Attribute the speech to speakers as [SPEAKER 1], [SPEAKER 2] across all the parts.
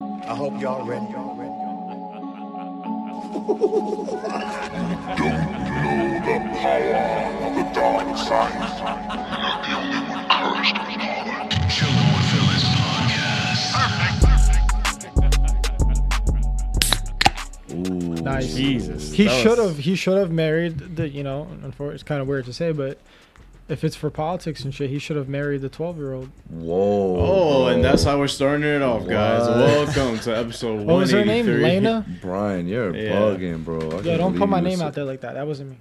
[SPEAKER 1] I hope y'all ready. Y'all ready.
[SPEAKER 2] Nice.
[SPEAKER 3] Jesus.
[SPEAKER 2] He
[SPEAKER 3] that was-
[SPEAKER 2] should have. He should have married the. You know, unfor- it's kind of weird to say, but if it's for politics and shit, he should have married the twelve-year-old.
[SPEAKER 4] Whoa.
[SPEAKER 3] Oh, and
[SPEAKER 4] bro.
[SPEAKER 3] that's how we're starting it off, guys.
[SPEAKER 4] What?
[SPEAKER 3] Welcome to episode
[SPEAKER 2] What was her name?
[SPEAKER 3] 183.
[SPEAKER 2] Lena.
[SPEAKER 4] Brian, you're
[SPEAKER 3] Yeah.
[SPEAKER 4] bugging, bro. I
[SPEAKER 2] Yeah,
[SPEAKER 4] can't
[SPEAKER 2] don't
[SPEAKER 4] believe
[SPEAKER 2] put my
[SPEAKER 4] you
[SPEAKER 2] name
[SPEAKER 4] said-
[SPEAKER 2] out there like that. That wasn't me.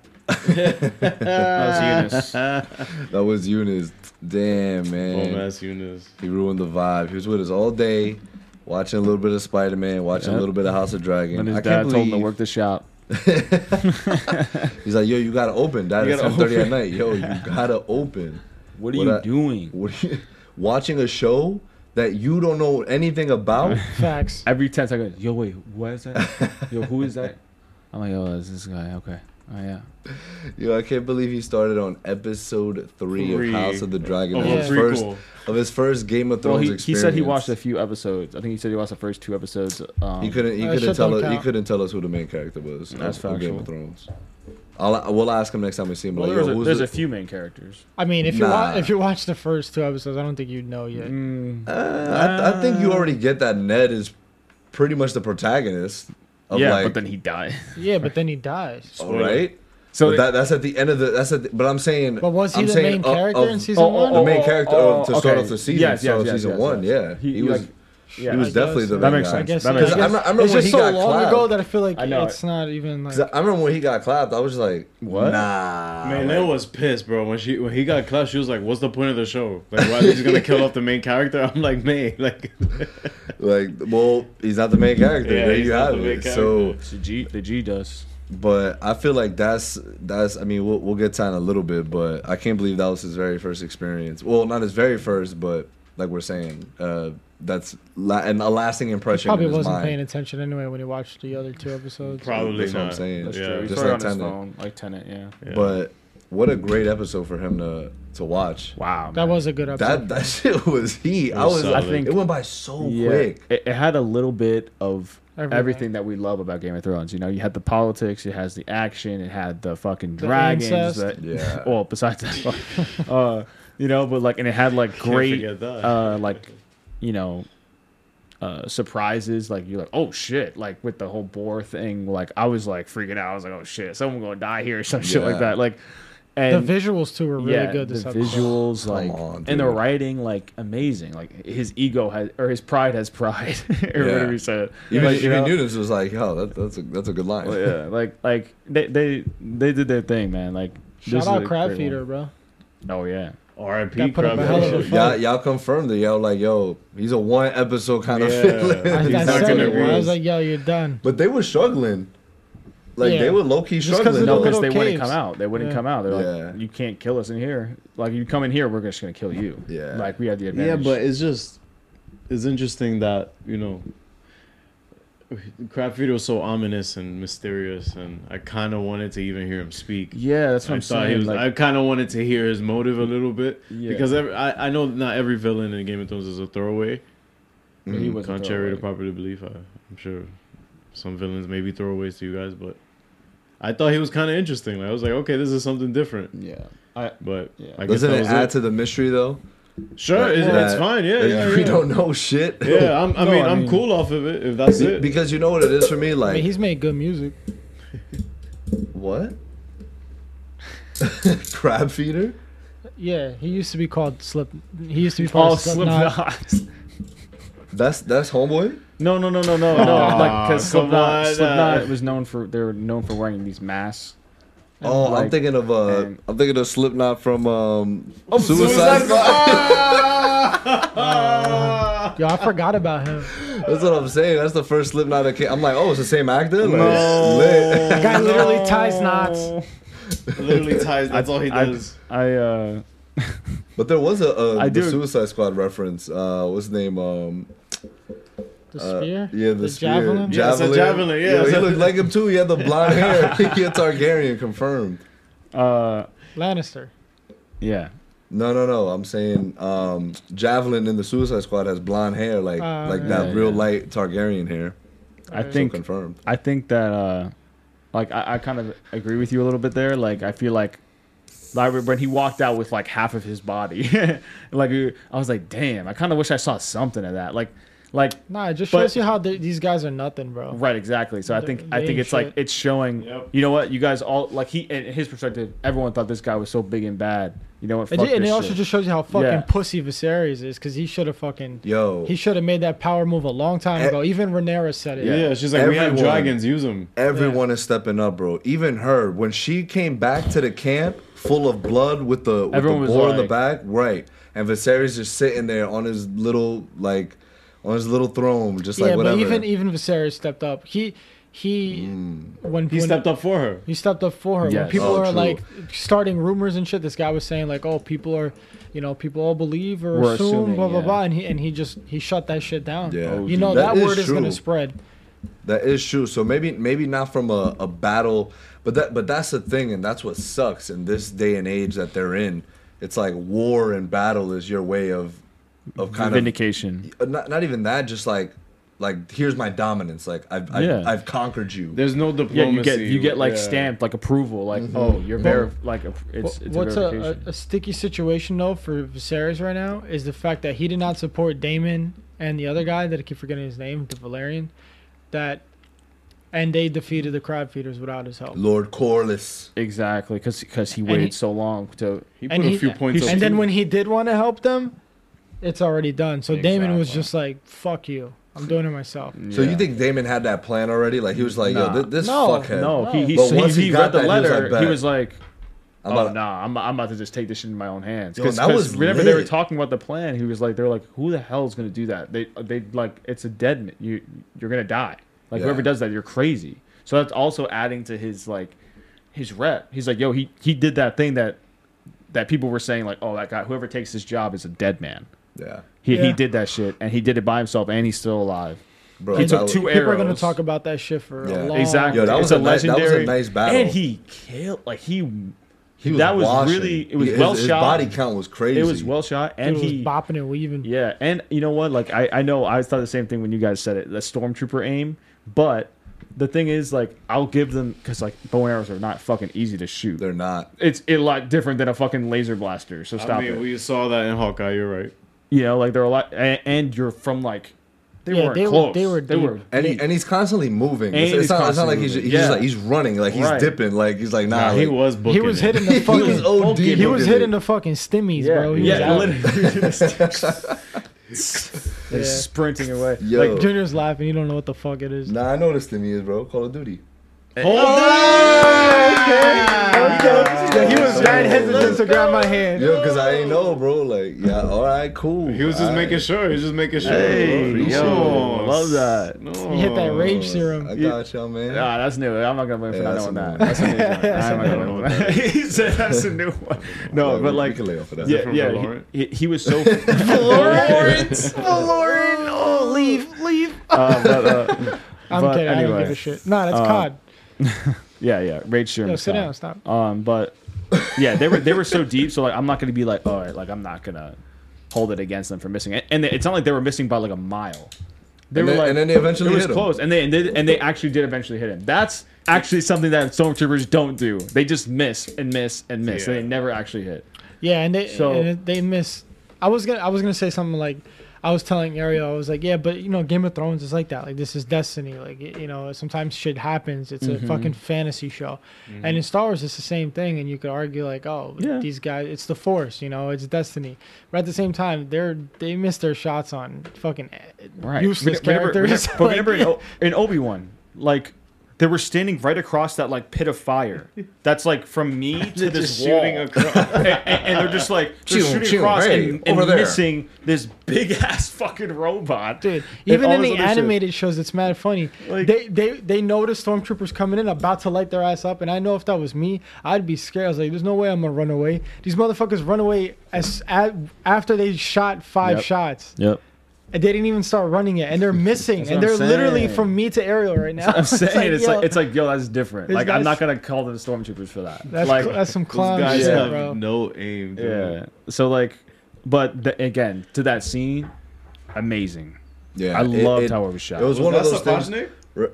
[SPEAKER 5] That was Eunice.
[SPEAKER 4] That was Eunice. Damn,
[SPEAKER 3] Boom,
[SPEAKER 5] Oh,
[SPEAKER 4] man.
[SPEAKER 3] Oh, that's Eunice.
[SPEAKER 4] He ruined the vibe. He was with us all day, watching a little bit of Spider Man, watching a
[SPEAKER 5] Yep.
[SPEAKER 4] little bit of House of Dragon.
[SPEAKER 5] Then
[SPEAKER 4] I
[SPEAKER 5] his
[SPEAKER 4] can't
[SPEAKER 5] dad told him to
[SPEAKER 4] believe-
[SPEAKER 5] work the shop.
[SPEAKER 4] He's like, yo, you gotta open. Dad,
[SPEAKER 3] You
[SPEAKER 4] it's
[SPEAKER 3] gotta
[SPEAKER 4] 10 30 at night. Yo, you gotta open. are What
[SPEAKER 5] What are you
[SPEAKER 4] you I-
[SPEAKER 5] doing?
[SPEAKER 4] What are you, watching a show that you don't know anything about?
[SPEAKER 2] Facts.
[SPEAKER 5] Every 10 seconds, yo, wait, what is that? yo, who is that? I'm like, oh, it's this guy. Okay. Oh, yeah.
[SPEAKER 4] yo, I can't believe he started on episode three,
[SPEAKER 3] Three.
[SPEAKER 4] of House of the Dragon.
[SPEAKER 3] Oh,
[SPEAKER 4] Of, his
[SPEAKER 2] yeah.
[SPEAKER 4] first,
[SPEAKER 3] prequel.
[SPEAKER 4] of his first Game of
[SPEAKER 5] Well,
[SPEAKER 4] Thrones
[SPEAKER 5] he,
[SPEAKER 4] experience.
[SPEAKER 5] he said he watched a few episodes. I think he said he watched the first two episodes. Um,
[SPEAKER 4] He couldn't. He
[SPEAKER 2] Uh,
[SPEAKER 4] couldn't
[SPEAKER 2] shit
[SPEAKER 4] tell
[SPEAKER 2] don't
[SPEAKER 4] us. He
[SPEAKER 2] count.
[SPEAKER 4] couldn't tell us who the main character was.
[SPEAKER 5] That's
[SPEAKER 4] of- of Game
[SPEAKER 5] factual.
[SPEAKER 4] of Thrones. I'll, we'll ask him next time we see him.
[SPEAKER 5] Well,
[SPEAKER 4] like,
[SPEAKER 5] there's,
[SPEAKER 4] yo,
[SPEAKER 5] a,
[SPEAKER 4] who's
[SPEAKER 5] there's
[SPEAKER 4] the-
[SPEAKER 5] a few main characters.
[SPEAKER 2] I mean, if you wa-
[SPEAKER 4] Nah.
[SPEAKER 2] if you watch the first two episodes, I don't think you'd know yet.
[SPEAKER 5] Mm,
[SPEAKER 4] Uh, I, I think you already get that Ned is pretty much the protagonist. Of
[SPEAKER 5] yeah,
[SPEAKER 4] like,
[SPEAKER 5] but then he died.
[SPEAKER 2] Yeah, but then he dies.
[SPEAKER 4] all right.
[SPEAKER 5] So
[SPEAKER 4] but that, that's at the end of the. That's at. The, but I'm saying.
[SPEAKER 2] But was he
[SPEAKER 4] I'm
[SPEAKER 2] the
[SPEAKER 4] saying
[SPEAKER 2] main
[SPEAKER 4] of-
[SPEAKER 2] character
[SPEAKER 4] of
[SPEAKER 2] in season
[SPEAKER 5] oh,
[SPEAKER 2] one?
[SPEAKER 4] The main character
[SPEAKER 5] Oh,
[SPEAKER 4] of, to start
[SPEAKER 5] okay.
[SPEAKER 4] off the season.
[SPEAKER 5] Yes,
[SPEAKER 4] start
[SPEAKER 5] yes,
[SPEAKER 4] off
[SPEAKER 5] yes,
[SPEAKER 4] season
[SPEAKER 5] yes,
[SPEAKER 4] one.
[SPEAKER 5] yes.
[SPEAKER 4] Yeah,
[SPEAKER 5] He-
[SPEAKER 4] he,
[SPEAKER 5] he
[SPEAKER 4] was.
[SPEAKER 5] like- yeah,
[SPEAKER 4] he was
[SPEAKER 2] I
[SPEAKER 4] definitely
[SPEAKER 2] guess-
[SPEAKER 4] the
[SPEAKER 2] That
[SPEAKER 4] main
[SPEAKER 5] makes
[SPEAKER 4] guy.
[SPEAKER 2] I
[SPEAKER 5] sense.
[SPEAKER 2] guess.
[SPEAKER 5] That
[SPEAKER 2] I
[SPEAKER 5] makes
[SPEAKER 2] guess-
[SPEAKER 5] sense.
[SPEAKER 4] I'm not- I remember
[SPEAKER 2] it's
[SPEAKER 4] when
[SPEAKER 2] just
[SPEAKER 4] he
[SPEAKER 2] so
[SPEAKER 4] got
[SPEAKER 2] long
[SPEAKER 4] clapped.
[SPEAKER 2] ago that I feel like
[SPEAKER 5] I know.
[SPEAKER 2] it's not even like.
[SPEAKER 4] 'Cause I I remember when he got clapped. I was just like,
[SPEAKER 5] What?
[SPEAKER 4] Nah.
[SPEAKER 3] Man,
[SPEAKER 4] like,
[SPEAKER 3] Lena was pissed, bro. When she when he got clapped, she was like, "What's the point of the show? Like, why is he gonna kill off the main character?" I'm like, "Man, like,
[SPEAKER 4] like, well, he's not the main character.
[SPEAKER 3] Yeah,
[SPEAKER 4] there
[SPEAKER 3] he's
[SPEAKER 4] you
[SPEAKER 3] not
[SPEAKER 4] have
[SPEAKER 3] the main
[SPEAKER 4] it. So.
[SPEAKER 3] character.
[SPEAKER 5] the G, the G does.
[SPEAKER 4] But I feel like that's that's. I mean, we'll we'll get to it in a little bit, but I can't believe that was his very first experience. Well, not his very first, but like we're saying, uh, that's la- and a lasting impression.
[SPEAKER 2] Probably
[SPEAKER 4] in his
[SPEAKER 2] wasn't
[SPEAKER 4] mind.
[SPEAKER 2] paying attention anyway when he watched the other two episodes.
[SPEAKER 3] probably
[SPEAKER 4] That's
[SPEAKER 3] not."
[SPEAKER 4] what I'm saying.
[SPEAKER 5] That's
[SPEAKER 3] yeah.
[SPEAKER 5] true. He's
[SPEAKER 4] Just
[SPEAKER 5] probably
[SPEAKER 4] like
[SPEAKER 5] on his
[SPEAKER 4] Tenet.
[SPEAKER 5] phone, like Tenet. Yeah.
[SPEAKER 3] Yeah.
[SPEAKER 4] But what a great episode for him to to watch.
[SPEAKER 5] Wow.
[SPEAKER 2] That was a good
[SPEAKER 4] That
[SPEAKER 2] episode.
[SPEAKER 4] that shit was he. I
[SPEAKER 3] was
[SPEAKER 4] was.
[SPEAKER 3] solid.
[SPEAKER 5] I think-
[SPEAKER 4] it went by so
[SPEAKER 5] yeah,
[SPEAKER 4] quick.
[SPEAKER 5] It, it had a little bit of
[SPEAKER 2] Everything.
[SPEAKER 5] everything. that we love about Game of Thrones. You know, you had the politics, it has the action, it had the fucking
[SPEAKER 2] The
[SPEAKER 5] dragons.
[SPEAKER 2] incest.
[SPEAKER 5] That,
[SPEAKER 4] Yeah.
[SPEAKER 5] Well, besides that, uh, you know, but like, and it had like great,
[SPEAKER 3] forget that.
[SPEAKER 5] uh, like, you know, uh, surprises. Like you're like, oh shit! Like with the whole boar thing. Like I was like freaking out. I was like, oh shit, someone gonna die here or some shit
[SPEAKER 4] Yeah.
[SPEAKER 5] like that. Like,
[SPEAKER 2] the
[SPEAKER 5] and
[SPEAKER 2] visuals too were really
[SPEAKER 5] yeah,
[SPEAKER 2] good. This
[SPEAKER 5] the
[SPEAKER 2] episode.
[SPEAKER 5] visuals
[SPEAKER 4] Come
[SPEAKER 5] like
[SPEAKER 4] on,
[SPEAKER 5] and the
[SPEAKER 4] dude.
[SPEAKER 5] writing like amazing. Like his ego has or his pride has pride or
[SPEAKER 4] Yeah.
[SPEAKER 5] whatever he said.
[SPEAKER 4] Even,
[SPEAKER 5] like, you
[SPEAKER 4] even
[SPEAKER 5] know?
[SPEAKER 4] Newton's was like, "Yo, that, that's a that's a good line."
[SPEAKER 5] Well, Oh, yeah, like like they they they did their thing, man. Like this
[SPEAKER 2] Shout
[SPEAKER 5] is
[SPEAKER 2] out
[SPEAKER 5] a
[SPEAKER 2] Crab
[SPEAKER 5] great
[SPEAKER 2] Feeder,
[SPEAKER 5] one.
[SPEAKER 2] bro.
[SPEAKER 5] Oh yeah.
[SPEAKER 3] R.I.P.
[SPEAKER 2] That put up
[SPEAKER 3] Crab
[SPEAKER 2] a hell of a
[SPEAKER 3] Feeder.
[SPEAKER 2] fight.
[SPEAKER 4] Y'all, y'all confirmed it. Y'all like, yo, he's a one episode kind of
[SPEAKER 3] Yeah.
[SPEAKER 4] feeling.
[SPEAKER 2] I,
[SPEAKER 3] He's
[SPEAKER 2] I
[SPEAKER 3] not
[SPEAKER 2] said
[SPEAKER 3] gonna
[SPEAKER 2] it, bro. I was
[SPEAKER 3] lose.
[SPEAKER 2] like, yo, you're done.
[SPEAKER 4] But they were struggling. Like
[SPEAKER 2] Yeah.
[SPEAKER 4] they were low key
[SPEAKER 2] Just 'cause
[SPEAKER 4] struggling.
[SPEAKER 2] of the
[SPEAKER 5] No, because
[SPEAKER 2] little
[SPEAKER 5] they wouldn't
[SPEAKER 2] caves.
[SPEAKER 5] come out. They wouldn't
[SPEAKER 2] Yeah.
[SPEAKER 5] come out. They're like,
[SPEAKER 4] Yeah.
[SPEAKER 5] you can't kill us in here. Like you come in here, we're just gonna kill you.
[SPEAKER 4] Yeah.
[SPEAKER 5] Like we have the
[SPEAKER 3] Yeah,
[SPEAKER 5] advantage.
[SPEAKER 3] but it's just it's interesting that you know Crab Feeder was so ominous and mysterious, and I kind of wanted to even hear him speak.
[SPEAKER 5] yeah, that's what
[SPEAKER 3] I
[SPEAKER 5] I'm
[SPEAKER 3] thought
[SPEAKER 5] saying.
[SPEAKER 3] he was.
[SPEAKER 5] like,
[SPEAKER 3] I kind of wanted to hear his motive a little bit
[SPEAKER 5] Yeah.
[SPEAKER 3] because every, I I know not every villain in Game of Thrones is a throwaway.
[SPEAKER 5] but he wasn't
[SPEAKER 3] Contrary to
[SPEAKER 5] throwaway.
[SPEAKER 3] popular belief, I, I'm sure some villains may be throwaways to you guys, but I thought he was kind of interesting. Like, I was like, okay, this is something different.
[SPEAKER 5] Yeah. I
[SPEAKER 3] But
[SPEAKER 5] Yeah.
[SPEAKER 3] I guess
[SPEAKER 4] Doesn't
[SPEAKER 3] that
[SPEAKER 4] it
[SPEAKER 3] was
[SPEAKER 4] add
[SPEAKER 3] it.
[SPEAKER 4] to the mystery though?
[SPEAKER 3] sure, it's,
[SPEAKER 4] That-
[SPEAKER 3] it's fine. Yeah,
[SPEAKER 4] that
[SPEAKER 3] yeah,
[SPEAKER 4] we
[SPEAKER 3] yeah.
[SPEAKER 4] don't know shit.
[SPEAKER 3] Yeah, I'm, I
[SPEAKER 5] No,
[SPEAKER 3] mean,
[SPEAKER 5] I
[SPEAKER 3] I'm
[SPEAKER 5] mean-
[SPEAKER 3] cool off of it if that's
[SPEAKER 4] Be-
[SPEAKER 3] it.
[SPEAKER 4] because you know what it is for me.
[SPEAKER 2] I
[SPEAKER 4] Like
[SPEAKER 2] mean, he's made good music.
[SPEAKER 4] what? Crab feeder.
[SPEAKER 2] Yeah, he used to be called Slip. He used to be
[SPEAKER 5] all
[SPEAKER 2] called Slipknot.
[SPEAKER 5] Oh, Slipknot.
[SPEAKER 4] That's that's homeboy.
[SPEAKER 5] No, no, no, no, no, no.
[SPEAKER 3] Aw,
[SPEAKER 5] like because
[SPEAKER 3] come
[SPEAKER 5] Slipknot,
[SPEAKER 3] on, uh.
[SPEAKER 5] Slipknot was known for they were known for wearing these masks.
[SPEAKER 4] Oh, I'm
[SPEAKER 5] like-
[SPEAKER 4] thinking of uh,
[SPEAKER 5] and-
[SPEAKER 4] I'm thinking of Slipknot from um,
[SPEAKER 2] Oh,
[SPEAKER 3] Suicide
[SPEAKER 4] Suicide Squad.
[SPEAKER 2] Yo, I forgot about him.
[SPEAKER 4] That's what I'm saying. That's the first Slipknot that came. I'm like, oh, it's the same actor. Like,
[SPEAKER 3] No.
[SPEAKER 4] lit.
[SPEAKER 2] Guy literally ties knots.
[SPEAKER 3] Literally ties. That's all he
[SPEAKER 5] I-
[SPEAKER 3] does.
[SPEAKER 5] I uh,
[SPEAKER 4] But there was a, a
[SPEAKER 5] I
[SPEAKER 4] the
[SPEAKER 5] do-
[SPEAKER 4] Suicide Squad reference. Uh, what's his name? Um,
[SPEAKER 2] The
[SPEAKER 4] uh,
[SPEAKER 2] spear.
[SPEAKER 4] yeah, the, spear.
[SPEAKER 2] javelin.
[SPEAKER 3] Yeah, it's a javelin, yeah,
[SPEAKER 4] Yo,
[SPEAKER 3] it's
[SPEAKER 4] he
[SPEAKER 3] a-
[SPEAKER 4] looked like him too. He had the blonde hair. he a Targaryen, confirmed.
[SPEAKER 5] uh,
[SPEAKER 2] Lannister.
[SPEAKER 5] yeah.
[SPEAKER 4] No, no, no. I'm saying um, Javelin in the Suicide Squad has blonde hair, like
[SPEAKER 2] Ah,
[SPEAKER 4] like
[SPEAKER 2] yeah,
[SPEAKER 4] that
[SPEAKER 5] yeah.
[SPEAKER 4] real light Targaryen hair.
[SPEAKER 5] I
[SPEAKER 2] Alright.
[SPEAKER 4] So
[SPEAKER 5] think
[SPEAKER 4] confirmed.
[SPEAKER 5] I think that uh like I, I kind of agree with you a little bit there. Like I feel like like when he walked out with like half of his body, like I was like, damn, I kind of wish I saw something of that. Like like
[SPEAKER 2] Nah, it just
[SPEAKER 5] But-
[SPEAKER 2] shows you how th- these guys are nothing, bro.
[SPEAKER 5] right exactly. So I think I
[SPEAKER 2] They
[SPEAKER 5] think
[SPEAKER 2] ain't
[SPEAKER 5] it's like
[SPEAKER 2] shit.
[SPEAKER 5] it's showing.
[SPEAKER 3] Yep.
[SPEAKER 5] You know what? You guys all like he in his perspective, everyone thought this guy was so big and bad. You know what?
[SPEAKER 2] It
[SPEAKER 5] Fuck
[SPEAKER 2] ju- and it
[SPEAKER 5] this
[SPEAKER 2] also
[SPEAKER 5] shit.
[SPEAKER 2] just shows you how fucking
[SPEAKER 5] Yeah.
[SPEAKER 2] pussy Viserys is, because he should have fucking
[SPEAKER 4] Yo,
[SPEAKER 2] he should have made that power move a long time
[SPEAKER 4] Eh.
[SPEAKER 2] ago. Even Rhaenyra said it.
[SPEAKER 3] Yeah,
[SPEAKER 5] Yeah.
[SPEAKER 3] she's like, we have
[SPEAKER 4] Everyone-
[SPEAKER 3] dragons, use them.
[SPEAKER 4] everyone is stepping up, bro. Even her, when she came back to the camp full of blood with the with
[SPEAKER 5] Everyone
[SPEAKER 4] the
[SPEAKER 5] was
[SPEAKER 4] boar in the
[SPEAKER 5] like-
[SPEAKER 4] back, right? And Viserys just sitting there on his little like on his little throne, just like
[SPEAKER 2] yeah,
[SPEAKER 4] whatever.
[SPEAKER 2] but even
[SPEAKER 5] e-
[SPEAKER 2] even Viserys stepped up. He he
[SPEAKER 4] Mm.
[SPEAKER 2] when
[SPEAKER 3] He
[SPEAKER 2] when,
[SPEAKER 3] stepped up for her.
[SPEAKER 2] He stepped up for her. When
[SPEAKER 5] Yes.
[SPEAKER 2] people
[SPEAKER 4] Oh,
[SPEAKER 2] are
[SPEAKER 4] true.
[SPEAKER 2] like starting rumors and shit, this guy was saying like, "Oh, people are, you know, people all believe or
[SPEAKER 5] We're
[SPEAKER 2] assume,
[SPEAKER 5] assuming,
[SPEAKER 2] blah blah
[SPEAKER 5] yeah.
[SPEAKER 2] blah," and he and he just he shut that shit down.
[SPEAKER 4] Yeah. Oh,
[SPEAKER 2] you know
[SPEAKER 4] dude. That
[SPEAKER 2] that,
[SPEAKER 4] is
[SPEAKER 2] word is
[SPEAKER 4] true.
[SPEAKER 2] gonna spread.
[SPEAKER 4] That is true. So maybe maybe not from a, a battle, but that but that's the thing, and that's what sucks in this day and age that they're in. It's like war and battle is your way of of kind of
[SPEAKER 5] vindication.
[SPEAKER 4] Uh, not not even that, just like like here's my dominance. Like I've I've,
[SPEAKER 5] Yeah.
[SPEAKER 4] I've conquered you.
[SPEAKER 3] There's no
[SPEAKER 5] yeah,
[SPEAKER 3] diplomacy.
[SPEAKER 5] you get you get like
[SPEAKER 3] Yeah.
[SPEAKER 5] stamped like approval, like oh you're ver- like a- it's,
[SPEAKER 2] Mm-hmm. Wh-
[SPEAKER 5] it's
[SPEAKER 2] What's uh,
[SPEAKER 5] a
[SPEAKER 2] a,
[SPEAKER 5] verification.
[SPEAKER 2] a, a sticky situation though for Viserys right now is the fact that he did not support Damon and the other guy that I keep forgetting his name, the Valerian, that, and they defeated the crowd feeders without his help.
[SPEAKER 4] Lord Corliss.
[SPEAKER 5] Exactly, because he
[SPEAKER 2] he-
[SPEAKER 5] waited so long to.
[SPEAKER 3] He put
[SPEAKER 2] and
[SPEAKER 3] a
[SPEAKER 2] he-
[SPEAKER 3] few points up.
[SPEAKER 2] and then
[SPEAKER 3] too.
[SPEAKER 2] when he did want to help them, it's already done. So Damon was
[SPEAKER 5] Exactly.
[SPEAKER 2] just like, "Fuck you, I'm doing it myself."
[SPEAKER 4] So
[SPEAKER 5] Yeah.
[SPEAKER 4] you think Damon had that plan already? Like he was like,
[SPEAKER 5] Nah.
[SPEAKER 4] yo, thi- this
[SPEAKER 2] No,
[SPEAKER 4] fuckhead.
[SPEAKER 5] No, he he,
[SPEAKER 4] But
[SPEAKER 5] so
[SPEAKER 4] once
[SPEAKER 5] he,
[SPEAKER 4] he
[SPEAKER 5] he
[SPEAKER 4] got that,
[SPEAKER 5] read the
[SPEAKER 4] he was
[SPEAKER 5] letter.
[SPEAKER 4] like,
[SPEAKER 5] He
[SPEAKER 4] bet.
[SPEAKER 5] was like,
[SPEAKER 4] I'm
[SPEAKER 5] "Oh
[SPEAKER 4] about-
[SPEAKER 5] nah, I'm, I'm about to just take this shit in my own hands."
[SPEAKER 4] Yo,
[SPEAKER 5] Because
[SPEAKER 4] that was
[SPEAKER 5] remember they were
[SPEAKER 4] lit.
[SPEAKER 5] talking about the plan. He was like, "They're like, who the hell is gonna do that? They they like it's a dead man. You you're gonna die. Like
[SPEAKER 4] Yeah.
[SPEAKER 5] whoever does that, you're crazy." So that's also adding to his like his rep. He's like, "Yo, he he did that thing that that people were saying like, oh that guy, whoever takes this job is a dead man."
[SPEAKER 4] Yeah,
[SPEAKER 5] He, he
[SPEAKER 2] Yeah.
[SPEAKER 5] did that shit, and he did it by himself, and he's still alive.
[SPEAKER 4] bro.
[SPEAKER 5] He
[SPEAKER 4] that
[SPEAKER 5] took
[SPEAKER 4] was-
[SPEAKER 5] two
[SPEAKER 2] People are gonna
[SPEAKER 5] arrows.
[SPEAKER 2] talk about that shit for
[SPEAKER 4] Yeah.
[SPEAKER 2] a long
[SPEAKER 5] Oh, Exactly.
[SPEAKER 4] Yo, that
[SPEAKER 5] It's
[SPEAKER 4] was
[SPEAKER 5] a
[SPEAKER 4] a ni- that was a
[SPEAKER 5] legendary-
[SPEAKER 4] nice battle.
[SPEAKER 5] And he killed. Like he,
[SPEAKER 4] He was
[SPEAKER 5] that was
[SPEAKER 4] washing.
[SPEAKER 5] really- it was
[SPEAKER 4] His-
[SPEAKER 5] well
[SPEAKER 4] his
[SPEAKER 5] shot.
[SPEAKER 4] body count was crazy.
[SPEAKER 5] it was well shot,
[SPEAKER 2] Dude
[SPEAKER 5] and
[SPEAKER 2] was
[SPEAKER 5] he.
[SPEAKER 2] bopping and weaving.
[SPEAKER 5] Yeah, and you know what? Like I, I know I thought the same thing when you guys said it. The stormtrooper aim, but the thing is, like I'll give them because like bow and arrows are not fucking easy to shoot.
[SPEAKER 4] They're not.
[SPEAKER 5] it's a lot different than a fucking laser blaster. So stop
[SPEAKER 3] I mean,
[SPEAKER 5] it.
[SPEAKER 3] we saw that in Hawkeye. You're right.
[SPEAKER 5] you know, like they're a lot, and, and you're from like they
[SPEAKER 2] Yeah,
[SPEAKER 5] weren't
[SPEAKER 2] they were-
[SPEAKER 5] close.
[SPEAKER 2] they were
[SPEAKER 5] they
[SPEAKER 2] deep.
[SPEAKER 5] were
[SPEAKER 4] And, he,
[SPEAKER 5] deep.
[SPEAKER 4] and he's constantly moving.
[SPEAKER 5] And
[SPEAKER 4] It's, it's
[SPEAKER 5] he's
[SPEAKER 4] not, it's not like
[SPEAKER 5] constantly
[SPEAKER 4] he's,
[SPEAKER 5] moving.
[SPEAKER 4] he's just
[SPEAKER 5] Yeah.
[SPEAKER 4] like he's running. Like he's
[SPEAKER 5] Right.
[SPEAKER 4] dipping. Like he's like nah.
[SPEAKER 3] Nah, he
[SPEAKER 4] like-
[SPEAKER 3] was booking.
[SPEAKER 2] He was
[SPEAKER 3] it.
[SPEAKER 2] hitting the
[SPEAKER 4] He was
[SPEAKER 2] fucking.
[SPEAKER 4] OD.
[SPEAKER 2] he was
[SPEAKER 4] booking it.
[SPEAKER 2] hitting the fucking stimmies, bro. He
[SPEAKER 5] yeah,
[SPEAKER 2] was out.
[SPEAKER 5] literally.
[SPEAKER 2] Yeah.
[SPEAKER 5] Like sprinting away.
[SPEAKER 4] Yo.
[SPEAKER 2] Like Junior's laughing. You don't know what the fuck it is.
[SPEAKER 4] Nah, I noticed him. He is bro. Call of Duty. Oh,
[SPEAKER 2] he was
[SPEAKER 4] right
[SPEAKER 2] right hesitant to grab my hand.
[SPEAKER 4] Yo, cause I ain't know, bro. Like, yeah, all right, cool.
[SPEAKER 3] He was just
[SPEAKER 4] All right.
[SPEAKER 3] making sure. He was just making sure.
[SPEAKER 5] Hey,
[SPEAKER 3] No.
[SPEAKER 5] yo, love that.
[SPEAKER 3] No.
[SPEAKER 2] He hit that rage
[SPEAKER 4] Oh, I
[SPEAKER 2] serum.
[SPEAKER 4] got y'all, man.
[SPEAKER 5] Nah, that's new. I'm not gonna win for
[SPEAKER 4] Yeah,
[SPEAKER 5] that
[SPEAKER 4] that's
[SPEAKER 5] one.
[SPEAKER 4] a
[SPEAKER 5] That.
[SPEAKER 4] new
[SPEAKER 5] That's a new one. I'm not gonna win for that. He said that's a new one. No,
[SPEAKER 4] we-
[SPEAKER 5] but
[SPEAKER 4] we
[SPEAKER 5] like,
[SPEAKER 4] can lay off of that.
[SPEAKER 5] yeah,
[SPEAKER 3] Different from
[SPEAKER 5] yeah.
[SPEAKER 3] Valorant?
[SPEAKER 5] He, he, he was so Lawrence.
[SPEAKER 2] Lauren, oh, leave, leave.
[SPEAKER 5] Uh, but, uh,
[SPEAKER 2] I'm
[SPEAKER 5] But
[SPEAKER 2] kidding. I don't
[SPEAKER 5] anyway.
[SPEAKER 2] give a shit. Nah, that's
[SPEAKER 5] Uh,
[SPEAKER 2] COD.
[SPEAKER 5] yeah, yeah. Rage Sherman.
[SPEAKER 2] Yo, sit down. Stop.
[SPEAKER 5] Um, but yeah, they were they were so deep. So like, I'm not gonna be like, all right, like I'm not gonna hold it against them for missing. it. And they, it's not like they were missing by like a mile. They
[SPEAKER 4] And
[SPEAKER 5] were
[SPEAKER 4] then-
[SPEAKER 5] like,
[SPEAKER 4] and then they eventually
[SPEAKER 5] it was
[SPEAKER 4] hit 'em.
[SPEAKER 5] close, and they, and they and they actually did eventually hit him. That's actually something that stormtroopers don't do. They just miss and miss and miss.
[SPEAKER 3] Yeah.
[SPEAKER 5] They never actually hit.
[SPEAKER 2] Yeah, and they
[SPEAKER 5] So-
[SPEAKER 2] and it- they miss. I was gonna I was gonna say something like I was telling Ariel I was like yeah, but you know Game of Thrones is like that. Like this is destiny. Like it- you know sometimes shit happens. It's
[SPEAKER 5] Mm-hmm.
[SPEAKER 2] a fucking fantasy show, and in Star Wars it's the same thing. And you could argue like oh
[SPEAKER 5] Yeah.
[SPEAKER 2] these guys it's the Force. You know it's destiny. But at the same time they're they miss their shots on fucking eh,
[SPEAKER 5] Right.
[SPEAKER 2] useless
[SPEAKER 5] Remember- remember-
[SPEAKER 2] characters.
[SPEAKER 5] but
[SPEAKER 2] Like,
[SPEAKER 5] remember in, O- in Obi Wan, like they were standing right across that like pit of fire. That's like from me to this
[SPEAKER 3] Just
[SPEAKER 5] wall.
[SPEAKER 3] shooting across.
[SPEAKER 5] and, and- and they're just like they're
[SPEAKER 4] Chum,
[SPEAKER 5] shooting
[SPEAKER 4] chum,
[SPEAKER 5] across
[SPEAKER 4] hey,
[SPEAKER 5] and, and
[SPEAKER 4] over there.
[SPEAKER 5] missing this big ass fucking robot.
[SPEAKER 2] Dude,
[SPEAKER 5] And
[SPEAKER 2] even
[SPEAKER 5] all
[SPEAKER 2] in
[SPEAKER 5] this
[SPEAKER 2] the
[SPEAKER 5] other shit.
[SPEAKER 2] animated shows, it's mad funny.
[SPEAKER 5] Like-
[SPEAKER 2] they they they notice stormtroopers coming in, about to light their ass up, and I know if that was me, I'd be scared. I was like, "There's no way I'm gonna run away." These motherfuckers run away as, a after they shot five
[SPEAKER 5] Yep.
[SPEAKER 2] shots.
[SPEAKER 5] Yep.
[SPEAKER 2] and they didn't even start running it, and they're missing,
[SPEAKER 5] That's
[SPEAKER 2] and
[SPEAKER 5] what
[SPEAKER 2] they're
[SPEAKER 5] I'm
[SPEAKER 2] literally
[SPEAKER 5] saying.
[SPEAKER 2] from me to Ariel right now.
[SPEAKER 5] I'm saying it's
[SPEAKER 2] yo,
[SPEAKER 5] like it's like yo, that's different.
[SPEAKER 2] These
[SPEAKER 5] Like I'm
[SPEAKER 2] guys-
[SPEAKER 5] not gonna call them stormtroopers for that.
[SPEAKER 2] that's,
[SPEAKER 5] like
[SPEAKER 2] cl- that's some
[SPEAKER 3] Those
[SPEAKER 2] clown
[SPEAKER 3] guys
[SPEAKER 2] shit,
[SPEAKER 3] have
[SPEAKER 2] bro.
[SPEAKER 3] no aim. Dude.
[SPEAKER 5] yeah. So like, but the, again, to that scene, amazing.
[SPEAKER 4] Yeah,
[SPEAKER 5] I
[SPEAKER 4] it-
[SPEAKER 5] loved
[SPEAKER 4] it-
[SPEAKER 5] how it was shot.
[SPEAKER 4] It was, one of
[SPEAKER 6] that
[SPEAKER 4] those things.
[SPEAKER 6] Sapochnik?
[SPEAKER 4] Re-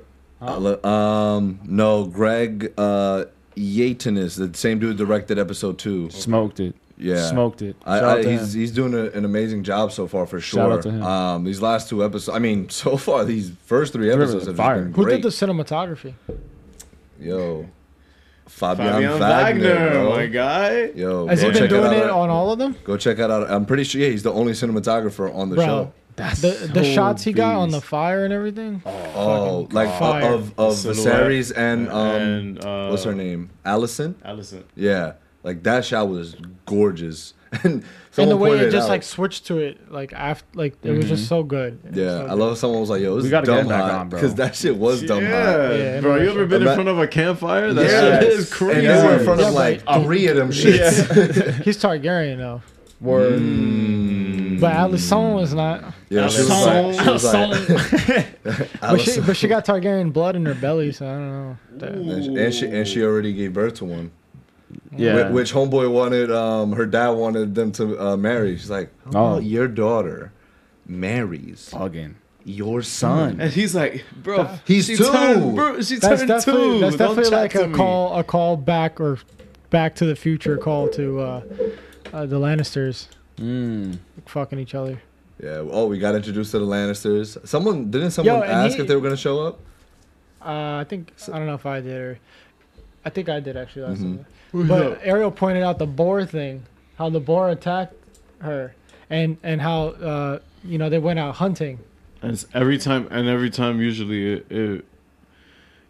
[SPEAKER 4] uh, Um, no, Greg uh, Yatinus, the same dude directed episode two.
[SPEAKER 5] smoked it.
[SPEAKER 4] Yeah.
[SPEAKER 5] smoked it.
[SPEAKER 4] I,
[SPEAKER 5] Shout out
[SPEAKER 4] I,
[SPEAKER 5] to
[SPEAKER 4] he's
[SPEAKER 5] him.
[SPEAKER 4] he's doing a, an amazing job so far for sure.
[SPEAKER 5] Shout out to him.
[SPEAKER 4] Um, these last two episodes, I mean, so far these first three
[SPEAKER 5] Driven
[SPEAKER 4] episodes have just
[SPEAKER 5] fire.
[SPEAKER 4] been
[SPEAKER 2] Who
[SPEAKER 4] great.
[SPEAKER 2] did the cinematography?
[SPEAKER 4] Yo, Fabian,
[SPEAKER 3] Fabian
[SPEAKER 4] Wagner,
[SPEAKER 3] Wagner,
[SPEAKER 4] bro.
[SPEAKER 3] my guy.
[SPEAKER 4] Yo,
[SPEAKER 2] Has
[SPEAKER 4] go
[SPEAKER 2] he been
[SPEAKER 4] check
[SPEAKER 2] doing
[SPEAKER 4] out
[SPEAKER 2] it
[SPEAKER 4] our-
[SPEAKER 2] on all of them,
[SPEAKER 4] Go check out. our- I'm pretty sure. Yeah, he's the only cinematographer on the show.
[SPEAKER 2] bro?
[SPEAKER 5] That's
[SPEAKER 2] The the
[SPEAKER 5] so
[SPEAKER 2] shots he got on the
[SPEAKER 5] beast.
[SPEAKER 2] fire and everything.
[SPEAKER 4] Oh,
[SPEAKER 2] Fucking
[SPEAKER 4] like
[SPEAKER 2] fire.
[SPEAKER 4] of of
[SPEAKER 3] Silhouette
[SPEAKER 4] Viserys and um,
[SPEAKER 3] and, uh,
[SPEAKER 4] what's her name? Allison.
[SPEAKER 3] Allison.
[SPEAKER 4] Yeah, like that shot was gorgeous, and
[SPEAKER 2] and the
[SPEAKER 4] someone
[SPEAKER 2] way
[SPEAKER 4] pointed
[SPEAKER 2] it just
[SPEAKER 4] out-
[SPEAKER 2] like switched to it, like after, like it was just so good. It was
[SPEAKER 4] Yeah,
[SPEAKER 2] so
[SPEAKER 4] I love. Someone was like, "Yo, it was
[SPEAKER 5] We gotta get
[SPEAKER 4] dumb
[SPEAKER 5] it back
[SPEAKER 4] hot,"
[SPEAKER 5] on, bro.
[SPEAKER 4] because that shit was dumb hot.
[SPEAKER 3] Yeah,
[SPEAKER 2] Yeah,
[SPEAKER 3] bro.
[SPEAKER 2] no,
[SPEAKER 3] You ever been
[SPEAKER 4] Ima-
[SPEAKER 3] in front of a campfire? That
[SPEAKER 4] Yeah.
[SPEAKER 3] shit is crazy.
[SPEAKER 4] And they were in front
[SPEAKER 2] Yeah,
[SPEAKER 4] of like
[SPEAKER 2] but-
[SPEAKER 4] three of them shits.
[SPEAKER 2] good. He's Targaryen though, Mm.
[SPEAKER 5] Word.
[SPEAKER 2] but at least someone was not.
[SPEAKER 4] Yeah, she was like, she was like
[SPEAKER 2] But she,
[SPEAKER 4] Allison.
[SPEAKER 2] but she got Targaryen blood in her belly, so I don't know. That-
[SPEAKER 4] And she- and she and she already gave birth to one,
[SPEAKER 5] Yeah.
[SPEAKER 4] Wh- which homeboy wanted. Um, her dad wanted them to uh, marry. She's like, How
[SPEAKER 5] Oh.
[SPEAKER 4] about your daughter marries
[SPEAKER 5] Fucking
[SPEAKER 4] your son."
[SPEAKER 5] son.
[SPEAKER 3] And he's like, bro,
[SPEAKER 4] He's
[SPEAKER 3] she
[SPEAKER 4] two.
[SPEAKER 3] Turned, bro, she
[SPEAKER 2] That's
[SPEAKER 3] turned
[SPEAKER 2] definitely
[SPEAKER 3] two.
[SPEAKER 2] that's
[SPEAKER 3] Don't
[SPEAKER 2] definitely
[SPEAKER 3] chat
[SPEAKER 2] like
[SPEAKER 3] to
[SPEAKER 2] a
[SPEAKER 3] me.
[SPEAKER 2] call a call back or Back to the Future call to uh, uh, the Lannisters
[SPEAKER 5] Mm.
[SPEAKER 2] fucking each other.
[SPEAKER 4] Yeah. Oh, we got introduced to the Lannisters. Someone didn't
[SPEAKER 2] Yo,
[SPEAKER 4] someone
[SPEAKER 2] and
[SPEAKER 4] ask
[SPEAKER 2] he-
[SPEAKER 4] if they were gonna show up?
[SPEAKER 2] Uh, I think I don't know if I did or I think I did actually last
[SPEAKER 3] Mm-hmm.
[SPEAKER 2] time. But Ariel pointed out the boar thing, how the boar attacked her, and and how uh, you know they went out hunting.
[SPEAKER 3] And it's every time, and every time, usually, it, it,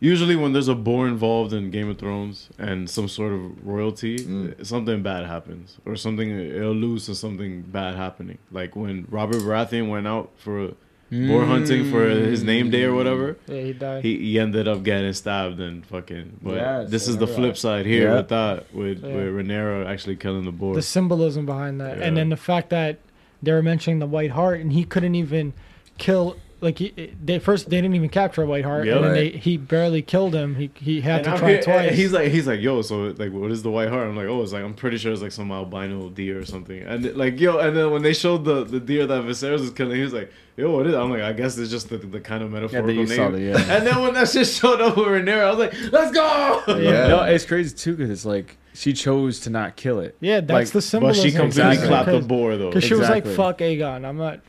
[SPEAKER 3] usually when there's a boar involved in Game of Thrones and some sort of royalty,
[SPEAKER 5] Mm.
[SPEAKER 3] something bad happens, or something it alludes to something bad happening. Like when Robert Baratheon went out for boar hunting for his name day or whatever,
[SPEAKER 2] Yeah, he died.
[SPEAKER 3] he, he ended up getting stabbed and fucking. But
[SPEAKER 5] Mm. Yes,
[SPEAKER 3] this
[SPEAKER 5] I
[SPEAKER 3] is the
[SPEAKER 5] remember
[SPEAKER 3] flip
[SPEAKER 5] that.
[SPEAKER 3] side here
[SPEAKER 5] Yeah.
[SPEAKER 3] with that, with
[SPEAKER 2] Yeah.
[SPEAKER 3] with Rhaenyra actually killing the boar.
[SPEAKER 2] the symbolism behind that, and
[SPEAKER 3] Yeah.
[SPEAKER 2] then the fact that they were mentioning the White Heart, and he couldn't even kill. Like he, they first, they didn't even capture a White Heart,
[SPEAKER 3] Yeah.
[SPEAKER 2] and then
[SPEAKER 4] Right.
[SPEAKER 2] they, he barely killed him. He he had
[SPEAKER 3] And
[SPEAKER 2] to
[SPEAKER 3] I'm
[SPEAKER 2] try
[SPEAKER 3] here-
[SPEAKER 2] twice.
[SPEAKER 3] and He's like, he's like, yo, so like, what is the white heart? I'm like, oh, it's like, I'm pretty sure it's like some albino deer or something. And it- like, yo, and then when they showed the, the deer that Viserys is killing, he was like, yo, what is? It? I'm like, I guess it's just the, the kind of metaphorical
[SPEAKER 5] you
[SPEAKER 3] name.
[SPEAKER 5] saw that, yeah.
[SPEAKER 3] And then when that shit showed up with Rhaenyra, I was like, let's go.
[SPEAKER 4] Yeah.
[SPEAKER 5] No, it's crazy too because it's like she chose to not kill it.
[SPEAKER 2] yeah, that's
[SPEAKER 5] like,
[SPEAKER 2] the
[SPEAKER 3] But
[SPEAKER 2] symbolism.
[SPEAKER 3] she completely
[SPEAKER 5] Exactly.
[SPEAKER 3] clapped the
[SPEAKER 2] Because-
[SPEAKER 3] boar though.
[SPEAKER 2] Because she
[SPEAKER 5] Exactly.
[SPEAKER 2] was like, "Fuck Aegon, I'm not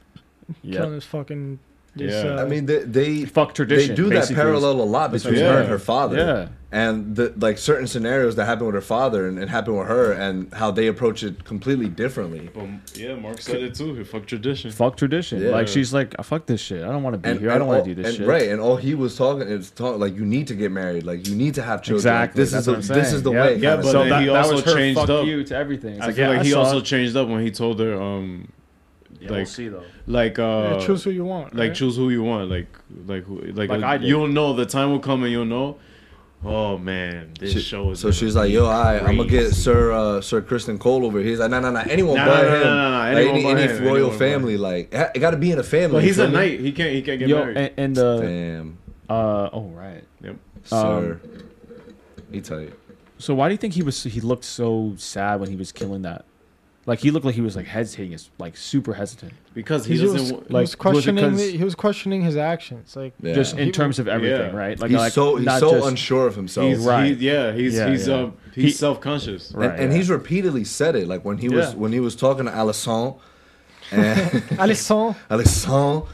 [SPEAKER 2] killing
[SPEAKER 5] Yeah.
[SPEAKER 2] this fucking." This,
[SPEAKER 3] Yeah.
[SPEAKER 2] uh,
[SPEAKER 4] I mean, they they,
[SPEAKER 5] Fuck tradition.
[SPEAKER 4] they do that
[SPEAKER 5] basically.
[SPEAKER 4] parallel a lot between
[SPEAKER 3] what
[SPEAKER 4] her
[SPEAKER 3] I'm
[SPEAKER 4] and her
[SPEAKER 3] saying.
[SPEAKER 4] father.
[SPEAKER 5] Yeah.
[SPEAKER 4] And the like certain scenarios that happened with her father and, and happened with her and how they approach it completely differently.
[SPEAKER 3] But, Um, yeah, Mark said it too. Fuck tradition.
[SPEAKER 5] Fuck tradition.
[SPEAKER 4] Yeah.
[SPEAKER 5] Like she's like, I fuck this shit. I don't want to be
[SPEAKER 4] And,
[SPEAKER 5] here. I don't
[SPEAKER 4] and
[SPEAKER 5] want
[SPEAKER 4] all-
[SPEAKER 5] to do this
[SPEAKER 4] and,
[SPEAKER 5] shit.
[SPEAKER 4] Right, and all he was talking is talk, like you need to get married, like you need to have children. Like,
[SPEAKER 5] Exactly.
[SPEAKER 4] this
[SPEAKER 5] that's
[SPEAKER 4] is the,
[SPEAKER 5] what I'm saying.
[SPEAKER 4] this is the
[SPEAKER 5] Yep.
[SPEAKER 4] way.
[SPEAKER 3] Yeah,
[SPEAKER 4] kinda
[SPEAKER 3] but
[SPEAKER 5] so
[SPEAKER 4] thing.
[SPEAKER 3] then
[SPEAKER 5] that,
[SPEAKER 3] he
[SPEAKER 5] that
[SPEAKER 3] also
[SPEAKER 5] was her
[SPEAKER 3] changed
[SPEAKER 5] fuck
[SPEAKER 3] up.
[SPEAKER 5] you to everything. It's
[SPEAKER 3] I
[SPEAKER 5] like,
[SPEAKER 3] feel
[SPEAKER 5] yeah,
[SPEAKER 3] like
[SPEAKER 5] I
[SPEAKER 3] he
[SPEAKER 5] saw
[SPEAKER 3] also
[SPEAKER 5] it.
[SPEAKER 3] changed up when he told her, um, like,
[SPEAKER 5] though.
[SPEAKER 3] like, uh,
[SPEAKER 2] yeah, choose who you want.
[SPEAKER 3] like
[SPEAKER 2] right?
[SPEAKER 3] choose who you want like like who like, uh,
[SPEAKER 5] Like I did.
[SPEAKER 3] you'll know the time will come and you'll know oh man this
[SPEAKER 4] She-
[SPEAKER 3] show is
[SPEAKER 4] so she's like, "Yo, I, I'm gonna get
[SPEAKER 3] crazy.
[SPEAKER 4] Sir uh, Sir Kristen Cole over here." He's like, "No, no, no, anyone
[SPEAKER 3] Nah,
[SPEAKER 4] but
[SPEAKER 3] nah, nah,
[SPEAKER 4] him,
[SPEAKER 3] nah, nah,
[SPEAKER 4] Like,
[SPEAKER 3] anyone
[SPEAKER 4] any,
[SPEAKER 3] but
[SPEAKER 4] any
[SPEAKER 3] him,
[SPEAKER 4] royal
[SPEAKER 3] anyone but
[SPEAKER 4] family, like it it gotta be in a family."
[SPEAKER 3] but he's
[SPEAKER 4] you
[SPEAKER 3] a
[SPEAKER 4] feel me?
[SPEAKER 3] knight he can't he can't get
[SPEAKER 5] Yo,
[SPEAKER 3] married
[SPEAKER 5] and, and the
[SPEAKER 4] Damn,
[SPEAKER 5] uh, oh right.
[SPEAKER 3] yep.
[SPEAKER 4] Sir,
[SPEAKER 5] Um,
[SPEAKER 4] he tight.
[SPEAKER 5] So why do you think he was? He looked so sad when he was killing that. Like he looked like he was like hesitating, It's like super hesitant,
[SPEAKER 3] because he
[SPEAKER 2] he was,
[SPEAKER 3] doesn't
[SPEAKER 2] he
[SPEAKER 3] wa-
[SPEAKER 5] like,
[SPEAKER 2] was
[SPEAKER 5] was it
[SPEAKER 2] questioning.
[SPEAKER 5] 'cause-
[SPEAKER 2] the- he was questioning his actions. Like,
[SPEAKER 4] Yeah.
[SPEAKER 5] just in
[SPEAKER 2] He-
[SPEAKER 5] terms of everything,
[SPEAKER 3] yeah.
[SPEAKER 5] right? Like,
[SPEAKER 4] he's
[SPEAKER 5] like
[SPEAKER 4] so he's
[SPEAKER 5] not
[SPEAKER 4] so
[SPEAKER 5] just-
[SPEAKER 4] unsure of himself.
[SPEAKER 3] he's
[SPEAKER 5] right.
[SPEAKER 3] he, yeah he's
[SPEAKER 5] Yeah,
[SPEAKER 3] he's
[SPEAKER 5] yeah.
[SPEAKER 3] um he's
[SPEAKER 5] He-
[SPEAKER 3] self-conscious
[SPEAKER 5] Right.
[SPEAKER 4] and, and he's repeatedly said it, like when he was
[SPEAKER 5] Yeah.
[SPEAKER 4] when he was talking to Alisson, and
[SPEAKER 2] Alisson,
[SPEAKER 4] Alisson,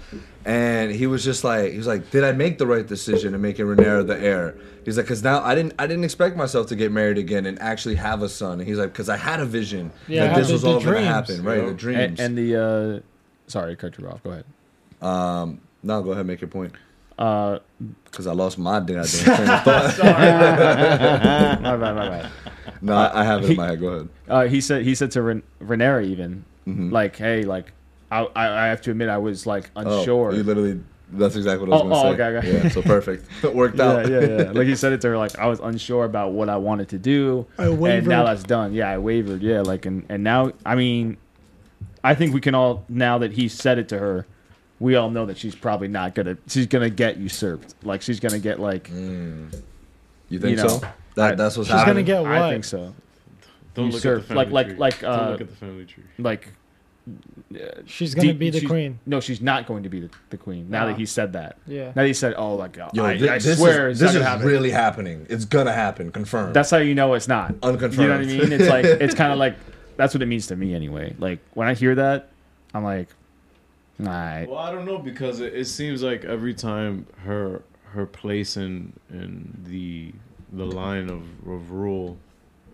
[SPEAKER 4] and he was just like he was like, "Did I make the right decision in making Renera the heir?" He's like, "Cause now I didn't I didn't expect myself to get married again and actually have a son." And he's like, "Cause I had a vision
[SPEAKER 2] Yeah, I
[SPEAKER 4] that
[SPEAKER 2] had
[SPEAKER 4] this
[SPEAKER 2] the-
[SPEAKER 4] was
[SPEAKER 2] the
[SPEAKER 4] all gonna
[SPEAKER 2] dreams,
[SPEAKER 4] happen, right?
[SPEAKER 3] know?
[SPEAKER 4] The
[SPEAKER 3] And-
[SPEAKER 4] dreams."
[SPEAKER 5] and, and the uh, sorry, I cut you off. Go ahead.
[SPEAKER 4] um, no, go ahead, make your point.
[SPEAKER 5] Uh,
[SPEAKER 4] Cause I lost my damn train of thought.
[SPEAKER 5] my bad, my bad.
[SPEAKER 4] no, I I have it in
[SPEAKER 5] He-
[SPEAKER 4] my head. Go ahead.
[SPEAKER 5] Uh, he said he said to Ren- Renera even
[SPEAKER 4] Mm-hmm.
[SPEAKER 5] like, hey, like I, I I have to admit I was like
[SPEAKER 4] Oh,
[SPEAKER 5] unsure.
[SPEAKER 4] You literally. That's exactly what I was
[SPEAKER 5] Oh,
[SPEAKER 4] gonna
[SPEAKER 5] oh,
[SPEAKER 4] say.
[SPEAKER 5] okay, okay.
[SPEAKER 4] Yeah, so perfect. it worked
[SPEAKER 5] yeah,
[SPEAKER 4] out.
[SPEAKER 5] yeah, yeah. Like he said it to her, like I was unsure about what I wanted to do,
[SPEAKER 2] I wavered.
[SPEAKER 5] and now that's done. Yeah, I wavered. Yeah, like and and now I mean, I think we can all now that he said it to her, we all know that she's probably not gonna. She's gonna get usurped. Like she's gonna get like.
[SPEAKER 4] You think
[SPEAKER 5] You
[SPEAKER 4] so?
[SPEAKER 5] know,
[SPEAKER 4] That
[SPEAKER 5] I-
[SPEAKER 4] that's what's
[SPEAKER 2] She's gonna
[SPEAKER 4] happening.
[SPEAKER 2] get what?
[SPEAKER 5] I think so.
[SPEAKER 3] Don't look at the
[SPEAKER 5] Usurped.
[SPEAKER 3] family
[SPEAKER 5] Like- like-
[SPEAKER 3] tree.
[SPEAKER 5] like,
[SPEAKER 3] Don't
[SPEAKER 5] uh,
[SPEAKER 3] look at the family tree.
[SPEAKER 5] Like
[SPEAKER 2] She's gonna
[SPEAKER 5] deep-
[SPEAKER 2] be the
[SPEAKER 5] she's-
[SPEAKER 2] queen.
[SPEAKER 5] No, she's not going to be the, the queen. Now that
[SPEAKER 2] Nah.
[SPEAKER 5] he said that.
[SPEAKER 2] Yeah.
[SPEAKER 5] Now that he said, "Oh, like God,
[SPEAKER 4] Yo,
[SPEAKER 5] I,
[SPEAKER 4] thi-
[SPEAKER 5] I
[SPEAKER 4] this
[SPEAKER 5] swear
[SPEAKER 4] is,
[SPEAKER 5] it's
[SPEAKER 4] this
[SPEAKER 5] not
[SPEAKER 4] is
[SPEAKER 5] gonna happen."
[SPEAKER 4] really happening. It's gonna happen. Confirmed.
[SPEAKER 5] That's how you know it's not You know what I
[SPEAKER 4] Unconfirmed.
[SPEAKER 5] mean? It's like it's kind of like that's what it means to me anyway. Like when I hear that, I'm like, all right.
[SPEAKER 3] Well, I don't know because it, it seems like every time her her place in in the the line of, of rule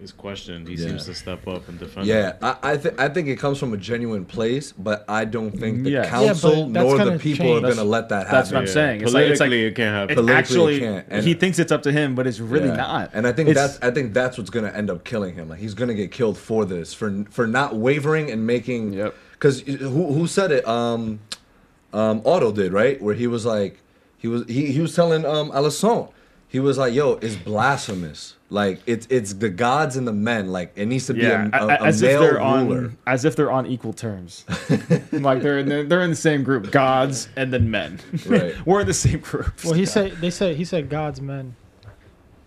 [SPEAKER 3] is questioned, he
[SPEAKER 4] Yeah.
[SPEAKER 3] seems to step up and defend.
[SPEAKER 4] yeah,
[SPEAKER 3] it.
[SPEAKER 4] I I, th- I think it comes from a genuine place, but I don't think the
[SPEAKER 5] Yes. Yeah, but
[SPEAKER 4] council
[SPEAKER 2] that's
[SPEAKER 4] nor the
[SPEAKER 2] gonna
[SPEAKER 4] people
[SPEAKER 2] change.
[SPEAKER 4] are
[SPEAKER 5] That's-
[SPEAKER 4] gonna let that happen.
[SPEAKER 5] that's what I'm saying. It's like- it's like-
[SPEAKER 3] Politically, it can't happen.
[SPEAKER 5] It's
[SPEAKER 4] Politically,
[SPEAKER 5] actually
[SPEAKER 4] can't. And-
[SPEAKER 5] he thinks it's up to him, but it's really
[SPEAKER 4] Yeah.
[SPEAKER 5] not.
[SPEAKER 4] And I think
[SPEAKER 5] It's-
[SPEAKER 4] that's I think that's what's gonna end up killing him. Like he's gonna get killed for this, for for not wavering and making.
[SPEAKER 5] Yep.
[SPEAKER 4] Because who who said it? Um, um, Otto did right, where he was like, he was he, he was telling um Alisson, he was like, yo, it's blasphemous. Like it's it's the gods and the men. Like it needs to
[SPEAKER 5] yeah,
[SPEAKER 4] be a, a,
[SPEAKER 5] a-
[SPEAKER 4] a
[SPEAKER 5] as if
[SPEAKER 4] male
[SPEAKER 5] they're
[SPEAKER 4] ruler.
[SPEAKER 5] on as if they're on equal terms. like they're in the, they're in the same group, gods and then men.
[SPEAKER 4] Right.
[SPEAKER 5] We're in the same group.
[SPEAKER 2] Well, he said they said he said God's men.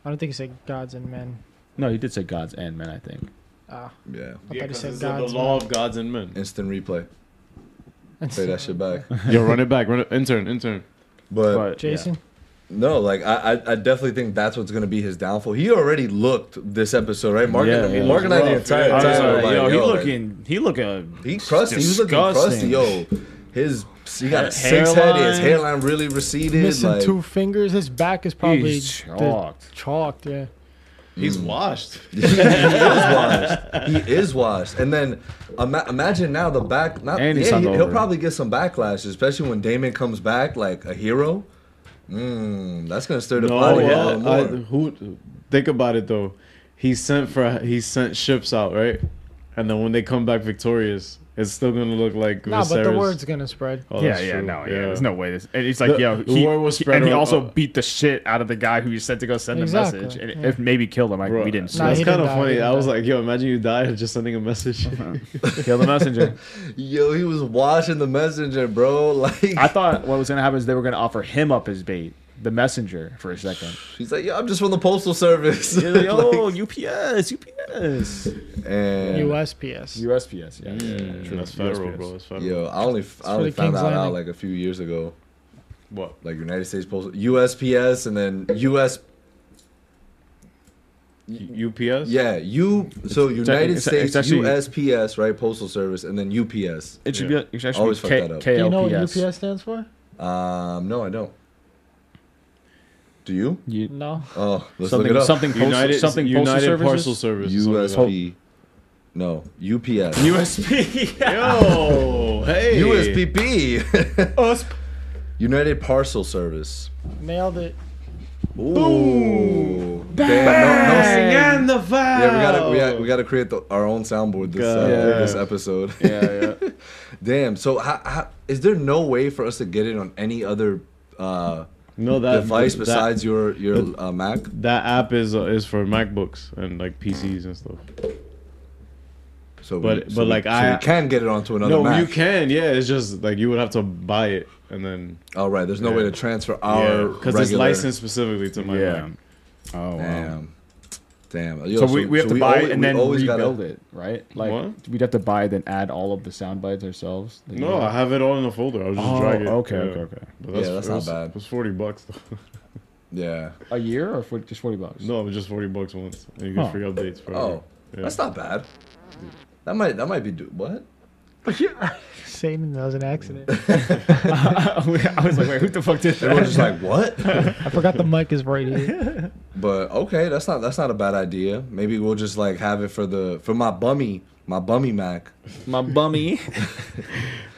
[SPEAKER 2] I don't think he said gods and men.
[SPEAKER 5] no, he did say gods and men. I think.
[SPEAKER 2] Ah,
[SPEAKER 4] Yeah.
[SPEAKER 2] I thought he
[SPEAKER 3] 'cause
[SPEAKER 2] said
[SPEAKER 3] it's the
[SPEAKER 2] gods.
[SPEAKER 3] law of gods and men.
[SPEAKER 4] Instant replay.
[SPEAKER 2] men.
[SPEAKER 4] Play that shit back.
[SPEAKER 3] Yo, run it back. Run it. Intern, intern.
[SPEAKER 4] But
[SPEAKER 5] But yeah.
[SPEAKER 2] Jason,
[SPEAKER 4] No, like I, I, I definitely think that's what's gonna be his downfall. He already looked this episode, right? Mark,
[SPEAKER 5] Yeah,
[SPEAKER 4] and,
[SPEAKER 5] yeah.
[SPEAKER 4] Mark and I the
[SPEAKER 3] Rough,
[SPEAKER 4] entire
[SPEAKER 3] yeah.
[SPEAKER 5] I
[SPEAKER 4] time.
[SPEAKER 5] was
[SPEAKER 4] were
[SPEAKER 5] like,
[SPEAKER 4] like,
[SPEAKER 5] yo, he
[SPEAKER 4] like,
[SPEAKER 5] looking, he looking.
[SPEAKER 4] he crusty. He was looking crusty,
[SPEAKER 5] disgusting.
[SPEAKER 4] yo. His he got a
[SPEAKER 5] That
[SPEAKER 4] six head. His
[SPEAKER 5] hairline.
[SPEAKER 4] hairline really receded.
[SPEAKER 2] missing
[SPEAKER 4] like,
[SPEAKER 2] two fingers. His back is probably
[SPEAKER 5] He's
[SPEAKER 2] the-
[SPEAKER 5] chalked.
[SPEAKER 2] chalked, yeah.
[SPEAKER 3] He's washed.
[SPEAKER 4] he is washed. And then ima- imagine now the back. Not,
[SPEAKER 5] And he's
[SPEAKER 4] yeah, he, will
[SPEAKER 5] hungover.
[SPEAKER 4] probably get some backlash, especially when Damon comes back like a hero. Mm, that's gonna stir the pot again a
[SPEAKER 3] well,
[SPEAKER 4] little
[SPEAKER 3] I-
[SPEAKER 4] more.
[SPEAKER 3] who think about it though? He sent for he sent ships out, right? And then when they come back victorious, it's still gonna look like
[SPEAKER 2] Nah, but the
[SPEAKER 3] Viserys.
[SPEAKER 2] word's gonna spread.
[SPEAKER 3] Oh,
[SPEAKER 5] yeah,
[SPEAKER 3] that's
[SPEAKER 5] yeah,
[SPEAKER 3] true.
[SPEAKER 5] no, yeah. There's no way this. And it's like,
[SPEAKER 3] The-
[SPEAKER 5] yo,
[SPEAKER 3] the
[SPEAKER 5] he,
[SPEAKER 3] war was
[SPEAKER 5] he-
[SPEAKER 3] spread
[SPEAKER 5] and he
[SPEAKER 3] around-
[SPEAKER 5] also
[SPEAKER 3] uh,
[SPEAKER 5] beat the shit out of the guy who you sent to go send
[SPEAKER 2] Exactly,
[SPEAKER 5] the message, and
[SPEAKER 2] yeah.
[SPEAKER 5] if maybe killed him. Like
[SPEAKER 3] Bro,
[SPEAKER 5] we didn't
[SPEAKER 2] Nah,
[SPEAKER 5] see
[SPEAKER 3] that's
[SPEAKER 2] he
[SPEAKER 3] kind
[SPEAKER 2] didn't die,
[SPEAKER 3] of
[SPEAKER 2] he
[SPEAKER 3] funny.
[SPEAKER 2] didn't
[SPEAKER 3] I was
[SPEAKER 2] die.
[SPEAKER 3] like, yo, imagine you died just sending a message. Mm,
[SPEAKER 5] kill the messenger.
[SPEAKER 4] Yo, he was washing the messenger, bro. Like
[SPEAKER 5] I thought what was gonna happen is they were gonna offer him up as bait, the messenger, for a second.
[SPEAKER 4] He's like, yo, I'm just from the postal service.
[SPEAKER 5] Yo, yo,
[SPEAKER 4] Like,
[SPEAKER 5] UPS, UPS,
[SPEAKER 4] and
[SPEAKER 2] USPS.
[SPEAKER 5] USPS. Yeah,
[SPEAKER 3] Mm, that's federal, bro. That's federal.
[SPEAKER 4] yo, I only f- I
[SPEAKER 2] for
[SPEAKER 4] only
[SPEAKER 2] the
[SPEAKER 4] found
[SPEAKER 2] King's
[SPEAKER 4] that out
[SPEAKER 2] Landing.
[SPEAKER 4] like a few years ago.
[SPEAKER 3] What?
[SPEAKER 4] Like United States Postal USPS and then US
[SPEAKER 3] U- UPS?
[SPEAKER 4] yeah, U so United
[SPEAKER 5] it's-
[SPEAKER 4] States
[SPEAKER 5] it's actually-
[SPEAKER 4] USPS, right? Postal service and then UPS.
[SPEAKER 5] It should
[SPEAKER 3] Yeah.
[SPEAKER 5] be. It should actually
[SPEAKER 4] Always
[SPEAKER 5] be
[SPEAKER 4] fuck
[SPEAKER 5] K-
[SPEAKER 4] that up.
[SPEAKER 5] KLPS.
[SPEAKER 2] Do you know what UPS stands for?
[SPEAKER 4] Um no, I don't. Do you?
[SPEAKER 5] You-
[SPEAKER 2] No.
[SPEAKER 4] Oh, let's
[SPEAKER 5] something,
[SPEAKER 4] look it up.
[SPEAKER 5] something, postal,
[SPEAKER 3] United,
[SPEAKER 5] something postal
[SPEAKER 3] United
[SPEAKER 5] services?
[SPEAKER 3] Parcel Service.
[SPEAKER 4] USP No, UPS.
[SPEAKER 5] USP.
[SPEAKER 3] Yo, hey.
[SPEAKER 4] USPP. United Parcel Service.
[SPEAKER 2] Nailed it.
[SPEAKER 4] Ooh. Damn, no, no,
[SPEAKER 3] and the vow.
[SPEAKER 4] Yeah, we gotta we gotta, we gotta create the, our own soundboard this uh,
[SPEAKER 5] God.
[SPEAKER 4] this episode.
[SPEAKER 5] yeah, yeah.
[SPEAKER 4] Damn. So how, how, is there no way for us to get it on any other uh,
[SPEAKER 3] No, that
[SPEAKER 4] device
[SPEAKER 3] that-
[SPEAKER 4] besides your your uh, Mac?
[SPEAKER 3] that app is uh, is for MacBooks and like PCs and stuff.
[SPEAKER 4] So
[SPEAKER 3] But-
[SPEAKER 4] we, so
[SPEAKER 3] but
[SPEAKER 4] we-
[SPEAKER 3] like,
[SPEAKER 4] so
[SPEAKER 3] I-
[SPEAKER 4] we can get it onto another
[SPEAKER 3] no,
[SPEAKER 4] Oh, Mac.
[SPEAKER 3] you can. Yeah, it's just like you would have to buy it and then
[SPEAKER 4] All right. There's no
[SPEAKER 3] Yeah.
[SPEAKER 4] way to transfer our
[SPEAKER 3] because
[SPEAKER 4] because
[SPEAKER 3] it's licensed specifically to my
[SPEAKER 5] yeah.
[SPEAKER 3] Mac.
[SPEAKER 5] Oh wow.
[SPEAKER 4] Damn. Damn. Yo,
[SPEAKER 5] so, we, we have to buy
[SPEAKER 4] alwa-
[SPEAKER 5] it and
[SPEAKER 4] we
[SPEAKER 5] then
[SPEAKER 4] always gotta-
[SPEAKER 5] rebuild it, right? Like
[SPEAKER 3] What?
[SPEAKER 5] we'd have to buy it then add all of the sound bites ourselves.
[SPEAKER 3] No, I have it all in a folder. I'll just
[SPEAKER 5] Oh,
[SPEAKER 3] drag it.
[SPEAKER 5] okay,
[SPEAKER 3] yeah.
[SPEAKER 5] okay, okay.
[SPEAKER 3] But
[SPEAKER 4] Yeah, that's
[SPEAKER 3] it
[SPEAKER 4] not
[SPEAKER 3] was-
[SPEAKER 4] bad.
[SPEAKER 3] It was forty bucks though.
[SPEAKER 4] Yeah.
[SPEAKER 5] a year or for, just forty bucks.
[SPEAKER 3] no, it was just forty bucks once. And you get
[SPEAKER 5] Huh.
[SPEAKER 3] free updates. Forever.
[SPEAKER 4] Oh, that's not bad. That might that might be do what?
[SPEAKER 2] Satan, that was an accident.
[SPEAKER 5] I was like, wait, who the fuck did
[SPEAKER 4] Everyone's
[SPEAKER 5] that?
[SPEAKER 4] just like what?
[SPEAKER 2] I forgot the mic is right here.
[SPEAKER 4] But okay, that's not that's not a bad idea. Maybe we'll just like have it for the for my bummy my bummy Mac.
[SPEAKER 5] My bummy.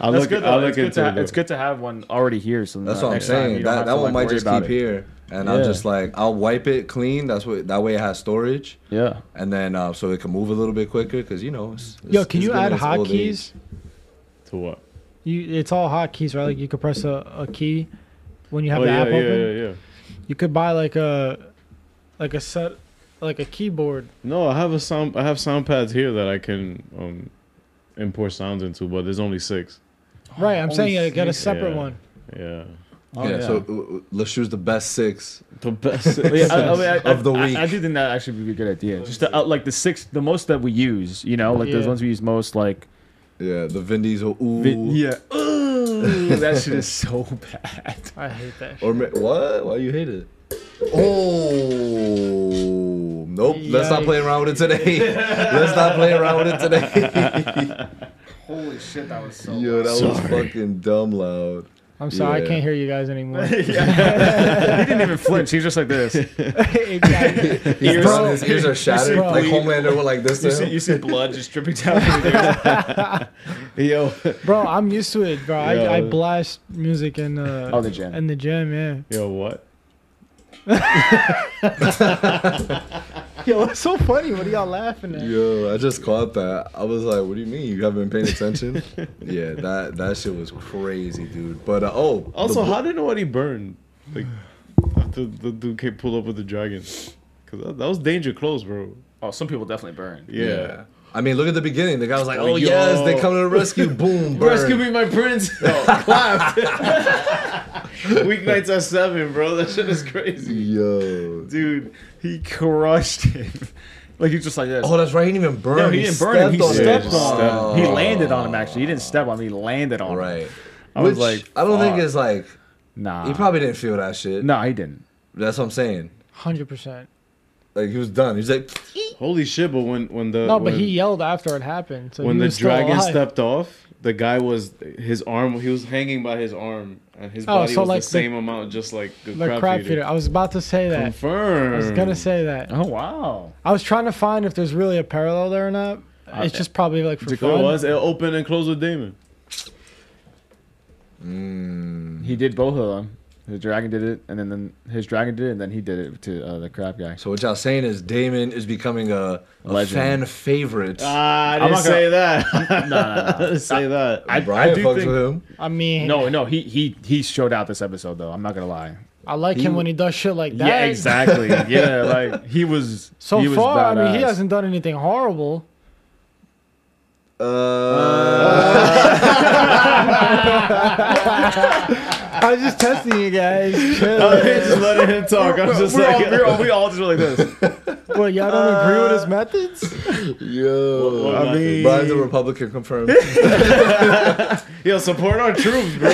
[SPEAKER 3] I
[SPEAKER 5] That's
[SPEAKER 3] look.
[SPEAKER 5] good.
[SPEAKER 3] I
[SPEAKER 5] Though.
[SPEAKER 3] look
[SPEAKER 5] It's, good
[SPEAKER 3] into
[SPEAKER 5] to
[SPEAKER 3] it.
[SPEAKER 5] ha- it's good to have one already here. So
[SPEAKER 4] That's
[SPEAKER 5] that
[SPEAKER 4] what I'm
[SPEAKER 5] next time
[SPEAKER 4] saying.
[SPEAKER 5] you don't
[SPEAKER 4] That
[SPEAKER 5] have
[SPEAKER 4] that
[SPEAKER 5] to,
[SPEAKER 4] one
[SPEAKER 5] like,
[SPEAKER 4] might
[SPEAKER 5] worry
[SPEAKER 4] just
[SPEAKER 5] about
[SPEAKER 4] keep
[SPEAKER 5] it.
[SPEAKER 4] here, and I'll
[SPEAKER 5] Yeah.
[SPEAKER 4] just like I'll wipe it clean. That's what that way it has storage,
[SPEAKER 5] Yeah.
[SPEAKER 4] and then uh, so it can move a little bit quicker because you know. It's,
[SPEAKER 2] Yo,
[SPEAKER 4] it's-
[SPEAKER 2] can
[SPEAKER 4] it's
[SPEAKER 2] you
[SPEAKER 4] getting
[SPEAKER 2] add
[SPEAKER 4] its old
[SPEAKER 2] hotkeys?
[SPEAKER 4] age.
[SPEAKER 3] to what?
[SPEAKER 2] You, it's all hotkeys, right? Like you could press a, a key when you have
[SPEAKER 3] oh
[SPEAKER 2] the
[SPEAKER 3] yeah,
[SPEAKER 2] app
[SPEAKER 3] yeah,
[SPEAKER 2] open.
[SPEAKER 3] yeah, yeah.
[SPEAKER 2] You could buy like a, like a set, like a keyboard.
[SPEAKER 3] No, I have a sound. I have sound pads here that I can um import sounds into, but there's only six.
[SPEAKER 2] Right, I'm
[SPEAKER 5] Oh,
[SPEAKER 2] saying I got a
[SPEAKER 5] shit.
[SPEAKER 2] separate
[SPEAKER 3] Yeah.
[SPEAKER 2] one.
[SPEAKER 3] Yeah.
[SPEAKER 5] Oh,
[SPEAKER 4] yeah, So uh, uh, let's choose the best six.
[SPEAKER 3] The best.
[SPEAKER 5] Yeah, I, I mean, I,
[SPEAKER 4] Of the
[SPEAKER 5] I-
[SPEAKER 4] week.
[SPEAKER 5] I, do think that actually would be a good idea. Just to, out like the six, the most that we use, you know, like those
[SPEAKER 2] Yeah.
[SPEAKER 5] ones we use most, like
[SPEAKER 4] Yeah, the Vin Diesel. Ooh.
[SPEAKER 5] vi- yeah, Ooh, that shit is so bad.
[SPEAKER 2] I hate that. Shit.
[SPEAKER 4] Or ma- what? Why you hate it? Oh nope. Let's not play around with it today. Let's not play around with it today.
[SPEAKER 5] Holy shit, that was so.
[SPEAKER 4] Yo, that was fucking dumb loud.
[SPEAKER 2] I'm sorry,
[SPEAKER 4] Yeah.
[SPEAKER 2] I can't hear you guys anymore.
[SPEAKER 5] he didn't even flinch. He's just like this.
[SPEAKER 2] Exactly.
[SPEAKER 4] His
[SPEAKER 5] Ears-
[SPEAKER 4] bro- his ears are shattered.
[SPEAKER 2] bro.
[SPEAKER 4] Like Homelander went like this.
[SPEAKER 5] You
[SPEAKER 4] To
[SPEAKER 5] see,
[SPEAKER 4] him.
[SPEAKER 5] you see blood just dripping down. from his ears.
[SPEAKER 3] Yo.
[SPEAKER 2] bro, I'm used to it, bro.
[SPEAKER 3] Yeah.
[SPEAKER 2] I, I blast music in the
[SPEAKER 5] Oh, the gym.
[SPEAKER 2] in the gym, yeah.
[SPEAKER 3] Yo, what?
[SPEAKER 2] Yo, it's so funny. What are y'all laughing at?
[SPEAKER 4] Yo, I just caught that. I was like, "What do you mean? You haven't been paying attention?" yeah, that that shit was crazy, dude. But uh, oh,
[SPEAKER 3] Also,
[SPEAKER 4] the,
[SPEAKER 3] how did nobody burn? Like, after the dude came pull up with the dragon. Because that, that was danger close, bro.
[SPEAKER 5] oh, some people definitely burn.
[SPEAKER 3] Yeah.
[SPEAKER 4] I mean, look at the beginning. The guy was like, "Oh,
[SPEAKER 3] Oh, yo.
[SPEAKER 4] yes, they come to the rescue!" Boom, burn.
[SPEAKER 3] Rescue me, my prince.
[SPEAKER 5] Oh.
[SPEAKER 3] clapped. Weeknights at seven, bro. That shit is crazy,
[SPEAKER 4] Yo.
[SPEAKER 3] dude.
[SPEAKER 5] He crushed him. Like he's just like this.
[SPEAKER 4] Oh, that's right. He didn't even burn.
[SPEAKER 5] No, he didn't burn him. He
[SPEAKER 4] stepped on
[SPEAKER 5] stepped
[SPEAKER 4] him.
[SPEAKER 5] on him.
[SPEAKER 4] Oh,
[SPEAKER 5] He landed on him. Actually, he didn't step on him. He landed on him.
[SPEAKER 4] Right.
[SPEAKER 5] I
[SPEAKER 4] Which
[SPEAKER 5] was like,
[SPEAKER 4] I don't think
[SPEAKER 5] fuck.
[SPEAKER 4] it's like
[SPEAKER 5] Nah.
[SPEAKER 4] he probably didn't feel that shit.
[SPEAKER 5] No, he didn't.
[SPEAKER 4] That's what I'm saying.
[SPEAKER 2] Hundred percent.
[SPEAKER 4] Like he was done. He's like,
[SPEAKER 3] Holy shit! But when when the
[SPEAKER 2] No,
[SPEAKER 3] when,
[SPEAKER 2] but he yelled after it happened. So
[SPEAKER 3] when
[SPEAKER 2] he
[SPEAKER 3] the
[SPEAKER 2] was still
[SPEAKER 3] dragon
[SPEAKER 2] alive.
[SPEAKER 3] stepped off, the guy was his arm. He was hanging by his arm, and his
[SPEAKER 2] Oh,
[SPEAKER 3] body
[SPEAKER 2] so
[SPEAKER 3] was
[SPEAKER 2] like
[SPEAKER 3] the
[SPEAKER 2] the-
[SPEAKER 3] same amount, just like the,
[SPEAKER 2] the
[SPEAKER 3] crab,
[SPEAKER 2] crab
[SPEAKER 3] feeder.
[SPEAKER 2] feeder. I was about to say that.
[SPEAKER 3] Confirm.
[SPEAKER 2] I was gonna say that.
[SPEAKER 5] Oh wow.
[SPEAKER 2] I was trying to find if there's really a parallel there or not. It's
[SPEAKER 5] Uh,
[SPEAKER 2] just probably like for
[SPEAKER 3] It
[SPEAKER 2] fun.
[SPEAKER 3] was it opened and closed with Damon.
[SPEAKER 5] He did both of them. The dragon did it, and then, then his dragon did it, and then he did it to uh, the crab guy.
[SPEAKER 4] so what y'all saying is Damon is becoming a, a
[SPEAKER 5] Legend. Uh,
[SPEAKER 4] fan favorite.
[SPEAKER 3] Ah, I
[SPEAKER 5] didn't say
[SPEAKER 3] that.
[SPEAKER 5] No, no, no.
[SPEAKER 3] say that.
[SPEAKER 5] I,
[SPEAKER 4] Brian
[SPEAKER 5] I do
[SPEAKER 4] fucks
[SPEAKER 5] think,
[SPEAKER 4] with him.
[SPEAKER 2] I mean,
[SPEAKER 5] No, no, he he he showed out this episode though. I'm not gonna lie.
[SPEAKER 2] I like him when he does shit like that.
[SPEAKER 5] yeah, exactly. Yeah, like he was.
[SPEAKER 2] So
[SPEAKER 5] he was
[SPEAKER 2] far, I mean, he
[SPEAKER 5] badass.
[SPEAKER 2] hasn't done anything horrible. I was just testing you guys.
[SPEAKER 5] Uh,
[SPEAKER 2] Chill.
[SPEAKER 3] just letting him talk. I'm just
[SPEAKER 5] We're all,
[SPEAKER 3] like,
[SPEAKER 5] we're all, we all just were like this.
[SPEAKER 2] What, y'all don't
[SPEAKER 5] uh,
[SPEAKER 2] agree with his methods?
[SPEAKER 4] Yo,
[SPEAKER 3] Well,
[SPEAKER 4] I
[SPEAKER 3] nothing.
[SPEAKER 4] mean, Brian's a Republican confirmed.
[SPEAKER 3] yo, support our troops, bro.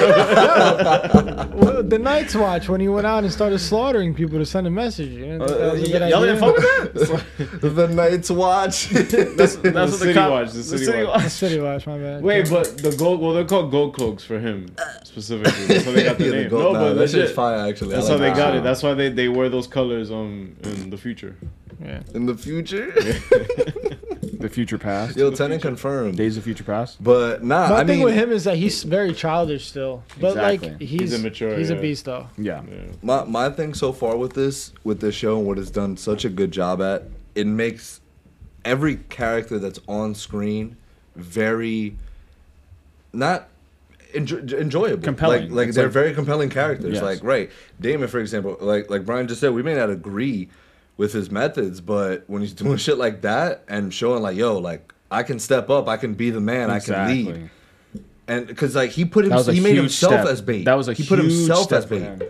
[SPEAKER 2] Well, the Night's Watch, when he went out and started slaughtering people to send a message. You know, that was a good
[SPEAKER 5] Uh, Y'all
[SPEAKER 2] idea.
[SPEAKER 5] didn't fuck with that.
[SPEAKER 4] the Night's Watch.
[SPEAKER 5] That's, that's what
[SPEAKER 3] City
[SPEAKER 5] the cop,
[SPEAKER 3] Watch, the City Watch.
[SPEAKER 2] The City Watch, my bad.
[SPEAKER 3] Wait, but the gold. Well, they're called gold cloaks for him specifically. That's how they got the
[SPEAKER 4] Yeah,
[SPEAKER 3] name.
[SPEAKER 4] gold-
[SPEAKER 3] no,
[SPEAKER 4] nah,
[SPEAKER 3] but
[SPEAKER 4] that shit's
[SPEAKER 3] legit.
[SPEAKER 4] fire actually. I
[SPEAKER 3] That's
[SPEAKER 4] like
[SPEAKER 3] how they
[SPEAKER 4] that
[SPEAKER 3] got
[SPEAKER 4] shit.
[SPEAKER 3] it. That's why they, they wear those colors um in the future.
[SPEAKER 2] Yeah.
[SPEAKER 4] in the future.
[SPEAKER 5] The future past.
[SPEAKER 4] Yo, Tenen confirmed.
[SPEAKER 5] Days of Future Past.
[SPEAKER 4] But nah,
[SPEAKER 2] My
[SPEAKER 4] I
[SPEAKER 2] thing
[SPEAKER 4] mean,
[SPEAKER 2] with him is that he's very childish still, but like
[SPEAKER 5] Exactly.
[SPEAKER 2] he's
[SPEAKER 3] He's immature,
[SPEAKER 2] He's
[SPEAKER 3] yeah.
[SPEAKER 2] a beast though.
[SPEAKER 5] Yeah.
[SPEAKER 3] Yeah.
[SPEAKER 4] my my thing so far with this with this show and what it's done such a good job at it makes every character that's on screen very not enjoy, enjoyable
[SPEAKER 5] Compelling.
[SPEAKER 4] like, like
[SPEAKER 5] It's
[SPEAKER 4] they're
[SPEAKER 5] like-
[SPEAKER 4] very compelling characters
[SPEAKER 5] Yes.
[SPEAKER 4] like right damon for example like like brian just said we may not agree with his methods but when he's doing shit like that and showing like yo like i can step up i can be the man i can lead and because like he put him,
[SPEAKER 5] That was a
[SPEAKER 4] he made
[SPEAKER 5] huge
[SPEAKER 4] himself
[SPEAKER 5] step.
[SPEAKER 4] as bait.
[SPEAKER 5] That was a
[SPEAKER 4] he put
[SPEAKER 5] huge
[SPEAKER 4] himself
[SPEAKER 5] step
[SPEAKER 4] as
[SPEAKER 5] for
[SPEAKER 4] bait.
[SPEAKER 5] him.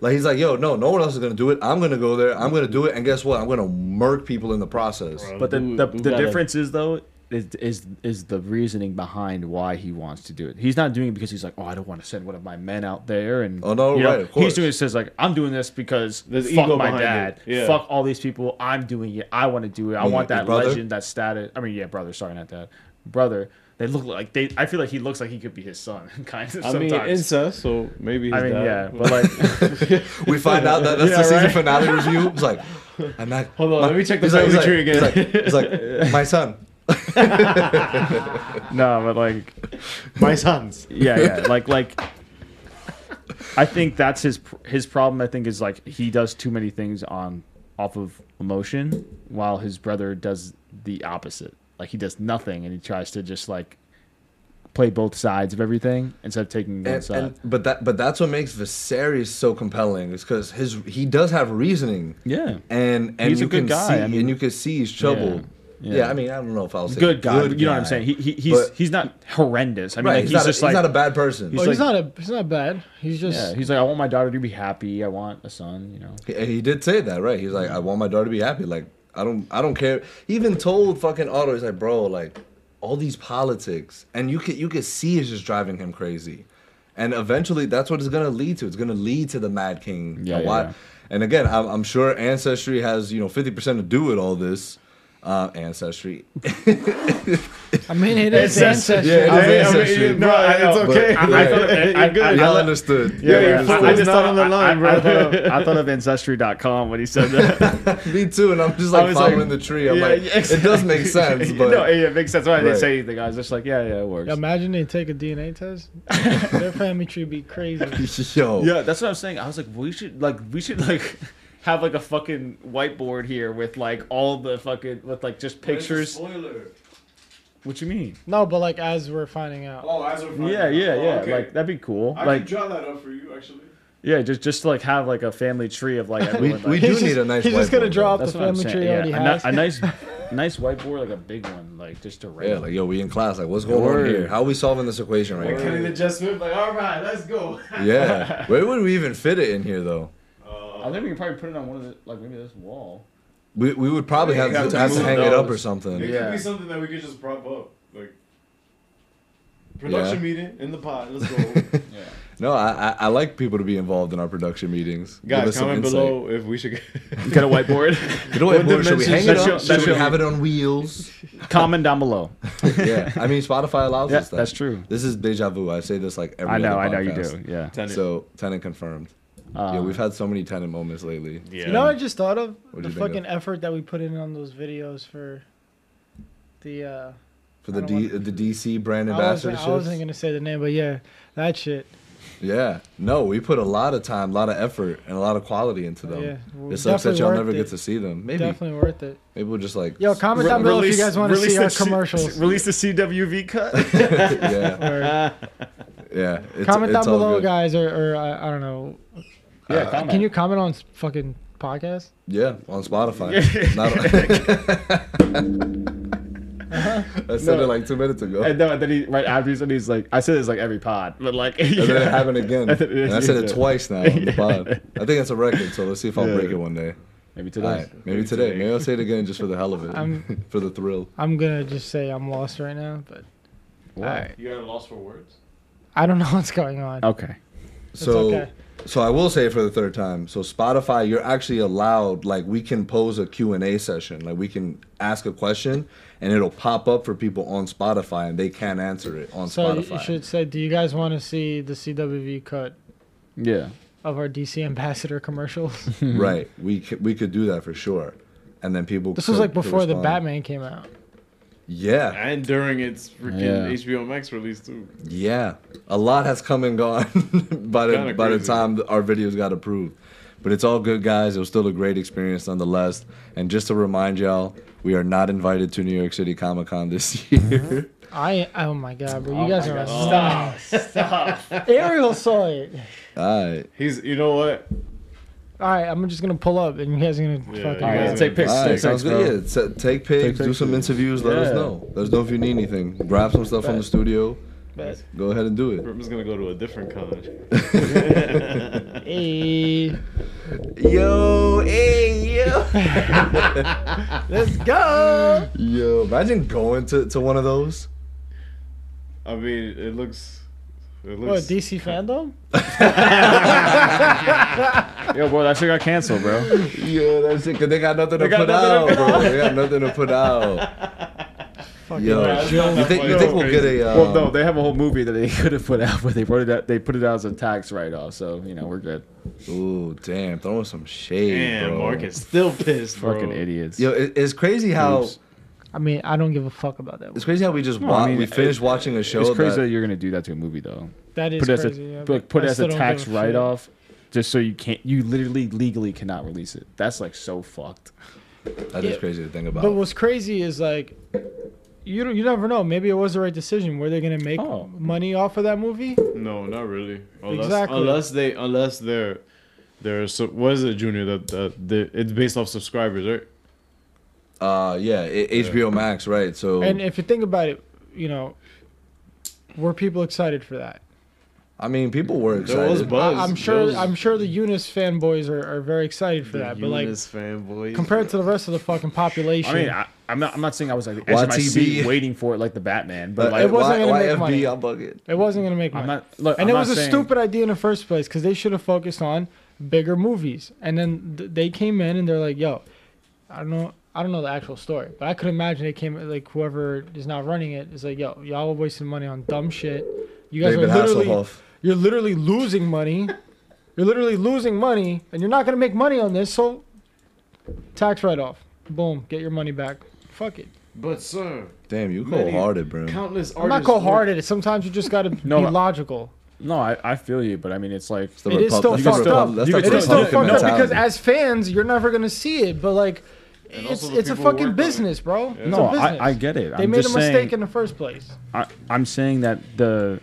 [SPEAKER 4] Like he's like, yo, no, no one else is gonna do it. I'm gonna go there. I'm gonna do it, and guess what? I'm gonna murk people in the process.
[SPEAKER 5] But the
[SPEAKER 3] Who-
[SPEAKER 5] the,
[SPEAKER 3] who
[SPEAKER 5] the
[SPEAKER 3] gotta-
[SPEAKER 5] difference is though is, is is the reasoning behind why he wants to do it. He's not doing it because he's like, oh, I don't want to send one of my men out there and
[SPEAKER 4] Oh, no,
[SPEAKER 5] you know,
[SPEAKER 4] right, of
[SPEAKER 5] He's
[SPEAKER 4] course.
[SPEAKER 5] doing it says like I'm doing this because
[SPEAKER 3] There's
[SPEAKER 5] fuck
[SPEAKER 3] ego
[SPEAKER 5] my
[SPEAKER 3] behind
[SPEAKER 5] dad,
[SPEAKER 3] it. Yeah.
[SPEAKER 5] fuck all these people. I'm doing it. I want to do it. I
[SPEAKER 4] Meaning
[SPEAKER 5] want
[SPEAKER 4] your
[SPEAKER 5] that
[SPEAKER 4] brother?
[SPEAKER 5] legend, that status. I mean, yeah, brother. Sorry, not dad, brother. They look like they. I feel like he looks like he could be his son, kind of.
[SPEAKER 3] I mean
[SPEAKER 5] sometimes.
[SPEAKER 3] incest, so maybe. His
[SPEAKER 5] I mean,
[SPEAKER 3] dad.
[SPEAKER 5] yeah, but like,
[SPEAKER 4] We find out that that's the
[SPEAKER 5] Yeah,
[SPEAKER 4] season
[SPEAKER 5] right.
[SPEAKER 4] finale review. It's like, I'm not.
[SPEAKER 3] Hold on, let me check the
[SPEAKER 4] he's like-
[SPEAKER 3] family
[SPEAKER 4] he's
[SPEAKER 3] tree
[SPEAKER 4] like-
[SPEAKER 3] again.
[SPEAKER 4] He's like, he's like, my son.
[SPEAKER 5] no, but like,
[SPEAKER 3] My sons.
[SPEAKER 5] yeah, yeah. Like, like, I think that's his pr- his problem. I think is like he does too many things on off of emotion, while his brother does the opposite. Like he does nothing, and he tries to just like play both sides of everything instead of taking one
[SPEAKER 4] And,
[SPEAKER 5] side.
[SPEAKER 4] and- but that but that's what makes Viserys so compelling. Is because his he does have reasoning.
[SPEAKER 5] yeah,
[SPEAKER 4] And and
[SPEAKER 5] He's a
[SPEAKER 4] you
[SPEAKER 5] good
[SPEAKER 4] can
[SPEAKER 5] guy,
[SPEAKER 4] see
[SPEAKER 5] I mean-
[SPEAKER 4] and you can see he's troubled. Yeah. I mean, I don't know if I'll say
[SPEAKER 5] good guy. you know what I'm saying? He, he he's
[SPEAKER 4] But-
[SPEAKER 5] he's not horrendous. I mean,
[SPEAKER 4] right,
[SPEAKER 5] like,
[SPEAKER 4] he's,
[SPEAKER 5] he's,
[SPEAKER 4] not, a-
[SPEAKER 5] just
[SPEAKER 4] he's
[SPEAKER 5] like
[SPEAKER 4] not a bad person.
[SPEAKER 5] he's
[SPEAKER 2] Oh,
[SPEAKER 5] like-
[SPEAKER 2] he's not a he's not bad. He's just
[SPEAKER 5] yeah, he's like I want my daughter to be happy. I want a son. You know,
[SPEAKER 4] He, he did say that, right? He's like, I want my daughter to be happy. Like, I don't, I don't care. He even told fucking Otto, he's like, bro, like, all these politics, and you could, you could see it's just driving him crazy, and eventually that's what it's gonna lead to. It's gonna lead to the Mad King.
[SPEAKER 5] Yeah,
[SPEAKER 4] and,
[SPEAKER 5] yeah,
[SPEAKER 4] why-
[SPEAKER 5] yeah.
[SPEAKER 4] and again, I'm, I'm sure ancestry has you know 50 percent to do with all this. Uh, ancestry.
[SPEAKER 2] I mean it is ancestry.
[SPEAKER 5] Ancestry.
[SPEAKER 4] Yeah, it
[SPEAKER 2] I
[SPEAKER 4] is
[SPEAKER 2] mean,
[SPEAKER 4] ancestry.
[SPEAKER 3] no,
[SPEAKER 5] No, I
[SPEAKER 3] it's
[SPEAKER 5] know, but-
[SPEAKER 3] okay.
[SPEAKER 5] I- I thought- I- I- I-
[SPEAKER 4] Y'all understood.
[SPEAKER 5] Yeah,
[SPEAKER 4] Y'all
[SPEAKER 5] yeah,
[SPEAKER 4] understood.
[SPEAKER 5] I, I just
[SPEAKER 3] Not
[SPEAKER 5] thought
[SPEAKER 3] on the line,
[SPEAKER 5] I, I,
[SPEAKER 3] bro.
[SPEAKER 5] I thought of, I thought of ancestry.com when he said that.
[SPEAKER 4] Me too, and I'm just
[SPEAKER 5] I
[SPEAKER 4] like
[SPEAKER 5] was like-
[SPEAKER 4] following the tree. I'm
[SPEAKER 5] Yeah,
[SPEAKER 4] like,
[SPEAKER 5] yeah,
[SPEAKER 4] it does make sense, but
[SPEAKER 5] no, yeah, it makes sense. Why I
[SPEAKER 4] Right.
[SPEAKER 5] didn't say anything. I was just like, yeah, yeah, it works.
[SPEAKER 2] Imagine they take a DNA test. Their family tree be crazy.
[SPEAKER 4] yo,
[SPEAKER 5] Yeah, that's what I'm saying. I was like, we should like we should like have like a fucking whiteboard here with like all the fucking with like just pictures.
[SPEAKER 3] Spoiler.
[SPEAKER 5] What you mean?
[SPEAKER 2] No, but like as we're finding out.
[SPEAKER 3] Oh, as we're
[SPEAKER 5] Yeah, yeah, yeah. Like that'd be cool.
[SPEAKER 3] I
[SPEAKER 5] like
[SPEAKER 3] can draw that up for you, actually.
[SPEAKER 5] yeah, just just like have like a family tree of like
[SPEAKER 4] we,
[SPEAKER 5] everyone.
[SPEAKER 4] we
[SPEAKER 5] like,
[SPEAKER 4] do
[SPEAKER 2] He's
[SPEAKER 4] need
[SPEAKER 2] just-
[SPEAKER 4] a nice.
[SPEAKER 2] He's just gonna
[SPEAKER 4] whiteboard,
[SPEAKER 2] draw
[SPEAKER 4] though.
[SPEAKER 2] up the
[SPEAKER 5] that's what I'm
[SPEAKER 2] family
[SPEAKER 5] saying.
[SPEAKER 2] tree
[SPEAKER 5] Yeah,
[SPEAKER 2] already
[SPEAKER 5] a,
[SPEAKER 2] has.
[SPEAKER 5] ni- a nice nice whiteboard, like a big one, like just to
[SPEAKER 4] Yeah,
[SPEAKER 5] rail.
[SPEAKER 4] like yo, we in class. Like, what's going
[SPEAKER 5] Word.
[SPEAKER 4] on here? How are we solving this equation right
[SPEAKER 3] Like Kenny
[SPEAKER 4] here?
[SPEAKER 3] the Jet Smith, like, all right, let's go.
[SPEAKER 4] Yeah, where would we even fit it in here though?
[SPEAKER 5] I think we can probably put it on one of the like maybe this wall.
[SPEAKER 4] We, we would probably have,
[SPEAKER 3] Yeah,
[SPEAKER 4] to, have
[SPEAKER 3] have to
[SPEAKER 4] to
[SPEAKER 3] move
[SPEAKER 4] hang it up
[SPEAKER 5] those.
[SPEAKER 4] or something.
[SPEAKER 3] It
[SPEAKER 5] Yeah.
[SPEAKER 3] could be something that we could just prop up. Like, production
[SPEAKER 4] Yeah.
[SPEAKER 3] meeting in the pot. Let's go.
[SPEAKER 5] Yeah.
[SPEAKER 4] No, I, I I like people to be involved in our production meetings. Give us
[SPEAKER 3] Guys,
[SPEAKER 4] some
[SPEAKER 3] comment
[SPEAKER 4] insight.
[SPEAKER 3] below if we should get.
[SPEAKER 5] Get a whiteboard.
[SPEAKER 4] You know what,
[SPEAKER 3] What
[SPEAKER 4] boy, should we hang
[SPEAKER 3] dimensions
[SPEAKER 4] it
[SPEAKER 5] should-
[SPEAKER 4] up?
[SPEAKER 5] should
[SPEAKER 4] Should we
[SPEAKER 5] we-
[SPEAKER 4] have it on wheels?
[SPEAKER 5] Comment down below.
[SPEAKER 4] yeah, I mean Spotify allows
[SPEAKER 5] Yeah,
[SPEAKER 4] us that.
[SPEAKER 5] that's true.
[SPEAKER 4] This is deja vu. I say this like every.
[SPEAKER 5] I know,
[SPEAKER 4] other
[SPEAKER 5] I know you
[SPEAKER 4] podcast.
[SPEAKER 5] do. Yeah.
[SPEAKER 3] Tenant.
[SPEAKER 4] So tenant confirmed. yeah,
[SPEAKER 5] Um,
[SPEAKER 4] we've had so many tenant moments lately.
[SPEAKER 3] yeah.
[SPEAKER 2] You know what I just thought of?
[SPEAKER 4] What'd
[SPEAKER 2] the
[SPEAKER 4] you think of?
[SPEAKER 2] fucking effort that we put in on those videos for the uh
[SPEAKER 4] For the
[SPEAKER 2] I
[SPEAKER 4] D,
[SPEAKER 2] don't
[SPEAKER 4] the DC brand
[SPEAKER 2] I wasn't,
[SPEAKER 4] ambassadorships.
[SPEAKER 2] I wasn't gonna say the name, but yeah, that shit.
[SPEAKER 4] Yeah. No, we put a lot of time, a lot of effort, and a lot of quality into them.
[SPEAKER 2] Yeah, well,
[SPEAKER 4] it sucks that
[SPEAKER 2] definitely
[SPEAKER 4] y'all
[SPEAKER 2] worth
[SPEAKER 4] never
[SPEAKER 2] it.
[SPEAKER 4] get to see them. Maybe
[SPEAKER 2] Definitely worth it.
[SPEAKER 4] maybe we'll just like
[SPEAKER 2] Yo, comment down below if you guys want to see our commercials.
[SPEAKER 5] Release the CWV cut.
[SPEAKER 4] yeah,
[SPEAKER 2] Or
[SPEAKER 4] yeah. It's,
[SPEAKER 2] comment down
[SPEAKER 4] it's all
[SPEAKER 2] below,
[SPEAKER 4] good.
[SPEAKER 2] guys, or, or I, I don't know.
[SPEAKER 5] Yeah,
[SPEAKER 2] Can you comment on s- fucking podcast?
[SPEAKER 4] Yeah, on Spotify.
[SPEAKER 5] Yeah.
[SPEAKER 4] Not on- I said
[SPEAKER 5] No.
[SPEAKER 4] it like two minutes ago,
[SPEAKER 5] And
[SPEAKER 4] and,
[SPEAKER 5] no, and then he right after he said he's like, I said this like every pod, but like
[SPEAKER 4] then it
[SPEAKER 5] yeah.
[SPEAKER 4] happened again.
[SPEAKER 5] And then it-
[SPEAKER 4] and I said it
[SPEAKER 5] yeah.
[SPEAKER 4] twice now on the
[SPEAKER 5] Yeah.
[SPEAKER 4] pod. I think it's a record, so let's see if I'll
[SPEAKER 5] Yeah.
[SPEAKER 4] break it one day.
[SPEAKER 5] maybe
[SPEAKER 4] All
[SPEAKER 5] today.
[SPEAKER 4] right, maybe today. Maybe I'll say it again just for the hell of it,
[SPEAKER 2] I'm-
[SPEAKER 4] for the thrill.
[SPEAKER 2] I'm gonna just say I'm lost right now, but Alright.
[SPEAKER 3] You got a loss for words?
[SPEAKER 2] I don't know what's going on.
[SPEAKER 5] Okay.
[SPEAKER 4] So,
[SPEAKER 2] okay.
[SPEAKER 4] so I will say it for the third time. So Spotify, you're actually allowed. Like we can pose a Q and A session. Like we can ask a question, and it'll pop up for people on Spotify, and they can answer it on
[SPEAKER 2] So you- you
[SPEAKER 4] Spotify.
[SPEAKER 2] should say, do you guys want to see the CWV cut
[SPEAKER 5] Yeah.
[SPEAKER 2] of our DC ambassador commercials?
[SPEAKER 4] Right? We c- we could do that for sure. And then people.
[SPEAKER 2] this was
[SPEAKER 4] could-
[SPEAKER 2] like
[SPEAKER 4] could
[SPEAKER 2] before the
[SPEAKER 4] respond.
[SPEAKER 2] Batman came out.
[SPEAKER 4] Yeah,
[SPEAKER 3] And during its freaking
[SPEAKER 5] Yeah.
[SPEAKER 3] HBO Max release, too.
[SPEAKER 4] yeah. A lot has come and gone by the
[SPEAKER 3] Kinda
[SPEAKER 4] by the
[SPEAKER 3] crazy.
[SPEAKER 4] time th- our videos got approved. But it's all good, guys. It was still a great experience nonetheless. And just to remind y'all, we are not invited to New York City Comic Con this year.
[SPEAKER 2] I oh my god, bro, you guys are
[SPEAKER 5] Stop. Stop.
[SPEAKER 2] Ariel saw it.
[SPEAKER 4] All right.
[SPEAKER 3] He's, you know what?
[SPEAKER 2] All right, I'm just gonna pull up, and you guys are gonna
[SPEAKER 3] Yeah,
[SPEAKER 2] fucking.
[SPEAKER 3] you guys
[SPEAKER 5] Alright, take pics.
[SPEAKER 4] All
[SPEAKER 5] take
[SPEAKER 4] right,
[SPEAKER 5] pics,
[SPEAKER 4] sounds
[SPEAKER 5] bro.
[SPEAKER 4] good. Yeah, t- take pics, do
[SPEAKER 5] pics.
[SPEAKER 4] some interviews. Let us
[SPEAKER 5] Yeah.
[SPEAKER 4] know. Let us know if you need anything. Grab some stuff from the studio.
[SPEAKER 2] Bet.
[SPEAKER 4] Go ahead and do it.
[SPEAKER 3] I'm just going to go to a different con.
[SPEAKER 2] Hey,
[SPEAKER 4] Yo, hey, yo,
[SPEAKER 2] let's go.
[SPEAKER 4] yo! Imagine going to, to one of those.
[SPEAKER 3] I mean, it looks. It
[SPEAKER 2] What
[SPEAKER 3] looks.
[SPEAKER 2] DC fandom?
[SPEAKER 5] Yo, bro, that shit got canceled, bro.
[SPEAKER 4] Yo, that's it. Cause they got nothing to
[SPEAKER 5] got
[SPEAKER 4] put out,
[SPEAKER 5] nothing to
[SPEAKER 4] bro. They got nothing to put out.
[SPEAKER 2] Fucking
[SPEAKER 4] Yo,
[SPEAKER 3] that's not
[SPEAKER 4] you think you
[SPEAKER 3] funny.
[SPEAKER 4] think we'll get a? Um,
[SPEAKER 5] well, no, they have a whole movie that they could have put out, but they put it out. They put it out as a tax write-off, so you know we're good.
[SPEAKER 4] Ooh, damn! Throwing some shade,
[SPEAKER 3] Damn,
[SPEAKER 4] bro.
[SPEAKER 3] Mark is still pissed, bro.
[SPEAKER 5] Fucking idiots.
[SPEAKER 4] Yo, it, it's crazy how
[SPEAKER 5] Oops.
[SPEAKER 2] I mean, I don't give a fuck about that.
[SPEAKER 4] it's
[SPEAKER 2] One.
[SPEAKER 4] crazy how we just
[SPEAKER 5] I
[SPEAKER 4] wa-
[SPEAKER 5] mean,
[SPEAKER 4] we
[SPEAKER 5] it-
[SPEAKER 4] finished watching a show.
[SPEAKER 5] it's crazy
[SPEAKER 4] that-
[SPEAKER 5] that you're gonna do that to a movie, though.
[SPEAKER 2] That is
[SPEAKER 5] put it as
[SPEAKER 2] crazy. yeah,
[SPEAKER 5] a
[SPEAKER 2] but
[SPEAKER 5] like, put
[SPEAKER 2] I
[SPEAKER 5] it as
[SPEAKER 2] still
[SPEAKER 5] a
[SPEAKER 2] don't
[SPEAKER 5] tax
[SPEAKER 2] give a shit.
[SPEAKER 5] write off, just so you can't. You literally legally cannot release it. That's like so fucked.
[SPEAKER 4] that is
[SPEAKER 2] Yeah.
[SPEAKER 4] crazy to think about.
[SPEAKER 2] But what's crazy is like, you don't, you never know. Maybe it was the right decision. Were they gonna make
[SPEAKER 5] Oh.
[SPEAKER 2] money off of that movie?
[SPEAKER 3] No, not really. Unless,
[SPEAKER 2] Exactly.
[SPEAKER 3] Unless they, unless they're, they're. So, what is it, Junior? That, that the, it's based off subscribers, right?
[SPEAKER 4] Uh, yeah, it, HBO Max, right? So
[SPEAKER 2] And if you think about it, you know, were people excited for that?
[SPEAKER 4] I mean, people were
[SPEAKER 3] There was
[SPEAKER 4] excited.
[SPEAKER 3] buzz.
[SPEAKER 2] I, am sure.
[SPEAKER 3] Those-
[SPEAKER 2] I'm sure the Eunice fanboys are, are very excited for
[SPEAKER 3] the
[SPEAKER 2] that. But like
[SPEAKER 3] Eunice fanboys.
[SPEAKER 2] compared to the rest of the fucking population,
[SPEAKER 5] I mean, I, I'm not. I'm not saying I was like the edge of my
[SPEAKER 4] YTB.
[SPEAKER 5] seat waiting for it like the Batman, but like
[SPEAKER 2] it wasn't gonna make
[SPEAKER 4] YFB,
[SPEAKER 2] money.
[SPEAKER 4] I'm bugging.
[SPEAKER 2] it wasn't gonna make money.
[SPEAKER 5] I'm not. Look,
[SPEAKER 2] and
[SPEAKER 5] I'm
[SPEAKER 2] it
[SPEAKER 5] not
[SPEAKER 2] was a
[SPEAKER 5] saying-
[SPEAKER 2] stupid idea in the first place because they should have focused on bigger movies. And then th- they came in and they're like, "Yo, I don't know, I don't know the actual story, but I could imagine they came like whoever is not running it is like, yo, y'all are wasting money on dumb shit. You guys
[SPEAKER 4] David
[SPEAKER 2] are literally,
[SPEAKER 4] Hasselhoff.
[SPEAKER 2] you're literally losing money. you're literally losing money, and you're not gonna make money on this. So, tax write off. Boom, get your money back. Fuck it.
[SPEAKER 3] But sir,
[SPEAKER 4] Damn, you
[SPEAKER 3] many-
[SPEAKER 4] cold hearted, bro.
[SPEAKER 3] Countless artists.
[SPEAKER 2] I'm not cold-hearted. Sometimes you just gotta
[SPEAKER 5] No,
[SPEAKER 2] be
[SPEAKER 5] but-
[SPEAKER 2] logical.
[SPEAKER 5] No, I, I feel you, but I mean, it's like
[SPEAKER 4] It's the
[SPEAKER 2] It is
[SPEAKER 4] Repub-
[SPEAKER 2] still
[SPEAKER 4] that's the
[SPEAKER 2] fucked
[SPEAKER 4] Repub-
[SPEAKER 2] up.
[SPEAKER 4] That's the
[SPEAKER 5] You
[SPEAKER 2] It
[SPEAKER 5] It's
[SPEAKER 2] is still
[SPEAKER 5] Republican
[SPEAKER 2] fucked up
[SPEAKER 4] mentality.
[SPEAKER 2] because as fans, you're never gonna see it. But like, it's
[SPEAKER 3] also the
[SPEAKER 2] it's a
[SPEAKER 3] people who
[SPEAKER 2] fucking
[SPEAKER 3] work on it.
[SPEAKER 2] business, bro. It's
[SPEAKER 5] no,
[SPEAKER 2] a business.
[SPEAKER 5] I, I get it.
[SPEAKER 2] They
[SPEAKER 5] I'm
[SPEAKER 2] made a
[SPEAKER 5] just
[SPEAKER 2] mistake
[SPEAKER 5] saying.
[SPEAKER 2] in the first place.
[SPEAKER 5] I, I'm saying that the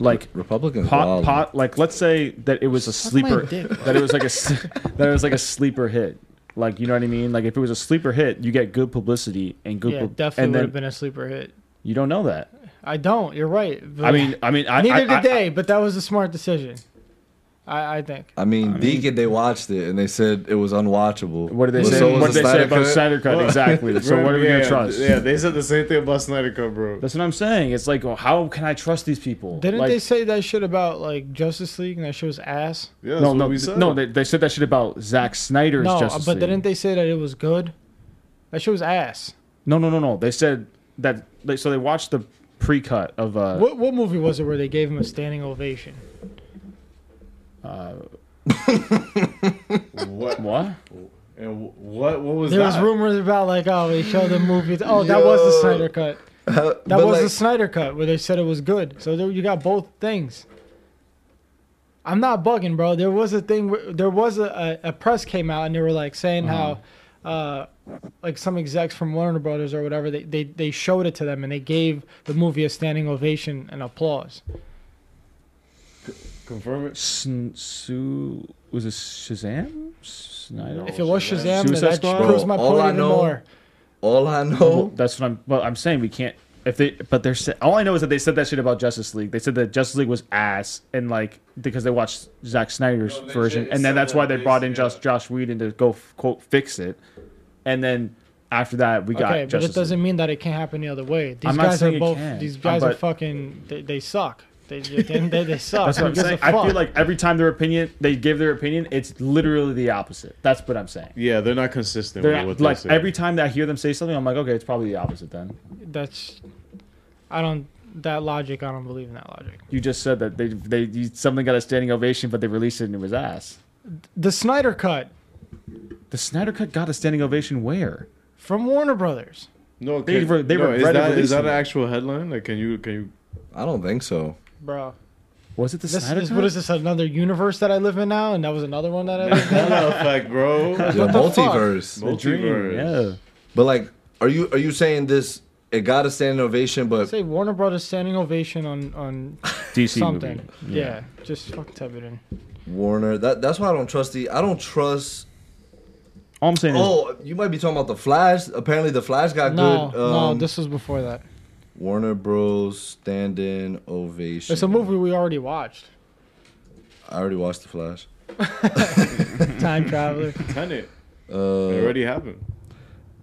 [SPEAKER 5] like
[SPEAKER 4] Republicans.
[SPEAKER 5] pot
[SPEAKER 4] wild.
[SPEAKER 5] pot like let's say that it was a
[SPEAKER 2] my
[SPEAKER 5] sleeper
[SPEAKER 2] dick,
[SPEAKER 5] that it was like a s- that it was like a sleeper hit. Like you know what I mean? Like if it was a sleeper hit, you get good publicity and good.
[SPEAKER 2] Yeah,
[SPEAKER 5] pub-
[SPEAKER 2] definitely
[SPEAKER 5] and
[SPEAKER 2] would
[SPEAKER 5] then
[SPEAKER 2] have been a sleeper hit.
[SPEAKER 5] you don't know that.
[SPEAKER 2] I don't. You're right. but-
[SPEAKER 5] I mean, I mean,
[SPEAKER 2] Oh,
[SPEAKER 5] I,
[SPEAKER 2] neither
[SPEAKER 5] I,
[SPEAKER 2] did
[SPEAKER 5] I-
[SPEAKER 2] they. But that was a smart decision. I, I think.
[SPEAKER 4] I mean, Deacon, they watched it and they said it was unwatchable.
[SPEAKER 5] What did they
[SPEAKER 4] Well,
[SPEAKER 5] say?
[SPEAKER 4] so was
[SPEAKER 5] what
[SPEAKER 4] the
[SPEAKER 5] did they say
[SPEAKER 4] Snyder
[SPEAKER 5] about
[SPEAKER 4] Cut.
[SPEAKER 5] Snyder Cut? Exactly. So what are we
[SPEAKER 3] yeah,
[SPEAKER 5] gonna trust?
[SPEAKER 3] Yeah, they said the same thing about Snyder Cut, bro.
[SPEAKER 5] That's what I'm saying. It's like, oh, how can I trust these people?
[SPEAKER 2] Didn't
[SPEAKER 5] Like-
[SPEAKER 2] they say that shit about like Justice League and that shit was ass?
[SPEAKER 3] Yeah, that's
[SPEAKER 5] No,
[SPEAKER 3] what
[SPEAKER 5] no,
[SPEAKER 3] we
[SPEAKER 5] th-
[SPEAKER 3] said.
[SPEAKER 5] no. They, they said that shit about Zack Snyder's
[SPEAKER 2] No, uh,
[SPEAKER 5] Justice
[SPEAKER 2] but
[SPEAKER 5] League.
[SPEAKER 2] didn't they say that it was good? That shit was ass.
[SPEAKER 5] No, no, no, no. They said that. They, so they watched the pre-cut of. Uh,
[SPEAKER 2] What what movie was it where they gave him a standing ovation?
[SPEAKER 3] what?
[SPEAKER 5] What?
[SPEAKER 3] And wh- what? What was
[SPEAKER 2] There
[SPEAKER 3] that?
[SPEAKER 2] was rumors about like, oh, they showed the movie. Oh, that was the
[SPEAKER 4] Yo.
[SPEAKER 2] Snyder cut.
[SPEAKER 4] But
[SPEAKER 2] That was
[SPEAKER 4] like,
[SPEAKER 2] the Snyder cut where they said it was good. So there, you got both things. I'm not bugging, bro. There was a thing. Where, there was a, a, a press came out and they were like saying how, uh,
[SPEAKER 5] Uh-huh.
[SPEAKER 2] like some execs from Warner Brothers or whatever, they, they they showed it to them and they gave the movie a standing ovation and applause.
[SPEAKER 3] Confirm it.
[SPEAKER 5] Sn- Su was it Shazam? Snyder.
[SPEAKER 2] If it was Shazam, then
[SPEAKER 5] Suicide
[SPEAKER 2] that
[SPEAKER 5] Squad?
[SPEAKER 2] proves my
[SPEAKER 4] Bro, all
[SPEAKER 2] point
[SPEAKER 4] I
[SPEAKER 2] even
[SPEAKER 4] know-
[SPEAKER 2] more.
[SPEAKER 4] all I
[SPEAKER 5] Well,
[SPEAKER 4] know.
[SPEAKER 5] that's what I'm. Well, I'm saying we can't. If they, but they're sa- all I know is that they said that shit about Justice League. They said that Justice League was ass, and like because they watched Zack Snyder's
[SPEAKER 3] No, they
[SPEAKER 5] version,
[SPEAKER 3] said-
[SPEAKER 5] and then
[SPEAKER 3] said
[SPEAKER 5] that's why
[SPEAKER 3] that
[SPEAKER 5] they
[SPEAKER 3] they-
[SPEAKER 5] brought in
[SPEAKER 3] yeah.
[SPEAKER 5] just Josh Whedon to go f- quote fix it, and then after that we got
[SPEAKER 2] Okay, but
[SPEAKER 5] Justice
[SPEAKER 2] it doesn't mean that it can't happen the other way. These
[SPEAKER 5] I'm not
[SPEAKER 2] guys
[SPEAKER 5] saying
[SPEAKER 2] are
[SPEAKER 5] it
[SPEAKER 2] both.
[SPEAKER 5] can't,
[SPEAKER 2] These guys are
[SPEAKER 5] but-
[SPEAKER 2] fucking. They, they suck. They they, they, they suck.
[SPEAKER 5] That's what
[SPEAKER 2] Who
[SPEAKER 5] I'm
[SPEAKER 2] gives a
[SPEAKER 5] saying. I feel
[SPEAKER 2] fuck?
[SPEAKER 5] like every time their opinion, they give their opinion, it's literally the opposite. That's what I'm saying.
[SPEAKER 3] Yeah, they're not consistent
[SPEAKER 5] They're
[SPEAKER 3] with what
[SPEAKER 5] not- like
[SPEAKER 3] they say.
[SPEAKER 5] every time that I hear them say something, I'm like, okay, it's probably the opposite. Then
[SPEAKER 2] that's. I don't. That logic. I don't believe in that logic.
[SPEAKER 5] you just said that they they you, something got a standing ovation, but they released it and it was ass.
[SPEAKER 2] The Snyder cut
[SPEAKER 5] The Snyder Cut got a standing ovation where?
[SPEAKER 2] from Warner Brothers.
[SPEAKER 3] no,
[SPEAKER 5] they
[SPEAKER 3] can-
[SPEAKER 5] were- they
[SPEAKER 3] no,
[SPEAKER 5] were
[SPEAKER 3] is
[SPEAKER 5] ready
[SPEAKER 3] that, is
[SPEAKER 5] releasing
[SPEAKER 3] that an
[SPEAKER 5] it.
[SPEAKER 3] actual headline? Like, can you can you
[SPEAKER 4] I don't think so.
[SPEAKER 2] Bro,
[SPEAKER 5] Was it the
[SPEAKER 2] this
[SPEAKER 5] Snyder
[SPEAKER 2] is
[SPEAKER 5] Cut?
[SPEAKER 2] what is this? Another universe that I live in now, and that was another one that I live in.
[SPEAKER 3] Hella effect, bro?
[SPEAKER 4] Yeah,
[SPEAKER 2] the fuck?
[SPEAKER 4] multiverse.
[SPEAKER 5] The dream.
[SPEAKER 3] Multiverse.
[SPEAKER 5] Yeah.
[SPEAKER 4] But like, are you are you saying this? It got to stand ovation, but
[SPEAKER 2] Say Warner Brothers standing ovation on on
[SPEAKER 5] DC
[SPEAKER 2] something.
[SPEAKER 5] movie.
[SPEAKER 2] Yeah. just fucking type it in.
[SPEAKER 4] Warner. That that's why I don't trust the. I don't trust.
[SPEAKER 5] All I'm saying is,
[SPEAKER 4] Oh, you might be talking about the Flash. Apparently, the Flash got
[SPEAKER 2] No,
[SPEAKER 4] good.
[SPEAKER 2] no,
[SPEAKER 4] Um,
[SPEAKER 2] this was before that.
[SPEAKER 4] Warner Bros. stand-in ovation.
[SPEAKER 2] It's a movie we already watched.
[SPEAKER 4] I already watched the Flash.
[SPEAKER 2] Time traveler.
[SPEAKER 3] Tenet. It
[SPEAKER 4] Uh,
[SPEAKER 3] already happened.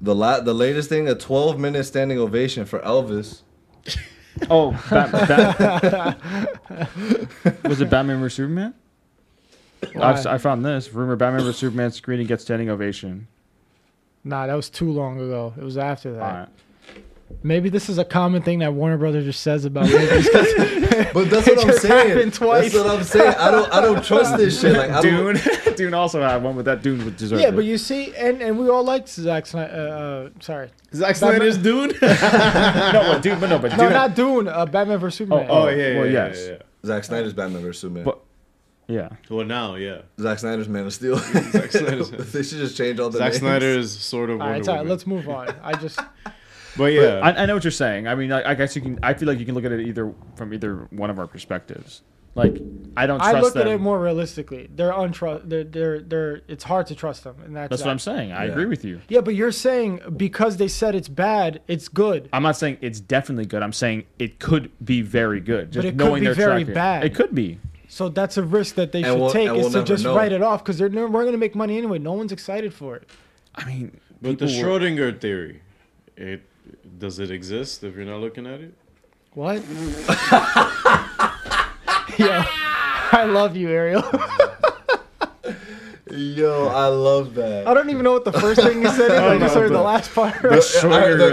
[SPEAKER 4] the la- the latest thing, a 12-minute standing ovation for Elvis.
[SPEAKER 5] oh, Bat- Bat- was it Batman vs Superman?
[SPEAKER 2] Why?
[SPEAKER 5] I, I found this rumor: Batman vs Superman screening gets standing ovation.
[SPEAKER 2] Nah, that was too long ago. It was after that.
[SPEAKER 5] All right.
[SPEAKER 2] Maybe this is a common thing that Warner Brothers just says about movies.
[SPEAKER 4] But that's what I'm
[SPEAKER 2] just
[SPEAKER 4] saying.
[SPEAKER 2] happened twice.
[SPEAKER 4] That's what I'm saying. I don't I don't trust this shit. Like I don't.
[SPEAKER 5] Dune. Dune also had one, but that Dune was deserved.
[SPEAKER 2] yeah, but you see, and, and we all liked Zack Snyder. Uh, uh, sorry.
[SPEAKER 3] Zack
[SPEAKER 2] Snyder's
[SPEAKER 3] Snyder's dude.
[SPEAKER 5] no, but Dune, but no, but
[SPEAKER 2] No,
[SPEAKER 5] Dune.
[SPEAKER 2] not Dune. Uh, Batman vs. Superman.
[SPEAKER 3] Oh yeah, yeah,
[SPEAKER 5] Well,
[SPEAKER 3] yeah,
[SPEAKER 5] yes.
[SPEAKER 3] yeah,
[SPEAKER 4] Zack Snyder's Batman vs Superman.
[SPEAKER 5] But- yeah,
[SPEAKER 3] yeah. Well, now, yeah.
[SPEAKER 4] Zack Snyder's Man of Steel.
[SPEAKER 3] Zack Snyder's,
[SPEAKER 4] they should just change all the
[SPEAKER 3] Zack
[SPEAKER 4] names.
[SPEAKER 3] Snyder is sort of
[SPEAKER 2] All
[SPEAKER 3] Wonder
[SPEAKER 2] right, sorry,
[SPEAKER 3] Woman.
[SPEAKER 2] let's move on. I just.
[SPEAKER 3] but yeah,
[SPEAKER 5] I, I know what you're saying. I mean, like, I guess you can. I feel like you can look at it either from either one of our perspectives. Like, I don't
[SPEAKER 2] I
[SPEAKER 5] trust
[SPEAKER 2] look
[SPEAKER 5] them.
[SPEAKER 2] at it more realistically. They're untrust. They're, they're they're It's hard to trust them, and that's
[SPEAKER 5] That's
[SPEAKER 2] that.
[SPEAKER 5] what I'm saying. I
[SPEAKER 4] Yeah.
[SPEAKER 5] agree with you.
[SPEAKER 2] Yeah, but you're saying because they said it's bad, it's good.
[SPEAKER 5] I'm not saying it's definitely good. I'm saying it could be very good. Just
[SPEAKER 2] it could
[SPEAKER 5] knowing
[SPEAKER 2] be
[SPEAKER 5] their
[SPEAKER 2] very
[SPEAKER 5] track record.
[SPEAKER 2] bad.
[SPEAKER 5] It could be.
[SPEAKER 2] So that's a risk that they
[SPEAKER 4] And
[SPEAKER 2] should
[SPEAKER 4] we'll-
[SPEAKER 2] take
[SPEAKER 4] and
[SPEAKER 2] is
[SPEAKER 4] we'll
[SPEAKER 2] to
[SPEAKER 4] never
[SPEAKER 2] just
[SPEAKER 4] know.
[SPEAKER 2] write it off because they're we're going to make money anyway. No one's excited for it.
[SPEAKER 5] I mean,
[SPEAKER 3] But the
[SPEAKER 5] people were-
[SPEAKER 3] Schrodinger theory, it does it exist if you're not looking at it?
[SPEAKER 2] What? yeah, I love you, Ariel.
[SPEAKER 4] Yo, I love
[SPEAKER 2] I
[SPEAKER 4] that.
[SPEAKER 2] don't even know what the first thing you said is. I just heard the last part.
[SPEAKER 4] the, the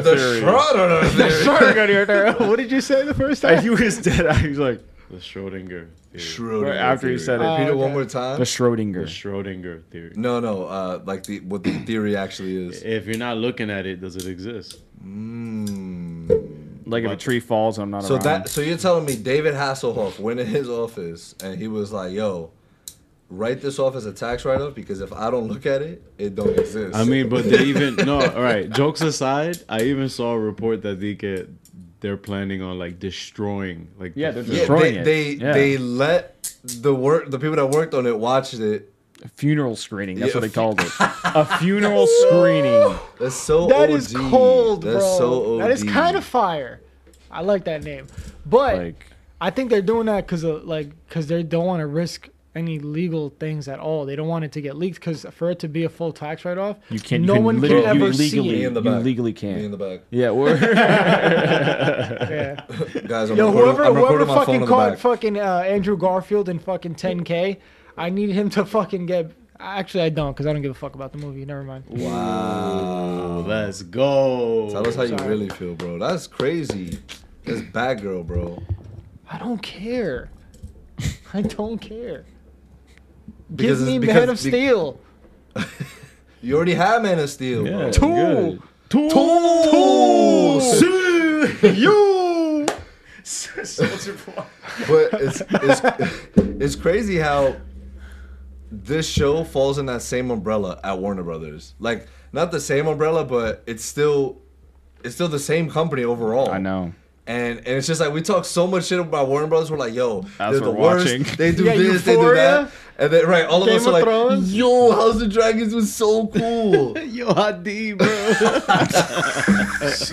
[SPEAKER 5] theory.
[SPEAKER 4] Schrodinger theory.
[SPEAKER 2] what did you say the first time?
[SPEAKER 5] he was dead. I was like,
[SPEAKER 3] The Schrodinger theory.
[SPEAKER 4] Schrodinger
[SPEAKER 5] Right after he
[SPEAKER 4] theory.
[SPEAKER 5] said it.
[SPEAKER 4] Repeat it
[SPEAKER 2] Oh,
[SPEAKER 4] one
[SPEAKER 2] okay.
[SPEAKER 4] more time.
[SPEAKER 5] the Schrodinger.
[SPEAKER 3] Schrodinger theory.
[SPEAKER 4] no, no. Uh, like the what the theory actually is.
[SPEAKER 3] If you're not looking at it, does it exist?
[SPEAKER 4] Mm.
[SPEAKER 5] Like if a
[SPEAKER 3] What?
[SPEAKER 5] tree falls, I'm not
[SPEAKER 4] So
[SPEAKER 5] around.
[SPEAKER 4] that so you're telling me David Hasselhoff went in his office and he was like, "Yo, write this off as a tax write-off because if I don't look at it, it don't exist."
[SPEAKER 3] I mean, but they even no. All right, jokes aside, I even saw a report that they get they're planning on like destroying like
[SPEAKER 5] Yeah,
[SPEAKER 3] the
[SPEAKER 5] they're
[SPEAKER 3] film.
[SPEAKER 4] yeah,
[SPEAKER 5] destroying
[SPEAKER 4] they they,
[SPEAKER 5] it. Yeah.
[SPEAKER 4] they let the work the people that worked on it watched it.
[SPEAKER 5] funeral screening. That's
[SPEAKER 4] Yeah, a
[SPEAKER 5] what they
[SPEAKER 4] fu-
[SPEAKER 5] called it. A funeral screening.
[SPEAKER 4] That's so
[SPEAKER 2] That
[SPEAKER 4] OG.
[SPEAKER 2] is cold,
[SPEAKER 4] That's
[SPEAKER 2] bro.
[SPEAKER 4] so OD.
[SPEAKER 2] That is kind of fire. I like that name, but
[SPEAKER 5] Like
[SPEAKER 2] I think they're doing that because of like because they don't want to risk any legal things at all. They don't want it to get leaked because for it to be a full tax write off,
[SPEAKER 5] you can't.
[SPEAKER 2] No
[SPEAKER 5] you can
[SPEAKER 2] one can
[SPEAKER 5] literally-
[SPEAKER 2] ever
[SPEAKER 5] you
[SPEAKER 2] see
[SPEAKER 5] legally,
[SPEAKER 4] Me in the
[SPEAKER 5] you
[SPEAKER 4] back.
[SPEAKER 5] legally
[SPEAKER 4] me in
[SPEAKER 5] can't.
[SPEAKER 4] the back,
[SPEAKER 5] Yeah, we're
[SPEAKER 2] Yeah.
[SPEAKER 4] guys. I'm
[SPEAKER 2] Yo,
[SPEAKER 4] recording,
[SPEAKER 2] whoever
[SPEAKER 4] I'm
[SPEAKER 2] whoever
[SPEAKER 4] recording my phone
[SPEAKER 2] fucking
[SPEAKER 4] in the
[SPEAKER 2] caught
[SPEAKER 4] back.
[SPEAKER 2] fucking uh, Andrew Garfield in fucking 10K, I need him to fucking get. Actually, I don't because I don't give a fuck about the movie. Never mind.
[SPEAKER 4] Wow.
[SPEAKER 3] Let's go.
[SPEAKER 4] Tell us how you
[SPEAKER 2] Sorry.
[SPEAKER 4] really feel, bro. That's crazy. That's bad girl, bro.
[SPEAKER 2] I don't care. I don't care.
[SPEAKER 4] Because
[SPEAKER 2] Give
[SPEAKER 4] it's-
[SPEAKER 2] me
[SPEAKER 4] because-
[SPEAKER 2] Man of
[SPEAKER 4] be-
[SPEAKER 2] Steel.
[SPEAKER 4] You already have Man of Steel, bro.
[SPEAKER 5] yeah, good.
[SPEAKER 3] Two.
[SPEAKER 4] Two.
[SPEAKER 3] you.
[SPEAKER 4] But it's, it's it's crazy how this show falls in that same umbrella at Warner Brothers. Like not the same umbrella, but it's still it's still the same company overall.
[SPEAKER 5] I know.
[SPEAKER 4] And and it's just like we talk so much shit about Warner Brothers. We're like, yo, they're the
[SPEAKER 5] we're
[SPEAKER 4] worst.
[SPEAKER 5] watching.
[SPEAKER 4] They do
[SPEAKER 2] Yeah,
[SPEAKER 4] this, they do
[SPEAKER 2] Euphoria,
[SPEAKER 4] that, and then right, all of
[SPEAKER 2] Game
[SPEAKER 4] us are
[SPEAKER 2] of
[SPEAKER 4] like,
[SPEAKER 2] Thrones.
[SPEAKER 4] yo, House of Dragons was so cool.
[SPEAKER 3] Yo, Hadi, bro.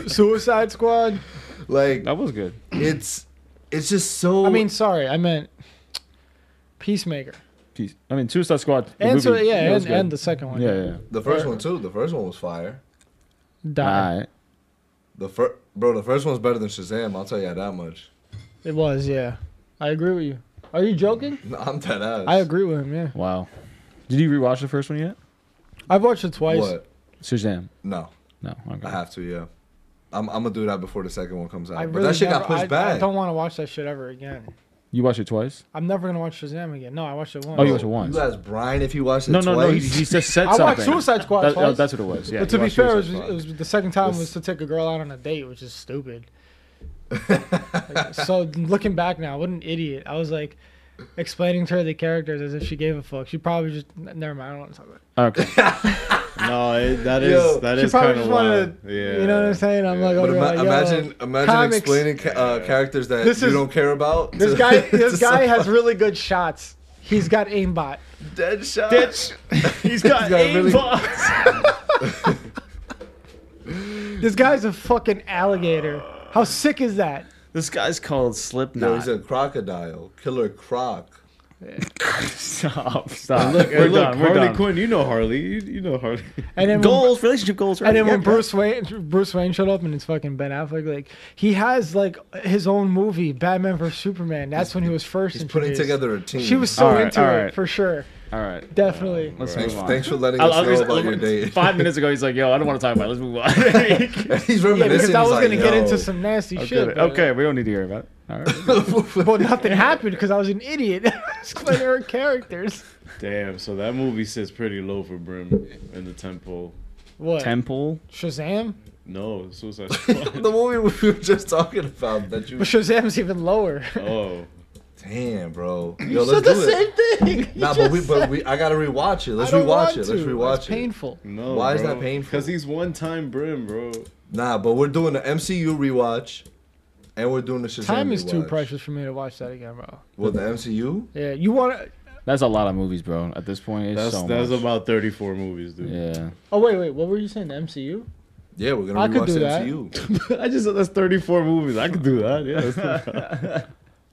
[SPEAKER 2] Suicide Squad.
[SPEAKER 4] like
[SPEAKER 5] That was good.
[SPEAKER 4] it's it's just so.
[SPEAKER 2] I mean, sorry, I meant Peacemaker.
[SPEAKER 5] Peace. I mean, Suicide Squad. the
[SPEAKER 2] And so,
[SPEAKER 5] movie,
[SPEAKER 2] yeah,
[SPEAKER 5] it was
[SPEAKER 2] and,
[SPEAKER 5] good.
[SPEAKER 2] and the second one.
[SPEAKER 5] yeah, yeah.
[SPEAKER 4] the first one too. The first one was fire.
[SPEAKER 2] Die.
[SPEAKER 5] All right.
[SPEAKER 4] The first bro, the first one's better than Shazam. I'll tell you that much.
[SPEAKER 2] It was, yeah. I agree with you. Are you joking?
[SPEAKER 4] No, I'm dead ass.
[SPEAKER 2] I agree with him, yeah.
[SPEAKER 5] Wow. Did you rewatch the first one yet?
[SPEAKER 2] I've watched it twice.
[SPEAKER 4] What?
[SPEAKER 5] Shazam.
[SPEAKER 4] No,
[SPEAKER 5] No. Okay.
[SPEAKER 4] I have to. Yeah, I'm. I'm gonna do that before the second one comes out.
[SPEAKER 2] I
[SPEAKER 4] but that shit got
[SPEAKER 2] never-
[SPEAKER 4] pushed
[SPEAKER 2] I,
[SPEAKER 4] back.
[SPEAKER 2] I don't want to watch that shit ever again.
[SPEAKER 5] You watched it twice?
[SPEAKER 2] I'm never gonna watch Shazam again. No, I watched it once.
[SPEAKER 5] Oh, you watched it once.
[SPEAKER 4] You asked Brian if you watched it
[SPEAKER 5] No, no,
[SPEAKER 4] twice.
[SPEAKER 5] no. He, he just said
[SPEAKER 2] I
[SPEAKER 5] something.
[SPEAKER 2] watched Suicide Squad
[SPEAKER 5] That- oh,
[SPEAKER 2] twice.
[SPEAKER 5] that's what it was. Yeah.
[SPEAKER 2] but to
[SPEAKER 5] you
[SPEAKER 2] be
[SPEAKER 5] watched
[SPEAKER 2] fair, it was,
[SPEAKER 5] Suicide
[SPEAKER 2] it
[SPEAKER 5] Squad.
[SPEAKER 2] was the second time was
[SPEAKER 4] This-
[SPEAKER 2] to take a girl out on a date, which is stupid. Like, so looking back now, what an idiot! I was like explaining to her the characters as if she gave a fuck. She probably just n- never mind. I don't want to talk about. It.
[SPEAKER 5] Okay.
[SPEAKER 3] No, it, that is
[SPEAKER 4] Yo,
[SPEAKER 3] that
[SPEAKER 2] she
[SPEAKER 3] is
[SPEAKER 2] probably
[SPEAKER 3] kind
[SPEAKER 2] just
[SPEAKER 3] of
[SPEAKER 2] wanted,
[SPEAKER 3] wild.
[SPEAKER 2] to
[SPEAKER 3] Yeah.
[SPEAKER 2] you know what I'm saying. I'm
[SPEAKER 3] Yeah.
[SPEAKER 2] like,
[SPEAKER 4] But
[SPEAKER 2] over
[SPEAKER 4] ima-
[SPEAKER 2] here, like, yo,
[SPEAKER 4] imagine, imagine
[SPEAKER 2] comics-
[SPEAKER 4] explaining ca- uh, characters that
[SPEAKER 2] This
[SPEAKER 4] you
[SPEAKER 2] is-
[SPEAKER 4] don't care about.
[SPEAKER 2] This
[SPEAKER 4] to-
[SPEAKER 2] guy,
[SPEAKER 4] to
[SPEAKER 2] this guy has
[SPEAKER 4] someone.
[SPEAKER 2] really good shots. He's got aimbot.
[SPEAKER 4] dead shot.
[SPEAKER 5] He's got,
[SPEAKER 4] He's got
[SPEAKER 5] eight
[SPEAKER 4] really-
[SPEAKER 5] bucks.
[SPEAKER 2] This guy's a fucking alligator. How sick is that?
[SPEAKER 5] This guy's called
[SPEAKER 4] Yo,
[SPEAKER 5] Slipknot.
[SPEAKER 4] he's a crocodile, killer croc.
[SPEAKER 5] stop. Stop.
[SPEAKER 3] Look,
[SPEAKER 5] we're
[SPEAKER 3] hey, look,
[SPEAKER 5] done. We're
[SPEAKER 3] Harley
[SPEAKER 5] done.
[SPEAKER 3] Quinn. You know Harley. You, you know Harley.
[SPEAKER 2] And then when-
[SPEAKER 5] Goals, relationship goals. Right?
[SPEAKER 2] And then when
[SPEAKER 5] Yeah.
[SPEAKER 2] Bruce Wayne Bruce Wayne showed up and it's fucking Ben Affleck, like he has like his own movie, Batman vs Superman. That's when he was first
[SPEAKER 4] He's putting
[SPEAKER 2] introduced.
[SPEAKER 4] together a team.
[SPEAKER 2] She was so
[SPEAKER 5] All right,
[SPEAKER 2] into
[SPEAKER 5] all
[SPEAKER 2] it
[SPEAKER 5] right.
[SPEAKER 2] for sure,
[SPEAKER 5] All right.
[SPEAKER 2] definitely.
[SPEAKER 5] Let's
[SPEAKER 4] Thanks,
[SPEAKER 5] move on.
[SPEAKER 4] thanks for letting
[SPEAKER 5] I-
[SPEAKER 4] us
[SPEAKER 5] I was
[SPEAKER 4] know
[SPEAKER 5] just-
[SPEAKER 4] about your date.
[SPEAKER 5] Five minutes ago, he's like, "Yo, I don't want to talk about. it. Let's move on."
[SPEAKER 4] He's reminiscing.
[SPEAKER 2] yeah, because I
[SPEAKER 4] he's
[SPEAKER 2] was
[SPEAKER 4] like,
[SPEAKER 2] gonna
[SPEAKER 4] "Yo."
[SPEAKER 2] get into some nasty shit.
[SPEAKER 5] okay,
[SPEAKER 2] but-
[SPEAKER 5] okay, we don't need to hear about it. All right.
[SPEAKER 2] Well, nothing happened because I was an idiot. I was playing her characters.
[SPEAKER 3] Damn. So that movie sits pretty low for Brim in the tempo.
[SPEAKER 2] What?
[SPEAKER 5] Temple.
[SPEAKER 2] Shazam?
[SPEAKER 3] No, Suicide Squad.
[SPEAKER 4] the movie we were just talking about that you
[SPEAKER 2] But Shazam's even lower.
[SPEAKER 3] oh,
[SPEAKER 4] damn bro yo
[SPEAKER 2] so
[SPEAKER 4] let's
[SPEAKER 2] the
[SPEAKER 4] do it
[SPEAKER 2] same thing. You
[SPEAKER 4] nah but
[SPEAKER 2] just
[SPEAKER 4] we
[SPEAKER 2] said-
[SPEAKER 4] but we i gotta rewatch it
[SPEAKER 2] I
[SPEAKER 4] let's
[SPEAKER 2] don't
[SPEAKER 4] rewatch
[SPEAKER 2] want
[SPEAKER 4] it let's
[SPEAKER 2] to.
[SPEAKER 4] rewatch
[SPEAKER 2] It's
[SPEAKER 4] it
[SPEAKER 2] painful.
[SPEAKER 3] no.
[SPEAKER 4] Why is that painful?
[SPEAKER 3] Because he's one time Brim, bro.
[SPEAKER 4] nah but we're doing the mcu rewatch and we're doing the Shazam.
[SPEAKER 2] Time is too
[SPEAKER 4] rewatch.
[SPEAKER 2] precious for me to watch that again, bro.
[SPEAKER 4] Well, the MCU.
[SPEAKER 2] Yeah, you want to?
[SPEAKER 5] That's a lot of movies, bro. At this point, it's
[SPEAKER 3] That's
[SPEAKER 5] so
[SPEAKER 3] that's
[SPEAKER 5] much.
[SPEAKER 3] about thirty four movies, dude.
[SPEAKER 5] yeah.
[SPEAKER 2] Oh wait, wait. What were you saying? The MCU?
[SPEAKER 4] Yeah, we're gonna
[SPEAKER 2] I could
[SPEAKER 4] rewatch
[SPEAKER 2] do
[SPEAKER 4] the
[SPEAKER 2] that.
[SPEAKER 4] MCU.
[SPEAKER 3] I just that's thirty four movies. I could do that. Yeah.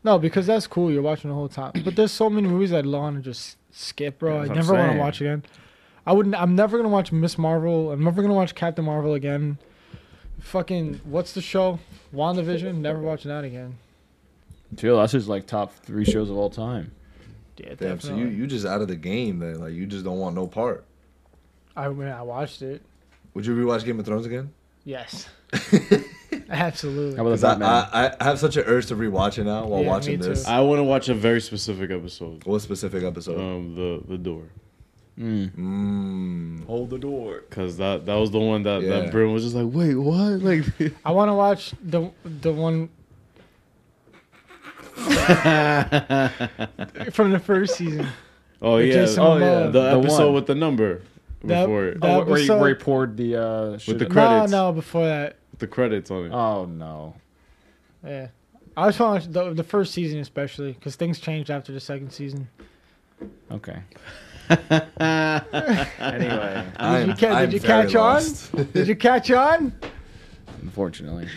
[SPEAKER 2] No, because that's cool. You're watching the whole time. But there's so many movies I'd want to just skip, bro. I
[SPEAKER 5] That's what I'm
[SPEAKER 2] never want to
[SPEAKER 5] saying.
[SPEAKER 2] watch again. I wouldn't. I'm never gonna watch Miss Marvel. I'm never gonna watch Captain Marvel again. Fucking what's the show? WandaVision. Never watching that again.
[SPEAKER 5] Chill. That's just like top three shows of all time.
[SPEAKER 2] Yeah,
[SPEAKER 4] Damn, so
[SPEAKER 2] definitely.
[SPEAKER 4] you you just out of the game then. Like you just don't want no part.
[SPEAKER 2] I mean, I watched it.
[SPEAKER 4] Would you rewatch Game of Thrones again?
[SPEAKER 2] Yes,
[SPEAKER 5] How
[SPEAKER 2] absolutely.
[SPEAKER 5] about
[SPEAKER 4] 'Cause
[SPEAKER 5] that, man?
[SPEAKER 4] I, I, I have such an urge to rewatch it now while
[SPEAKER 2] Yeah,
[SPEAKER 4] watching
[SPEAKER 2] me too.
[SPEAKER 4] this.
[SPEAKER 3] I want to watch a very specific episode.
[SPEAKER 4] What specific episode?
[SPEAKER 3] Um, the the door,
[SPEAKER 4] Mm.
[SPEAKER 5] Um, Hold the door.
[SPEAKER 3] cause that that was the one that
[SPEAKER 4] Yeah.
[SPEAKER 3] that Brim was just like, wait, what? Like,
[SPEAKER 2] I want to watch the the one from the first season.
[SPEAKER 3] oh
[SPEAKER 2] With
[SPEAKER 3] yeah,
[SPEAKER 2] Jason
[SPEAKER 3] oh yeah,
[SPEAKER 2] Momoa.
[SPEAKER 3] the,
[SPEAKER 5] The
[SPEAKER 3] episode
[SPEAKER 5] one.
[SPEAKER 3] with the number
[SPEAKER 2] That-
[SPEAKER 3] before it,
[SPEAKER 2] that-
[SPEAKER 5] Oh, where, he,
[SPEAKER 2] episode-
[SPEAKER 5] where he poured the uh, shit-
[SPEAKER 3] the credits.
[SPEAKER 2] No, no, before that.
[SPEAKER 3] with the credits on it.
[SPEAKER 5] Oh no.
[SPEAKER 2] Yeah. I just want to watch the, the first season especially because things changed after the second season.
[SPEAKER 5] Okay. anyway,
[SPEAKER 4] I am- I
[SPEAKER 2] you ca- did
[SPEAKER 4] am
[SPEAKER 2] you
[SPEAKER 4] very
[SPEAKER 2] catch on?
[SPEAKER 4] lost.
[SPEAKER 2] Did you catch on?
[SPEAKER 5] unfortunately,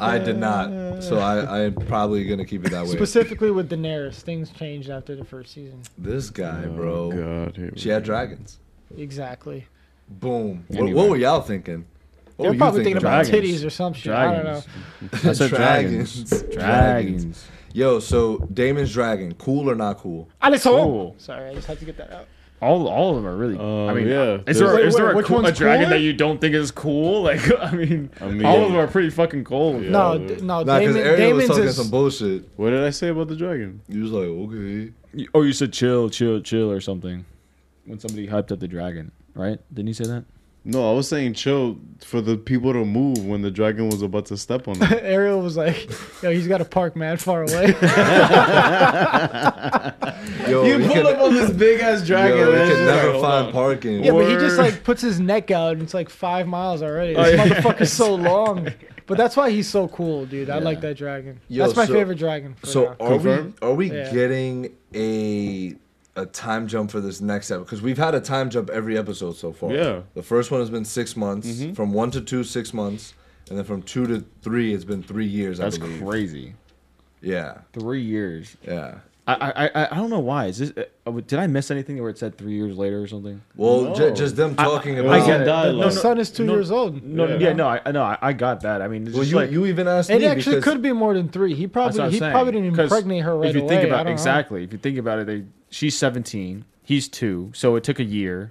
[SPEAKER 4] I did not. So I, I'm probably gonna keep it that way.
[SPEAKER 2] Specifically with Daenerys, things changed after the first season.
[SPEAKER 4] This guy,
[SPEAKER 3] Oh,
[SPEAKER 4] bro.
[SPEAKER 3] God, here we
[SPEAKER 4] She had
[SPEAKER 3] go.
[SPEAKER 4] dragons.
[SPEAKER 2] Exactly.
[SPEAKER 4] Boom. What- What,
[SPEAKER 5] Anyway.
[SPEAKER 4] were y'all thinking? What
[SPEAKER 2] They're
[SPEAKER 4] were you
[SPEAKER 2] probably thinking, about
[SPEAKER 5] Dragons.
[SPEAKER 2] titties or some shit. I don't know.
[SPEAKER 5] dragons. I said dragons.
[SPEAKER 4] dragons.
[SPEAKER 5] Dragons.
[SPEAKER 4] Yo, so Damon's dragon, cool or not cool?
[SPEAKER 2] And it's
[SPEAKER 5] Cool.
[SPEAKER 2] Sorry, I just had to get that out.
[SPEAKER 5] All all of them are really. I
[SPEAKER 3] Um,
[SPEAKER 5] mean,
[SPEAKER 3] yeah.
[SPEAKER 5] Is there,
[SPEAKER 2] Wait,
[SPEAKER 5] is there
[SPEAKER 2] wait,
[SPEAKER 5] a,
[SPEAKER 2] which
[SPEAKER 5] cool, a
[SPEAKER 2] one's
[SPEAKER 5] dragon
[SPEAKER 2] cooler?
[SPEAKER 5] that you don't think is cool? Like, I mean,
[SPEAKER 3] I mean-
[SPEAKER 5] all of them are pretty fucking cool.
[SPEAKER 3] Yeah.
[SPEAKER 2] No, d-
[SPEAKER 3] dude.
[SPEAKER 2] no,
[SPEAKER 4] Nah, because
[SPEAKER 2] Oh, Damon,
[SPEAKER 4] Ariel was
[SPEAKER 2] Damon's
[SPEAKER 4] talking
[SPEAKER 2] is,
[SPEAKER 4] some bullshit.
[SPEAKER 3] What did I say about the dragon?
[SPEAKER 4] He was like, okay.
[SPEAKER 5] You- Oh, you said chill, chill, chill, or something. When somebody hyped up the dragon, right? Didn't you say that?
[SPEAKER 3] No, I was saying chill for the people to move when the dragon was about to step on them.
[SPEAKER 2] Ariel was like, yo, he's got to park mad far away.
[SPEAKER 4] Yo, we can-
[SPEAKER 5] Oh,
[SPEAKER 3] on this big ass
[SPEAKER 4] yo, we can never find parking.
[SPEAKER 2] yeah, but he just
[SPEAKER 5] Word.
[SPEAKER 2] like puts his neck out and it's like five miles already.
[SPEAKER 5] Oh,
[SPEAKER 2] This
[SPEAKER 5] yeah.
[SPEAKER 2] motherfucker's so long. But that's why he's so cool, dude. I like that dragon.
[SPEAKER 4] Yo,
[SPEAKER 2] that's my
[SPEAKER 4] so-
[SPEAKER 2] favorite dragon. for
[SPEAKER 4] So
[SPEAKER 2] now.
[SPEAKER 4] are
[SPEAKER 3] Confirmed?
[SPEAKER 4] we are we
[SPEAKER 2] Yeah.
[SPEAKER 4] getting a a time jump for this next episode? Because we've had a time jump every episode so far.
[SPEAKER 3] Yeah.
[SPEAKER 4] The first one has been six months.
[SPEAKER 5] Mm-hmm.
[SPEAKER 4] From one to two, six months, and then from two to three, it's been three years.
[SPEAKER 5] That's
[SPEAKER 4] I believe.
[SPEAKER 5] crazy.
[SPEAKER 4] Yeah,
[SPEAKER 5] Three years.
[SPEAKER 4] yeah.
[SPEAKER 5] I, I, I, I don't know why. Is this? Uh, did I miss anything where it said three years later or something?
[SPEAKER 4] Well,
[SPEAKER 3] No.
[SPEAKER 4] ju- just them talking about.
[SPEAKER 5] I
[SPEAKER 3] Some
[SPEAKER 5] get it.
[SPEAKER 2] The,
[SPEAKER 3] dialogue.
[SPEAKER 2] the son is two
[SPEAKER 5] no,
[SPEAKER 2] years old.
[SPEAKER 5] No,
[SPEAKER 3] Yeah.
[SPEAKER 5] yeah, no, I, I- no, I, I got that. I mean, it's
[SPEAKER 4] Well,
[SPEAKER 5] just
[SPEAKER 4] you,
[SPEAKER 5] like
[SPEAKER 4] you even asked
[SPEAKER 2] It
[SPEAKER 4] me
[SPEAKER 2] actually
[SPEAKER 4] because
[SPEAKER 2] could be more than three. He
[SPEAKER 5] that's what
[SPEAKER 2] probably
[SPEAKER 5] I'm
[SPEAKER 2] he
[SPEAKER 5] saying.
[SPEAKER 2] probably didn't
[SPEAKER 5] 'Cause
[SPEAKER 2] impregnate her right
[SPEAKER 5] If you
[SPEAKER 2] away.
[SPEAKER 5] think
[SPEAKER 2] I
[SPEAKER 5] about
[SPEAKER 2] don't know.
[SPEAKER 5] exactly, if you think about it, they, she's seventeen, he's two, so it took a year,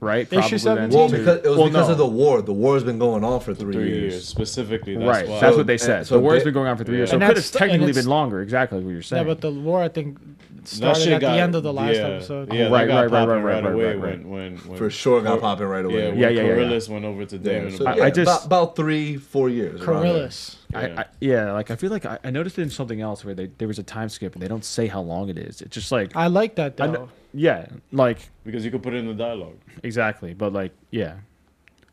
[SPEAKER 5] right?
[SPEAKER 2] Is she
[SPEAKER 5] Probably then,
[SPEAKER 2] 17?
[SPEAKER 4] Well,
[SPEAKER 5] too.
[SPEAKER 4] because it was
[SPEAKER 5] Well,
[SPEAKER 4] because
[SPEAKER 5] no.
[SPEAKER 4] of the war. The war has been going on for three,
[SPEAKER 3] Three
[SPEAKER 4] years.
[SPEAKER 3] years specifically. That's
[SPEAKER 5] Right,
[SPEAKER 3] why.
[SPEAKER 5] that's
[SPEAKER 4] So-
[SPEAKER 5] what they
[SPEAKER 4] uh,
[SPEAKER 5] said.
[SPEAKER 4] so
[SPEAKER 5] the war's
[SPEAKER 4] ba-
[SPEAKER 5] been going on for three
[SPEAKER 3] Yeah.
[SPEAKER 5] years, so
[SPEAKER 2] And
[SPEAKER 5] it could have
[SPEAKER 2] that's- and
[SPEAKER 5] technically
[SPEAKER 2] it's-
[SPEAKER 5] been longer. Exactly what you're
[SPEAKER 2] Yeah,
[SPEAKER 5] saying.
[SPEAKER 2] but the war I think
[SPEAKER 3] that
[SPEAKER 2] started
[SPEAKER 3] shit
[SPEAKER 2] at
[SPEAKER 3] got-
[SPEAKER 2] the end of the last
[SPEAKER 3] yeah,
[SPEAKER 2] episode.
[SPEAKER 3] Yeah,
[SPEAKER 5] Right,
[SPEAKER 3] right, right,
[SPEAKER 5] right, right,
[SPEAKER 3] right, right,
[SPEAKER 5] right, right,
[SPEAKER 3] away
[SPEAKER 5] right, right.
[SPEAKER 3] when, when, when
[SPEAKER 4] For sure, got popping right
[SPEAKER 3] Yeah,
[SPEAKER 4] away.
[SPEAKER 3] when
[SPEAKER 5] Yeah, yeah, yeah, yeah.
[SPEAKER 3] Coryllis went over to Damon.
[SPEAKER 4] so,
[SPEAKER 5] I-
[SPEAKER 4] yeah,
[SPEAKER 5] I
[SPEAKER 4] about,
[SPEAKER 5] just-
[SPEAKER 4] about three, four years. around there.
[SPEAKER 2] Coryllis.
[SPEAKER 5] I, I, yeah, like I feel like I, I noticed it in something else where they, there was a time skip and they don't say how long it is. It's just like
[SPEAKER 2] I like that
[SPEAKER 5] I
[SPEAKER 2] though.
[SPEAKER 5] kn- yeah, like
[SPEAKER 3] because you could put it in the dialogue.
[SPEAKER 5] exactly, but like yeah,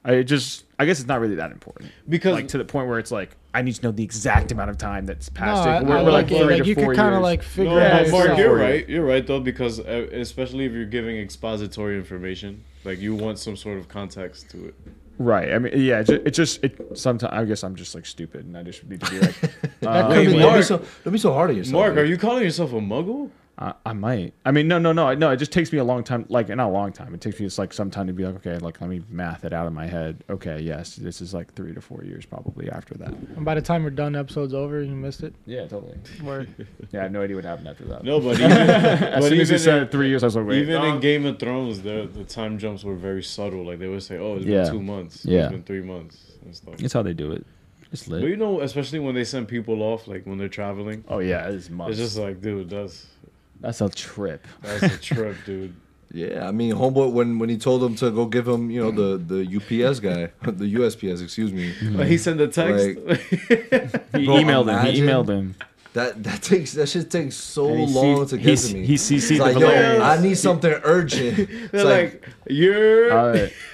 [SPEAKER 5] I it just I guess it's not really that important
[SPEAKER 3] Because
[SPEAKER 5] like to the point where it's like I need to know the exact amount of time that's
[SPEAKER 2] no,
[SPEAKER 5] passed.
[SPEAKER 2] I,
[SPEAKER 5] It- we're,
[SPEAKER 2] I
[SPEAKER 5] we're
[SPEAKER 2] like, it.
[SPEAKER 5] three
[SPEAKER 2] Like
[SPEAKER 5] to
[SPEAKER 2] you
[SPEAKER 5] four
[SPEAKER 2] could kind of
[SPEAKER 5] years.
[SPEAKER 2] like figure
[SPEAKER 3] no,
[SPEAKER 2] it out
[SPEAKER 3] but Mark,
[SPEAKER 2] yourself.
[SPEAKER 3] you're right. You're right though because uh, especially if you're giving expository information, like you want some sort of context to it.
[SPEAKER 5] right. I mean yeah, it just, it just it sometimes I guess I'm just like stupid and I just need to be like
[SPEAKER 2] That
[SPEAKER 4] Don't
[SPEAKER 2] could
[SPEAKER 4] be,
[SPEAKER 2] be-
[SPEAKER 4] don't, be
[SPEAKER 3] Mark-
[SPEAKER 4] so, don't be so hard on yourself.
[SPEAKER 3] Mark,
[SPEAKER 4] dude.
[SPEAKER 3] are you calling yourself a muggle?
[SPEAKER 5] I, I might. I mean, no, no, no, I- no. It just takes me a long time. Like, not a long time. It takes me just like some time to be like, okay, like let me math it out in my head. Okay, yes, this is like three to four years probably after that.
[SPEAKER 2] And by the time we're done, episode's over. You missed it.
[SPEAKER 5] Yeah, totally.
[SPEAKER 2] Word.
[SPEAKER 5] Yeah, I have no idea what happened after that.
[SPEAKER 3] No, but even,
[SPEAKER 5] As
[SPEAKER 3] but
[SPEAKER 5] soon as
[SPEAKER 3] even
[SPEAKER 5] you said
[SPEAKER 3] in-
[SPEAKER 5] three years, I was like, wait.
[SPEAKER 3] Even
[SPEAKER 5] no.
[SPEAKER 3] in Game of Thrones, the the time jumps were very subtle. Like they would say, "Oh, it's
[SPEAKER 5] Yeah.
[SPEAKER 3] been two months.
[SPEAKER 5] Yeah.
[SPEAKER 3] it's been three months." And stuff.
[SPEAKER 5] it's how they do it. It's
[SPEAKER 3] But
[SPEAKER 5] lit.
[SPEAKER 3] you know, especially when they send people off, like when they're traveling,
[SPEAKER 5] Oh yeah, it's months.
[SPEAKER 3] it's just like, dude, that's
[SPEAKER 5] That's a trip.
[SPEAKER 3] that's a trip, dude.
[SPEAKER 4] Yeah, I mean, homeboy, when when he told him to go give him, you know, the the UPS guy, the USPS, excuse me,
[SPEAKER 3] But he sent a text.
[SPEAKER 5] He
[SPEAKER 4] Bro,
[SPEAKER 5] emailed him.
[SPEAKER 4] imagine-
[SPEAKER 5] He emailed him.
[SPEAKER 4] that that takes that shit takes so
[SPEAKER 5] And he
[SPEAKER 4] long
[SPEAKER 5] C-
[SPEAKER 4] to
[SPEAKER 5] he
[SPEAKER 4] get
[SPEAKER 5] c-
[SPEAKER 4] to me.
[SPEAKER 5] he CC'd
[SPEAKER 4] He's
[SPEAKER 5] the
[SPEAKER 4] like, yo,
[SPEAKER 5] hilarious.
[SPEAKER 4] I need something urgent. It's
[SPEAKER 5] uh,
[SPEAKER 3] they're like, "You're
[SPEAKER 5] All right.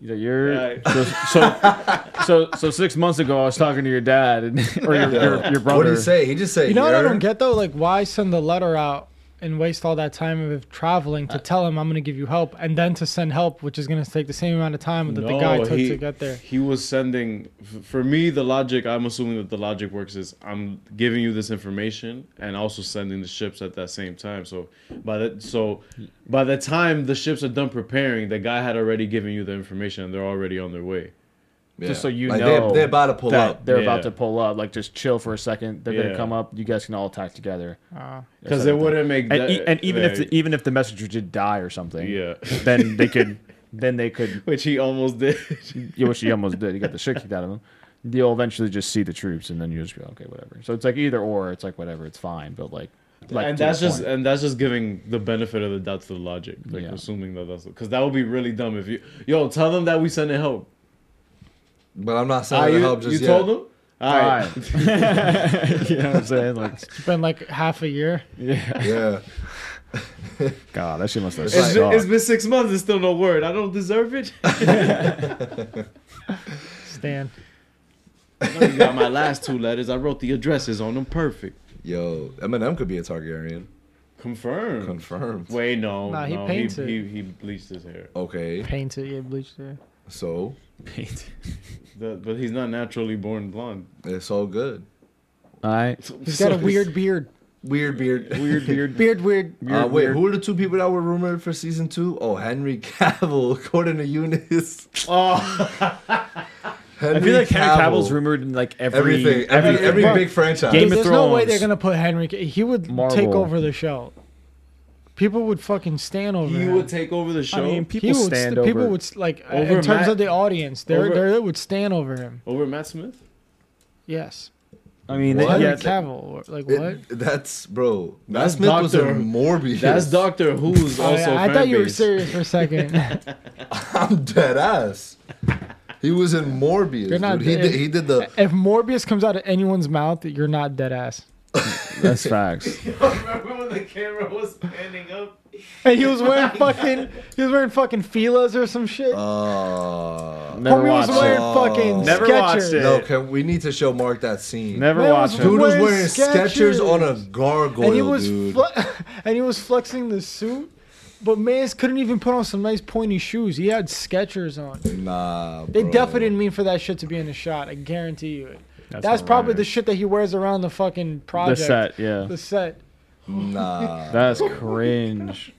[SPEAKER 5] He's like, you're
[SPEAKER 3] Right.
[SPEAKER 5] so, so so so six months ago I was talking to your dad and or your, your, your brother.
[SPEAKER 4] What did he say? He just said,
[SPEAKER 2] You know what I
[SPEAKER 4] "Yer."
[SPEAKER 2] don't get though? Like, why send the letter out and waste all that time of traveling to tell him I'm going to give you help, and then to send help, which is going to take the same amount of time that the guy took to get there.
[SPEAKER 3] He was sending. f- For me, the logic. I'm assuming that the logic works is I'm giving you this information and also sending the ships at that same time. So by the so by the time the ships are done preparing, the guy had already given you the information and they're already on their way.
[SPEAKER 4] Yeah.
[SPEAKER 5] Just so you
[SPEAKER 4] Like,
[SPEAKER 5] know,
[SPEAKER 4] they're, they're about to pull
[SPEAKER 5] that
[SPEAKER 4] up.
[SPEAKER 5] They're about
[SPEAKER 3] Yeah.
[SPEAKER 5] to pull up. Like just chill for a second. They're
[SPEAKER 3] Yeah.
[SPEAKER 5] gonna come up. You guys can all attack together.
[SPEAKER 3] Because they wouldn't make
[SPEAKER 5] And,
[SPEAKER 3] that-
[SPEAKER 5] e- and even if
[SPEAKER 3] yeah,
[SPEAKER 5] the, even if the messenger did die or something,
[SPEAKER 3] Yeah.
[SPEAKER 5] then they could then they could.
[SPEAKER 3] which he almost did.
[SPEAKER 5] You wish he almost did. He got the shit kicked out of him. You'll eventually just see the troops, and then you just go, okay, whatever. So it's like either or. It's like whatever. It's fine, but like, like
[SPEAKER 3] and
[SPEAKER 5] to the
[SPEAKER 3] that's just
[SPEAKER 5] point.
[SPEAKER 3] and that's just giving the benefit of the doubt to the logic, like
[SPEAKER 5] Yeah.
[SPEAKER 3] assuming that that's because that would be really dumb if you yo tell them that we sending help.
[SPEAKER 4] But I'm not
[SPEAKER 3] Ah,
[SPEAKER 4] sending
[SPEAKER 3] you
[SPEAKER 4] the help just yet.
[SPEAKER 3] you told them. All right.
[SPEAKER 5] Alright. you know what I'm saying? Like,
[SPEAKER 2] It's been like half a year.
[SPEAKER 4] Yeah.
[SPEAKER 5] God, that shit must have
[SPEAKER 3] It's
[SPEAKER 5] sucked.
[SPEAKER 3] been, it's been six months. It's still no word. I don't deserve it.
[SPEAKER 2] Stan,
[SPEAKER 3] I got my last two letters. I wrote the addresses on them. Perfect.
[SPEAKER 4] Yo, Eminem could be a Targaryen.
[SPEAKER 3] Confirmed.
[SPEAKER 4] Confirmed.
[SPEAKER 3] Wait, no.
[SPEAKER 2] Nah, he
[SPEAKER 3] no,
[SPEAKER 2] paints
[SPEAKER 3] he,
[SPEAKER 2] it.
[SPEAKER 3] He, he bleached his hair.
[SPEAKER 4] Okay.
[SPEAKER 2] painted, yeah, bleached there.
[SPEAKER 4] So
[SPEAKER 5] paint.
[SPEAKER 3] The- but he's not naturally born blonde.
[SPEAKER 4] it's all good.
[SPEAKER 5] All right.
[SPEAKER 2] He's got a weird beard.
[SPEAKER 4] Weird beard.
[SPEAKER 5] Weird, weird.
[SPEAKER 2] Beard weird.
[SPEAKER 4] Uh, wait,
[SPEAKER 5] weird.
[SPEAKER 4] who are the two people that were rumored for season two? Oh, Henry Cavill, according to Eunice.
[SPEAKER 3] Oh,
[SPEAKER 4] Henry
[SPEAKER 5] I feel like Henry Cavill's rumored in like every
[SPEAKER 4] Everything, every every,
[SPEAKER 5] Bro,
[SPEAKER 4] big franchise.
[SPEAKER 5] Game
[SPEAKER 2] Dude,
[SPEAKER 5] of
[SPEAKER 2] there's no way
[SPEAKER 5] Thrones.
[SPEAKER 2] they're going to put Henry. Ca- He would take
[SPEAKER 5] Marvel.
[SPEAKER 2] over the show. People would fucking stand over
[SPEAKER 3] he
[SPEAKER 2] him.
[SPEAKER 3] would take over the show.
[SPEAKER 5] I mean,
[SPEAKER 2] He
[SPEAKER 5] people
[SPEAKER 2] would st-
[SPEAKER 5] stand over.
[SPEAKER 2] People would s- like uh,
[SPEAKER 3] Over
[SPEAKER 2] in terms
[SPEAKER 3] Matt-
[SPEAKER 2] of the audience. They
[SPEAKER 3] over-
[SPEAKER 2] they would stand over him.
[SPEAKER 3] over Matt Smith.
[SPEAKER 2] Yes.
[SPEAKER 5] I mean,
[SPEAKER 4] What?
[SPEAKER 5] yeah,
[SPEAKER 2] Henry
[SPEAKER 5] th-
[SPEAKER 2] Cavill. or- Like
[SPEAKER 4] It-
[SPEAKER 2] what?
[SPEAKER 4] that's bro. Matt
[SPEAKER 3] That's
[SPEAKER 4] Smith was
[SPEAKER 3] Doctor-
[SPEAKER 4] in Morbius.
[SPEAKER 3] That's Doctor Who's
[SPEAKER 2] Oh,
[SPEAKER 3] also.
[SPEAKER 2] yeah, I
[SPEAKER 3] fan
[SPEAKER 2] thought you were
[SPEAKER 3] base.
[SPEAKER 2] serious for a second.
[SPEAKER 4] I'm dead ass. He was in Morbius.
[SPEAKER 2] You're not
[SPEAKER 4] dude. He
[SPEAKER 2] dead.
[SPEAKER 4] did. He did the.
[SPEAKER 2] if Morbius comes out of anyone's mouth, you're not dead ass.
[SPEAKER 5] that's facts.
[SPEAKER 3] Remember when the camera was standing up?
[SPEAKER 2] And he was wearing fucking he was wearing fucking Fila's or some shit.
[SPEAKER 4] Uh,
[SPEAKER 5] Never
[SPEAKER 2] Homie was
[SPEAKER 5] watched
[SPEAKER 2] wearing
[SPEAKER 5] it.
[SPEAKER 4] Oh, it.
[SPEAKER 2] fucking
[SPEAKER 5] Never
[SPEAKER 2] Skechers.
[SPEAKER 5] watched it.
[SPEAKER 4] no, can, we need to show Mark that scene.
[SPEAKER 5] Never
[SPEAKER 2] Man was
[SPEAKER 5] watched
[SPEAKER 4] Dude
[SPEAKER 5] it.
[SPEAKER 4] was
[SPEAKER 2] Wearing
[SPEAKER 4] wearing Skechers
[SPEAKER 2] Skechers.
[SPEAKER 4] on a gargoyle,
[SPEAKER 2] And he was
[SPEAKER 4] dude.
[SPEAKER 2] fle- and he was flexing the suit, but Mans couldn't even put on some nice pointy shoes. He had Skechers on.
[SPEAKER 4] nah,
[SPEAKER 2] They
[SPEAKER 4] bro.
[SPEAKER 2] definitely didn't mean for that shit to be in the shot. I guarantee you it. That's, probably the shit that he wears around the fucking
[SPEAKER 5] The
[SPEAKER 2] project.
[SPEAKER 5] set, yeah.
[SPEAKER 2] The set.
[SPEAKER 4] Nah,
[SPEAKER 5] That's cringe.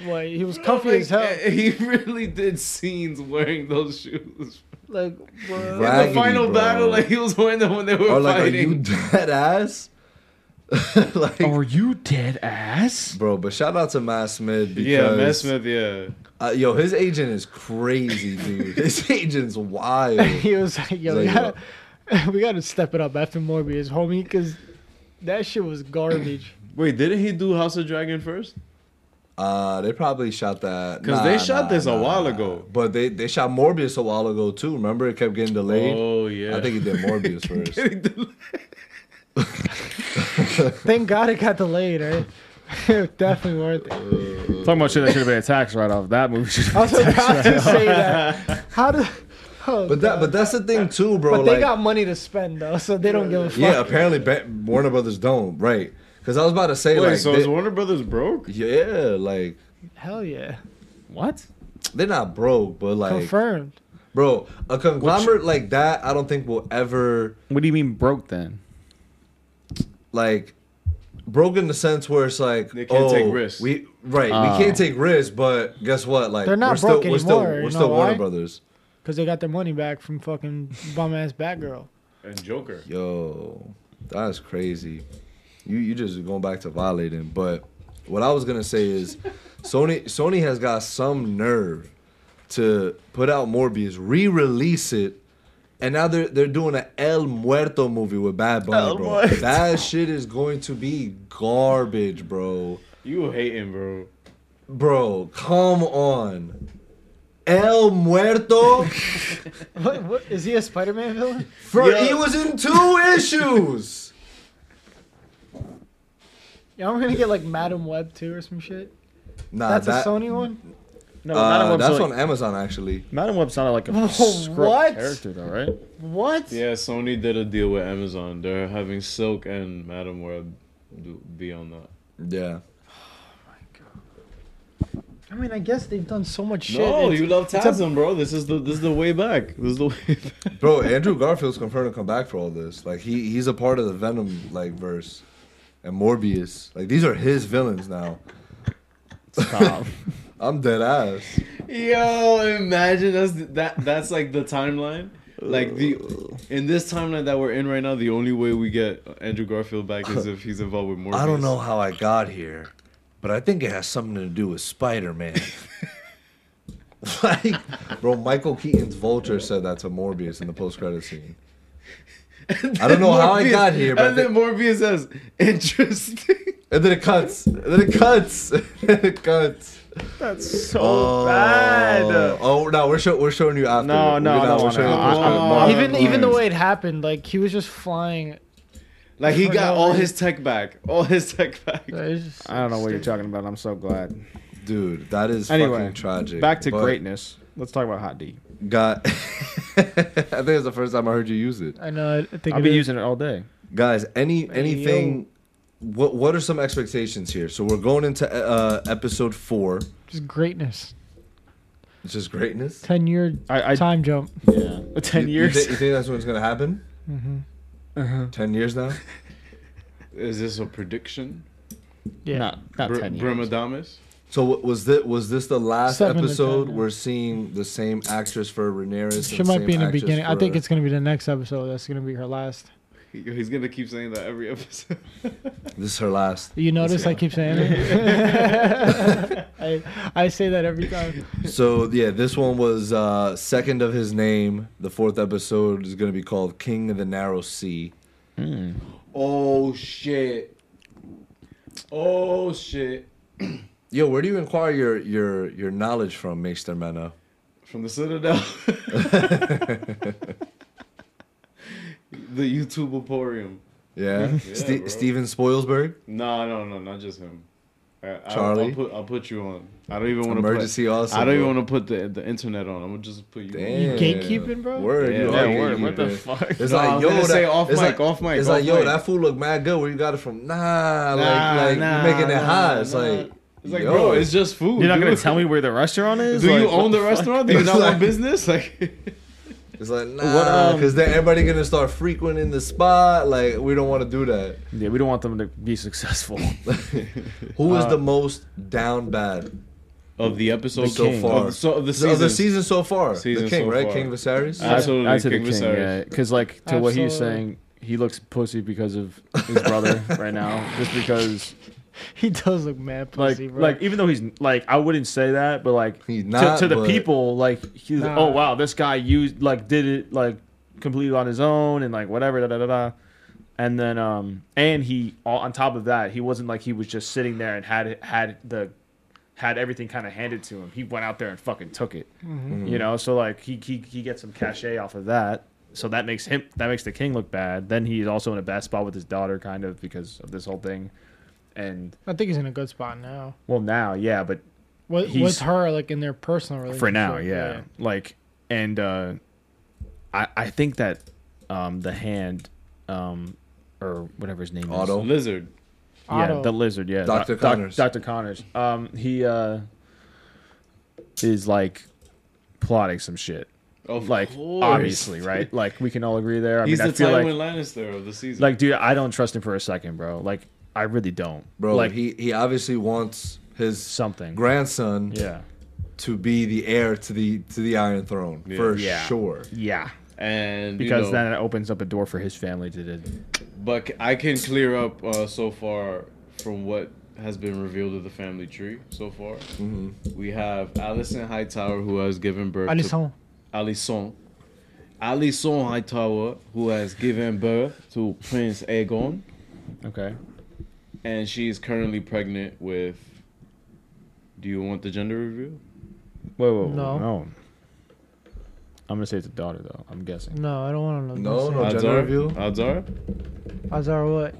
[SPEAKER 2] Like eh, he was comfy as hell.
[SPEAKER 3] He really did scenes wearing those shoes.
[SPEAKER 2] Like bro.
[SPEAKER 4] Right.
[SPEAKER 3] the
[SPEAKER 4] Raggedy,
[SPEAKER 3] final
[SPEAKER 4] bro.
[SPEAKER 3] battle, like he was wearing them when they were
[SPEAKER 4] or like, are you
[SPEAKER 3] fighting.
[SPEAKER 4] dead ass? like,
[SPEAKER 3] Oh.
[SPEAKER 5] you dead ass?
[SPEAKER 4] bro. But shout out to Matt Smith because
[SPEAKER 3] yeah, Matt Smith. Yeah.
[SPEAKER 4] uh, yo, his agent is crazy, dude. his agent's wild.
[SPEAKER 2] he was like, yo,
[SPEAKER 4] He's
[SPEAKER 2] we,
[SPEAKER 4] like,
[SPEAKER 2] gotta, we gotta step it up after Morbius, homie, because that shit was garbage.
[SPEAKER 3] Wait, didn't he do House of Dragon first?
[SPEAKER 4] Uh, they probably shot that
[SPEAKER 3] 'Cause they shot this a while ago.
[SPEAKER 4] But they they shot Morbius a while ago too. Remember, it kept getting delayed.
[SPEAKER 3] Oh yeah.
[SPEAKER 4] I think he did Morbius first.
[SPEAKER 2] Thank God it got delayed, right? Definitely worth it.
[SPEAKER 5] Talking about shit that should have been a tax write off. That movie should
[SPEAKER 2] I
[SPEAKER 5] have
[SPEAKER 2] was about to say that. How do? Oh,
[SPEAKER 4] But that but that's the thing too, bro.
[SPEAKER 2] but they
[SPEAKER 4] like-
[SPEAKER 2] got money to spend though, so they don't give a fuck.
[SPEAKER 4] yeah, apparently ba- Warner Brothers don't right. Because I was about to say
[SPEAKER 3] Wait,
[SPEAKER 4] like
[SPEAKER 3] so
[SPEAKER 4] they-
[SPEAKER 3] is Warner Brothers broke?
[SPEAKER 4] yeah, like
[SPEAKER 2] Hell yeah,
[SPEAKER 5] What?
[SPEAKER 4] they're not broke, but like
[SPEAKER 2] confirmed.
[SPEAKER 4] bro, a conglomerate like that, I don't think will ever
[SPEAKER 5] What do you mean broke then?
[SPEAKER 4] like broke in the sense where it's like
[SPEAKER 3] They can't
[SPEAKER 4] oh,
[SPEAKER 3] take risks.
[SPEAKER 4] We right,
[SPEAKER 5] Oh.
[SPEAKER 4] we can't take risks, but guess what? Like
[SPEAKER 2] They're not
[SPEAKER 4] we're
[SPEAKER 2] broke
[SPEAKER 4] still, we're still
[SPEAKER 2] anymore, you
[SPEAKER 4] we're
[SPEAKER 2] know
[SPEAKER 4] still Warner
[SPEAKER 2] why?
[SPEAKER 4] Brothers.
[SPEAKER 2] Cause they got their money back from fucking bum ass Batgirl.
[SPEAKER 3] And Joker.
[SPEAKER 4] Yo, that's crazy. You you just going back to violating. But what I was gonna say is, Sony Sony has got some nerve to put out Morbius, re-release it, and now they're they're doing an El Muerto movie with Bad Bunny,
[SPEAKER 3] El
[SPEAKER 4] bro.
[SPEAKER 3] Muerto.
[SPEAKER 4] That shit is going to be garbage, bro.
[SPEAKER 3] You hating, bro.
[SPEAKER 4] Bro, come on. El Muerto?
[SPEAKER 2] What, what is he a Spider-Man villain?
[SPEAKER 4] Bro,
[SPEAKER 3] Yeah.
[SPEAKER 4] he was in two issues.
[SPEAKER 2] Yeah, I'm gonna get like Madam Web too or some shit.
[SPEAKER 4] Nah,
[SPEAKER 2] That's
[SPEAKER 4] Uh, that,
[SPEAKER 2] a Sony one.
[SPEAKER 5] No,
[SPEAKER 4] Uh,
[SPEAKER 5] Madam Web's
[SPEAKER 4] that's
[SPEAKER 5] like,
[SPEAKER 4] on Amazon actually.
[SPEAKER 5] Madam Web sounded like a
[SPEAKER 2] Oh,
[SPEAKER 5] script
[SPEAKER 2] what?
[SPEAKER 5] character though, right?
[SPEAKER 2] What?
[SPEAKER 3] Yeah, Sony did a deal with Amazon. They're having Silk and Madam Web do, be on that.
[SPEAKER 4] Yeah.
[SPEAKER 2] I mean, I guess they've done so much shit.
[SPEAKER 3] No,
[SPEAKER 2] It's-
[SPEAKER 3] you love
[SPEAKER 2] it's a-
[SPEAKER 3] Tasm, bro. This is the this is the way back. This is the way back.
[SPEAKER 4] Bro, Andrew Garfield's confirmed to come back for all this. Like he he's a part of the Venom like verse, and Morbius. Like these are his villains now.
[SPEAKER 5] Stop.
[SPEAKER 4] I'm dead ass.
[SPEAKER 3] Yo, imagine that's that that's like the timeline. Like the in this timeline that we're in right now, the only way we get Andrew Garfield back is if he's involved with Morbius.
[SPEAKER 4] I don't know how I got here, but I think it has something to do with Spider Man. like, bro, Michael Keaton's Vulture said that to Morbius in the post credit scene. I don't know how I
[SPEAKER 3] Morbius-
[SPEAKER 4] got here, but
[SPEAKER 3] and then Morbius says, "Interesting."
[SPEAKER 4] and then it cuts. And then it cuts. and then it cuts.
[SPEAKER 5] That's so
[SPEAKER 4] Oh,
[SPEAKER 5] bad.
[SPEAKER 4] Oh no, we're show, we're showing you after.
[SPEAKER 5] No,
[SPEAKER 4] We're
[SPEAKER 5] no, I
[SPEAKER 4] not-
[SPEAKER 5] don't
[SPEAKER 4] we're
[SPEAKER 5] wanna-
[SPEAKER 4] showing you the
[SPEAKER 5] I-
[SPEAKER 4] post-credit.
[SPEAKER 5] I'm-
[SPEAKER 4] No,
[SPEAKER 2] even
[SPEAKER 4] no,
[SPEAKER 2] even the
[SPEAKER 4] no.
[SPEAKER 2] way it happened, like he was just flying.
[SPEAKER 3] Like he
[SPEAKER 2] For
[SPEAKER 3] got
[SPEAKER 2] no
[SPEAKER 3] all
[SPEAKER 2] reason.
[SPEAKER 3] his tech back, all his tech back.
[SPEAKER 2] It was just-
[SPEAKER 5] I don't know what you're talking about. I'm so glad.
[SPEAKER 4] dude, that is
[SPEAKER 5] Anyway,
[SPEAKER 4] fucking tragic.
[SPEAKER 5] back to
[SPEAKER 4] but
[SPEAKER 5] greatness. Let's talk about Hot D.
[SPEAKER 4] Got. I think it's the first time I heard you use it.
[SPEAKER 2] I know. I think
[SPEAKER 5] I'll
[SPEAKER 2] it
[SPEAKER 5] be
[SPEAKER 2] is.
[SPEAKER 5] using it all day.
[SPEAKER 4] guys any
[SPEAKER 2] Hey,
[SPEAKER 4] anything what what are some expectations here so we're going into uh episode four
[SPEAKER 2] just greatness.
[SPEAKER 4] which is greatness
[SPEAKER 2] Ten year
[SPEAKER 5] I, I
[SPEAKER 2] time jump.
[SPEAKER 5] yeah, ten
[SPEAKER 4] You-
[SPEAKER 5] years. Uh-huh.
[SPEAKER 4] you, thi- you think that's what's gonna happen
[SPEAKER 2] hmm
[SPEAKER 4] 10 years now
[SPEAKER 3] Is this a prediction?
[SPEAKER 2] Yeah.
[SPEAKER 5] Not not
[SPEAKER 3] Br-
[SPEAKER 5] ten years.
[SPEAKER 3] Brahmadamas?
[SPEAKER 4] so wa- was this was this the last
[SPEAKER 2] Seven to
[SPEAKER 4] episode
[SPEAKER 2] 10, yeah.
[SPEAKER 4] we're seeing the same actress for Rhaenyra?
[SPEAKER 2] She might be in the beginning. I think it's gonna be the next episode. That's gonna be her last.
[SPEAKER 3] Yo, He's gonna keep saying that every episode.
[SPEAKER 4] this is her last
[SPEAKER 2] You notice I keep saying it. I I say that every time.
[SPEAKER 4] so yeah this one was uh second of his name the fourth episode is gonna be called king of the narrow sea
[SPEAKER 3] oh shit. Oh shit.
[SPEAKER 4] yo where do you inquire your your your knowledge from Maester Mena?
[SPEAKER 3] From the Citadel. the YouTube Emporium.
[SPEAKER 4] Yeah. Ste-
[SPEAKER 3] bro.
[SPEAKER 4] Steven Spoilsberg,
[SPEAKER 3] No, no, no, not just him. I, I'll-
[SPEAKER 4] Charlie?
[SPEAKER 3] I'll put, I'll put you on. I don't even want to.
[SPEAKER 4] emergency also.
[SPEAKER 3] I don't even
[SPEAKER 4] bro.
[SPEAKER 3] want to put the the internet on. I'm gonna just put you.
[SPEAKER 4] Damn.
[SPEAKER 2] You gatekeeping, bro?
[SPEAKER 4] Word,
[SPEAKER 3] Yeah,
[SPEAKER 4] you
[SPEAKER 5] Yeah,
[SPEAKER 4] are
[SPEAKER 5] word, what the
[SPEAKER 4] gatekeeping.
[SPEAKER 5] fuck?
[SPEAKER 4] It's
[SPEAKER 3] No, I
[SPEAKER 4] like
[SPEAKER 3] was
[SPEAKER 4] yo,
[SPEAKER 3] gonna
[SPEAKER 4] that,
[SPEAKER 3] say off
[SPEAKER 4] it's
[SPEAKER 3] mic,
[SPEAKER 4] like,
[SPEAKER 3] off mic,
[SPEAKER 4] It's
[SPEAKER 3] off
[SPEAKER 4] like yo,
[SPEAKER 3] mic.
[SPEAKER 4] that fool look mad good. Where you got it from? Nah,
[SPEAKER 3] Nah,
[SPEAKER 4] like like
[SPEAKER 3] nah,
[SPEAKER 4] you making it
[SPEAKER 3] nah,
[SPEAKER 4] hot. It's
[SPEAKER 3] nah.
[SPEAKER 4] like
[SPEAKER 3] It's like,
[SPEAKER 4] yo.
[SPEAKER 3] bro, it's just food.
[SPEAKER 5] You're not gonna
[SPEAKER 3] dude.
[SPEAKER 5] tell me where the restaurant is?
[SPEAKER 3] Do
[SPEAKER 5] Like,
[SPEAKER 3] you
[SPEAKER 5] what
[SPEAKER 3] own the,
[SPEAKER 5] fuck?
[SPEAKER 3] restaurant? Do you
[SPEAKER 4] It's
[SPEAKER 3] not want
[SPEAKER 4] like-
[SPEAKER 3] business? Like,
[SPEAKER 4] it's like nah,
[SPEAKER 5] What, um,
[SPEAKER 4] because then everybody gonna start frequenting the spot. Like we don't want to do that.
[SPEAKER 5] Yeah, we don't want them to be successful.
[SPEAKER 4] Who
[SPEAKER 3] Uh,
[SPEAKER 4] is the most down bad
[SPEAKER 3] of the episode
[SPEAKER 4] so far?
[SPEAKER 3] Of, so of the
[SPEAKER 4] So-
[SPEAKER 3] season.
[SPEAKER 4] of the season so far,
[SPEAKER 3] Season
[SPEAKER 4] the king,
[SPEAKER 3] so
[SPEAKER 4] right?
[SPEAKER 3] far.
[SPEAKER 4] King Viserys.
[SPEAKER 3] Uh, Absolutely,
[SPEAKER 5] I'd say
[SPEAKER 3] King
[SPEAKER 5] the king,
[SPEAKER 3] Viserys.
[SPEAKER 5] yeah. Because like to what he was
[SPEAKER 2] Absolutely.
[SPEAKER 5] saying, he looks pussy because of his brother right now. Just because,
[SPEAKER 2] He does look mad
[SPEAKER 5] like,
[SPEAKER 2] pussy, bro.
[SPEAKER 5] like even though he's like, I wouldn't say that, but like
[SPEAKER 4] He's
[SPEAKER 5] to-
[SPEAKER 4] not,
[SPEAKER 5] to, the
[SPEAKER 4] but-
[SPEAKER 5] people, like, he's
[SPEAKER 2] Nah.
[SPEAKER 5] oh wow, this guy used like did it like completely on his own and like whatever da da da da. And then um and he all, on top of that, he wasn't like he was just sitting there and had had the had everything kind of handed to him. He went out there and fucking took it. You know, so like he, he he gets some cachet off of that. So that makes him that makes the king look bad. Then he's also in a bad spot with his daughter, kind of because of this whole thing. And
[SPEAKER 2] I think he's in a good spot now.
[SPEAKER 5] well, now yeah, but
[SPEAKER 2] With,
[SPEAKER 5] He's-
[SPEAKER 2] with her, like in their personal relationship.
[SPEAKER 5] for now, yeah. Like, and uh, I I think that um, the hand um, or whatever his name
[SPEAKER 4] Otto.
[SPEAKER 5] is,
[SPEAKER 3] Lizard.
[SPEAKER 5] yeah,
[SPEAKER 2] Otto.
[SPEAKER 5] the lizard, yeah,
[SPEAKER 4] Dr.
[SPEAKER 5] Doc-
[SPEAKER 4] Connors.
[SPEAKER 5] Dr. Connors. Um, he uh is like plotting some shit.
[SPEAKER 3] Of
[SPEAKER 5] Like
[SPEAKER 3] course.
[SPEAKER 5] obviously, right? Like we can all agree there. I
[SPEAKER 3] He's
[SPEAKER 5] mean, I
[SPEAKER 3] the
[SPEAKER 5] feel
[SPEAKER 3] Tywin
[SPEAKER 5] like,
[SPEAKER 3] Lannister of the season.
[SPEAKER 5] like, dude, I don't trust him for a second, bro. Like, I really don't,
[SPEAKER 4] Bro,
[SPEAKER 5] Like
[SPEAKER 4] he he obviously wants his
[SPEAKER 5] something,
[SPEAKER 4] grandson
[SPEAKER 5] yeah,
[SPEAKER 4] to be the heir to the to the Iron Throne for
[SPEAKER 5] Yeah.
[SPEAKER 4] sure.
[SPEAKER 5] yeah,
[SPEAKER 3] and
[SPEAKER 5] because
[SPEAKER 3] you know,
[SPEAKER 5] then it opens up a door for his family to. to
[SPEAKER 3] But c- I can clear up uh, so far from what has been revealed of the family tree so far.
[SPEAKER 4] Mm-hmm.
[SPEAKER 3] We have Alison Hightower, who has given birth to
[SPEAKER 2] Alison.
[SPEAKER 3] Alison. Alison Hightower, who has given birth to Prince Aegon,
[SPEAKER 5] okay,
[SPEAKER 3] and she is currently pregnant with. Do you want the gender reveal?
[SPEAKER 5] whoa, whoa, whoa,
[SPEAKER 2] No.
[SPEAKER 5] no. I'm gonna say it's a daughter, though. I'm guessing.
[SPEAKER 2] No, I don't want to
[SPEAKER 4] No,
[SPEAKER 2] know.
[SPEAKER 4] no.
[SPEAKER 3] Odds
[SPEAKER 4] Oh, gender
[SPEAKER 3] are-
[SPEAKER 4] reveal?
[SPEAKER 3] Odds are
[SPEAKER 2] Azar what?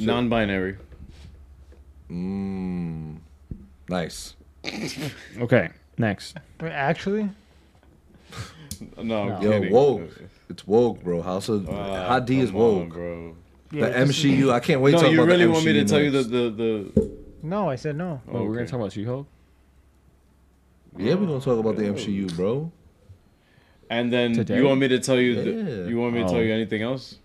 [SPEAKER 3] non-binary.
[SPEAKER 4] Mm, nice.
[SPEAKER 5] Okay, Next.
[SPEAKER 2] Wait, actually,
[SPEAKER 3] No, I'm
[SPEAKER 5] No.
[SPEAKER 4] Yo,
[SPEAKER 3] kidding.
[SPEAKER 4] woke. It's woke, bro. House of
[SPEAKER 3] Ah,
[SPEAKER 4] Hot D is
[SPEAKER 3] come on,
[SPEAKER 4] woke.
[SPEAKER 3] bro.
[SPEAKER 2] Yeah,
[SPEAKER 4] the
[SPEAKER 2] this is-
[SPEAKER 4] MCU. I can't wait. to
[SPEAKER 3] no,
[SPEAKER 4] talk
[SPEAKER 3] you
[SPEAKER 4] about
[SPEAKER 3] really
[SPEAKER 4] the
[SPEAKER 3] want me to
[SPEAKER 4] MCU
[SPEAKER 3] tell you the
[SPEAKER 4] next.
[SPEAKER 3] the the.
[SPEAKER 2] No, I said no.
[SPEAKER 5] Oh, we're gonna
[SPEAKER 3] okay.
[SPEAKER 5] talk about She-Hulk.
[SPEAKER 4] Yeah, we're gonna talk about the MCU, bro.
[SPEAKER 3] And then
[SPEAKER 5] Today?
[SPEAKER 3] you want me to tell you the,
[SPEAKER 4] Yeah.
[SPEAKER 3] you want me to
[SPEAKER 5] Oh.
[SPEAKER 3] tell you anything else?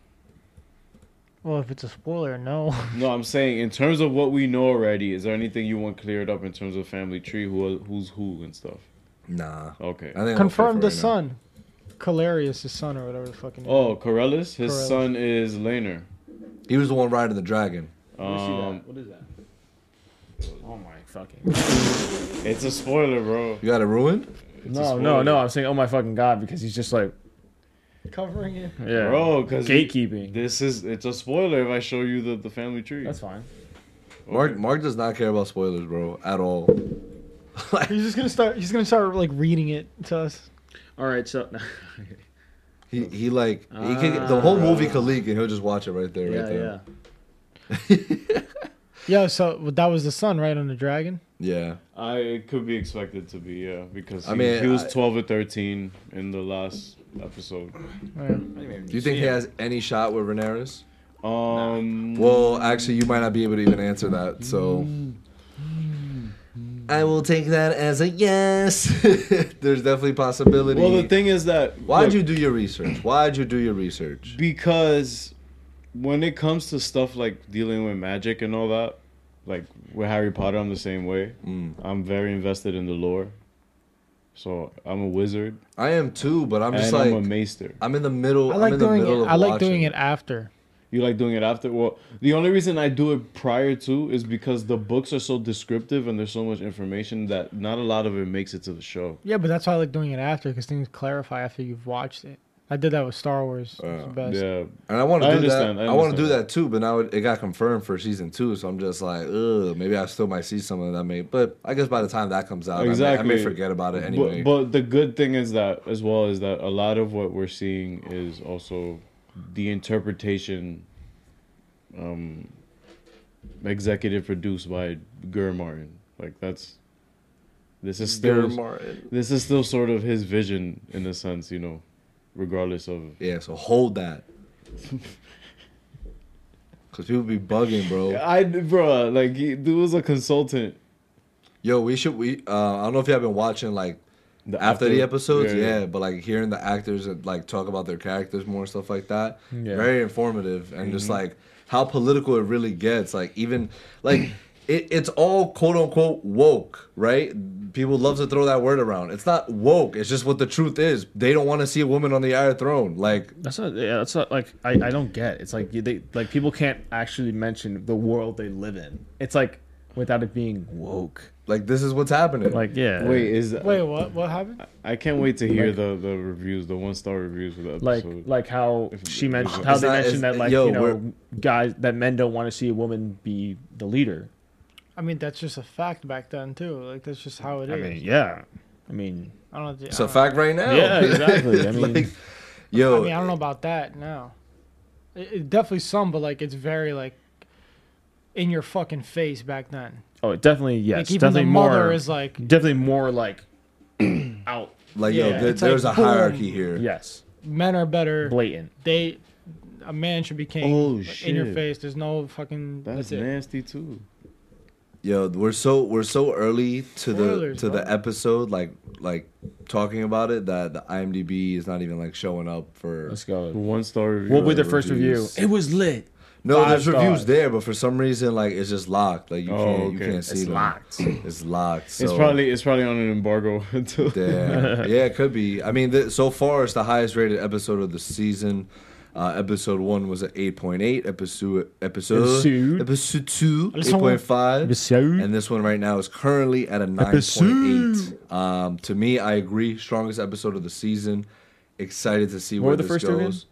[SPEAKER 2] Well, if it's a spoiler, no.
[SPEAKER 3] No, I'm saying in terms of what we know already, is there anything you want cleared up in terms of family tree, who who's who and stuff?
[SPEAKER 4] Nah.
[SPEAKER 3] Okay.
[SPEAKER 4] I think
[SPEAKER 2] Confirm
[SPEAKER 4] Confirmed
[SPEAKER 2] the son, Calarius, his son, or whatever the fucking.
[SPEAKER 3] Oh, Corellis, his
[SPEAKER 2] Corellis.
[SPEAKER 3] son is Laner.
[SPEAKER 4] He was the one riding the dragon.
[SPEAKER 3] Um,
[SPEAKER 5] what is that? Oh my fucking.
[SPEAKER 3] it's a spoiler, bro.
[SPEAKER 4] You got it ruined?
[SPEAKER 5] No,
[SPEAKER 3] spoiler.
[SPEAKER 5] no, no. I'm saying, oh my fucking god, because he's just like,
[SPEAKER 2] covering it.
[SPEAKER 5] yeah,
[SPEAKER 3] Bro, because
[SPEAKER 5] gatekeeping.
[SPEAKER 3] This is it's a spoiler if I show you the, the family tree.
[SPEAKER 5] That's fine.
[SPEAKER 4] Mark Mark does not care about spoilers, bro, at all. like
[SPEAKER 2] He's just gonna start. He's gonna start like reading it to us.
[SPEAKER 5] All right, so
[SPEAKER 4] he, he like he could, the whole movie could leak and he'll just watch it right there, right there.
[SPEAKER 2] Yeah, so that was the son, right, on the dragon.
[SPEAKER 4] Yeah.
[SPEAKER 3] I it could be expected to be yeah because he,
[SPEAKER 4] I mean,
[SPEAKER 3] he was
[SPEAKER 4] I-
[SPEAKER 3] 12 or 13 in the last episode.
[SPEAKER 2] Oh, Yeah.
[SPEAKER 4] Do you think he has any shot with Rhaenyra's?
[SPEAKER 3] Um,
[SPEAKER 4] Well, actually, you might not be able to even answer that. So I will take that as a yes. There's definitely possibility.
[SPEAKER 3] well, the thing is that
[SPEAKER 4] Why'd
[SPEAKER 3] look,
[SPEAKER 4] you do your research? Why'd you do your research?
[SPEAKER 3] because when it comes to stuff like dealing with magic and all that, like with Harry Potter, I'm the same way.
[SPEAKER 4] Mm.
[SPEAKER 3] I'm very invested in the lore, so I'm a wizard
[SPEAKER 4] I am too, but I'm just
[SPEAKER 3] and
[SPEAKER 4] like
[SPEAKER 3] I'm a maester.
[SPEAKER 4] I'm in the middle.
[SPEAKER 2] I
[SPEAKER 4] I'm
[SPEAKER 2] like
[SPEAKER 4] in the
[SPEAKER 2] doing
[SPEAKER 4] middle
[SPEAKER 2] it.
[SPEAKER 4] Of
[SPEAKER 2] I like doing
[SPEAKER 4] watching.
[SPEAKER 2] it after.
[SPEAKER 3] You like doing it after? Well, the only reason I do it prior to is because the books are so descriptive and there's so much information that not a lot of it makes it to the show.
[SPEAKER 2] Yeah, but that's why I like doing it after because things clarify after you've watched it. I did that with Star Wars. It's the best.
[SPEAKER 3] Yeah.
[SPEAKER 4] And I want
[SPEAKER 3] I
[SPEAKER 4] to do that.
[SPEAKER 3] understand,
[SPEAKER 4] I,
[SPEAKER 3] I
[SPEAKER 4] want to do
[SPEAKER 3] understand.
[SPEAKER 4] that too, but now it, it got confirmed for season two, so I'm just like, ugh, maybe I still might see some of that. May, but I guess by the time that comes out, I, may, I may
[SPEAKER 3] Exactly.
[SPEAKER 4] forget about it
[SPEAKER 3] But-
[SPEAKER 4] anyway.
[SPEAKER 3] But, the good thing is that, as well, is that a lot of what we're seeing is also the interpretation um, executive produced by Gur Martin. Like, that's. This is still this is still sort of his vision in a sense, you know, regardless of
[SPEAKER 4] yeah, so hold that, because people be bugging, bro.
[SPEAKER 3] I bro, like he, dude was a consultant.
[SPEAKER 4] Yo, we should we. Uh, I don't know if you have been watching like
[SPEAKER 3] The
[SPEAKER 4] after, the episodes, yeah, but like hearing the actors that like talk about their characters more and stuff like that,
[SPEAKER 5] Yeah. Mm-hmm.
[SPEAKER 4] very informative and just like how political it really gets. Like even like it, it's all quote unquote woke, right? People love to throw that word around. It's not woke. It's just what the truth is. They don't want to see a woman on the Iron Throne. Like
[SPEAKER 5] That's not. Yeah, that's not like I, I. don't get. It's like you- they like people can't actually mention the world they live in. It's like without it being woke.
[SPEAKER 4] like this is what's happening.
[SPEAKER 5] Like yeah.
[SPEAKER 3] Wait, is
[SPEAKER 2] Wait, what? What happened?
[SPEAKER 3] I can't wait to hear
[SPEAKER 5] Like-
[SPEAKER 3] the the reviews, the one star reviews for the episode.
[SPEAKER 5] Like like how she mentioned how
[SPEAKER 4] It's
[SPEAKER 5] they
[SPEAKER 4] not-
[SPEAKER 5] mentioned
[SPEAKER 4] it's-
[SPEAKER 5] that like
[SPEAKER 4] yo,
[SPEAKER 5] you know
[SPEAKER 4] we're-
[SPEAKER 5] guys that men don't want to see a woman be the leader.
[SPEAKER 2] I mean, that's just a fact back then too. Like that's just how it is.
[SPEAKER 5] I mean yeah. I mean
[SPEAKER 2] I don't. know- I
[SPEAKER 4] it's a
[SPEAKER 2] don't-
[SPEAKER 4] fact right now.
[SPEAKER 5] yeah exactly. I
[SPEAKER 4] It's
[SPEAKER 5] mean
[SPEAKER 4] like, yo,
[SPEAKER 2] I mean, I don't know about that now. It, it- definitely some, but like it's very like in your fucking face back then.
[SPEAKER 5] oh definitely yes
[SPEAKER 2] like even the
[SPEAKER 5] definitely
[SPEAKER 2] mother
[SPEAKER 5] more
[SPEAKER 2] is like,
[SPEAKER 5] definitely more like out
[SPEAKER 4] like yo,
[SPEAKER 2] yeah,
[SPEAKER 4] there,
[SPEAKER 2] it's like,
[SPEAKER 4] there's a
[SPEAKER 2] boom.
[SPEAKER 4] hierarchy here.
[SPEAKER 5] yes
[SPEAKER 2] men are better.
[SPEAKER 5] blatant.
[SPEAKER 2] They, a man should be king.
[SPEAKER 3] Oh,
[SPEAKER 2] like, In your
[SPEAKER 3] shit.
[SPEAKER 2] face. There's no fucking.
[SPEAKER 3] that's
[SPEAKER 2] That's, it.
[SPEAKER 3] nasty too.
[SPEAKER 4] Yo, we're so we're so early to the
[SPEAKER 2] Spoilers,
[SPEAKER 4] to
[SPEAKER 2] bro.
[SPEAKER 4] the episode, like like talking about it that the IMDb is not even like showing up for.
[SPEAKER 5] Let's go.
[SPEAKER 3] One star review.
[SPEAKER 5] What was their first
[SPEAKER 4] reviews.
[SPEAKER 5] review? It was lit.
[SPEAKER 4] No,
[SPEAKER 5] Five
[SPEAKER 4] there's reviews
[SPEAKER 5] stars.
[SPEAKER 4] there, but for some reason, like it's just locked. Like you
[SPEAKER 3] Oh,
[SPEAKER 4] can't you
[SPEAKER 3] okay.
[SPEAKER 4] can't see
[SPEAKER 5] It's
[SPEAKER 4] them.
[SPEAKER 5] locked.
[SPEAKER 4] It's locked. So.
[SPEAKER 3] It's probably it's probably on an embargo until
[SPEAKER 4] Damn. yeah, it could be. I mean, th- so far it's the highest rated episode of the season. Uh, episode one was at eight point eight. Episode episode
[SPEAKER 5] Episode.
[SPEAKER 4] episode two eight
[SPEAKER 2] Episode.
[SPEAKER 4] point five.
[SPEAKER 5] Episode.
[SPEAKER 4] And this one right now is currently at a nine point
[SPEAKER 5] Episode.
[SPEAKER 4] eight. Um, to me, I agree. Strongest episode of the season. Excited to see
[SPEAKER 5] What
[SPEAKER 4] where
[SPEAKER 5] were the
[SPEAKER 4] this
[SPEAKER 5] first two again?
[SPEAKER 4] goes.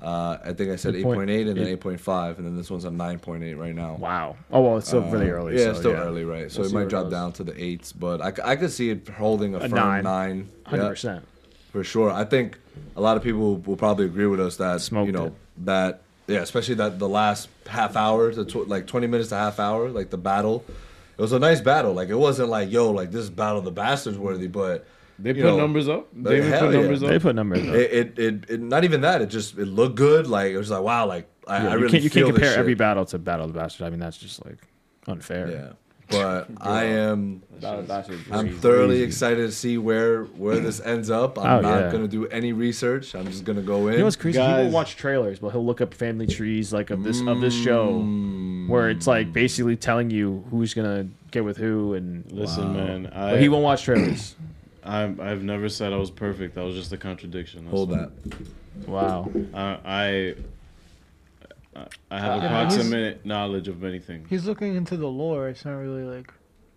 [SPEAKER 4] Uh, I think I said eight
[SPEAKER 5] Eight point-
[SPEAKER 4] point eight and then
[SPEAKER 5] eight-
[SPEAKER 4] eight point five, and then this one's at nine point eight right now.
[SPEAKER 5] Wow. Oh well, it's still really
[SPEAKER 4] Uh,
[SPEAKER 5] early.
[SPEAKER 4] Yeah,
[SPEAKER 5] so,
[SPEAKER 4] it's still early, right? So
[SPEAKER 5] We'll
[SPEAKER 4] it
[SPEAKER 5] see where
[SPEAKER 4] might
[SPEAKER 5] it
[SPEAKER 4] drop
[SPEAKER 5] goes.
[SPEAKER 4] down to the eights, but I, c- I could see it holding a, firm nine,
[SPEAKER 5] nine.
[SPEAKER 4] Yeah,
[SPEAKER 5] Hundred percent.
[SPEAKER 4] for sure. I think a lot of people will probably agree with us that
[SPEAKER 5] Smoked
[SPEAKER 4] you know
[SPEAKER 5] it.
[SPEAKER 4] that yeah, especially that the last half hour to tw- like twenty minutes to half hour, like the battle it was a nice battle. Like it wasn't like yo, like this battle of the bastards worthy, but
[SPEAKER 3] They put
[SPEAKER 4] You know,
[SPEAKER 3] numbers up.
[SPEAKER 4] but
[SPEAKER 3] They even
[SPEAKER 4] hell
[SPEAKER 3] put
[SPEAKER 4] yeah.
[SPEAKER 3] numbers
[SPEAKER 5] They
[SPEAKER 3] up.
[SPEAKER 5] put numbers. Up.
[SPEAKER 4] it it, it, it not even that. It just it looked good. Like it was like wow, like I, I
[SPEAKER 5] Yeah,
[SPEAKER 4] really
[SPEAKER 5] you can't, you
[SPEAKER 4] feel
[SPEAKER 5] can't
[SPEAKER 4] this
[SPEAKER 5] compare
[SPEAKER 4] shit.
[SPEAKER 5] every battle to Battle of the Bastards. I mean, that's just like unfair.
[SPEAKER 4] Yeah, but I am
[SPEAKER 5] Battle of the Bastards.
[SPEAKER 4] I'm thoroughly excited to see where where this ends up. I'm
[SPEAKER 5] Oh,
[SPEAKER 4] not
[SPEAKER 5] yeah.
[SPEAKER 4] gonna do any research. I'm just gonna go in.
[SPEAKER 5] You know what's crazy? He will
[SPEAKER 3] Guys.
[SPEAKER 5] watch trailers, but he'll look up family trees like of this of this show,
[SPEAKER 4] Mm.
[SPEAKER 5] where it's like basically telling you who's gonna get with who, and
[SPEAKER 3] Listen, man. I,
[SPEAKER 5] But he won't watch trailers.
[SPEAKER 3] I'm, I've never said I was perfect. That was just a contradiction. That's
[SPEAKER 4] Hold
[SPEAKER 3] all.
[SPEAKER 4] that.
[SPEAKER 5] wow.
[SPEAKER 3] I I, I have
[SPEAKER 5] Uh,
[SPEAKER 3] approximate knowledge of many things.
[SPEAKER 2] He's looking into the lore. It's not really like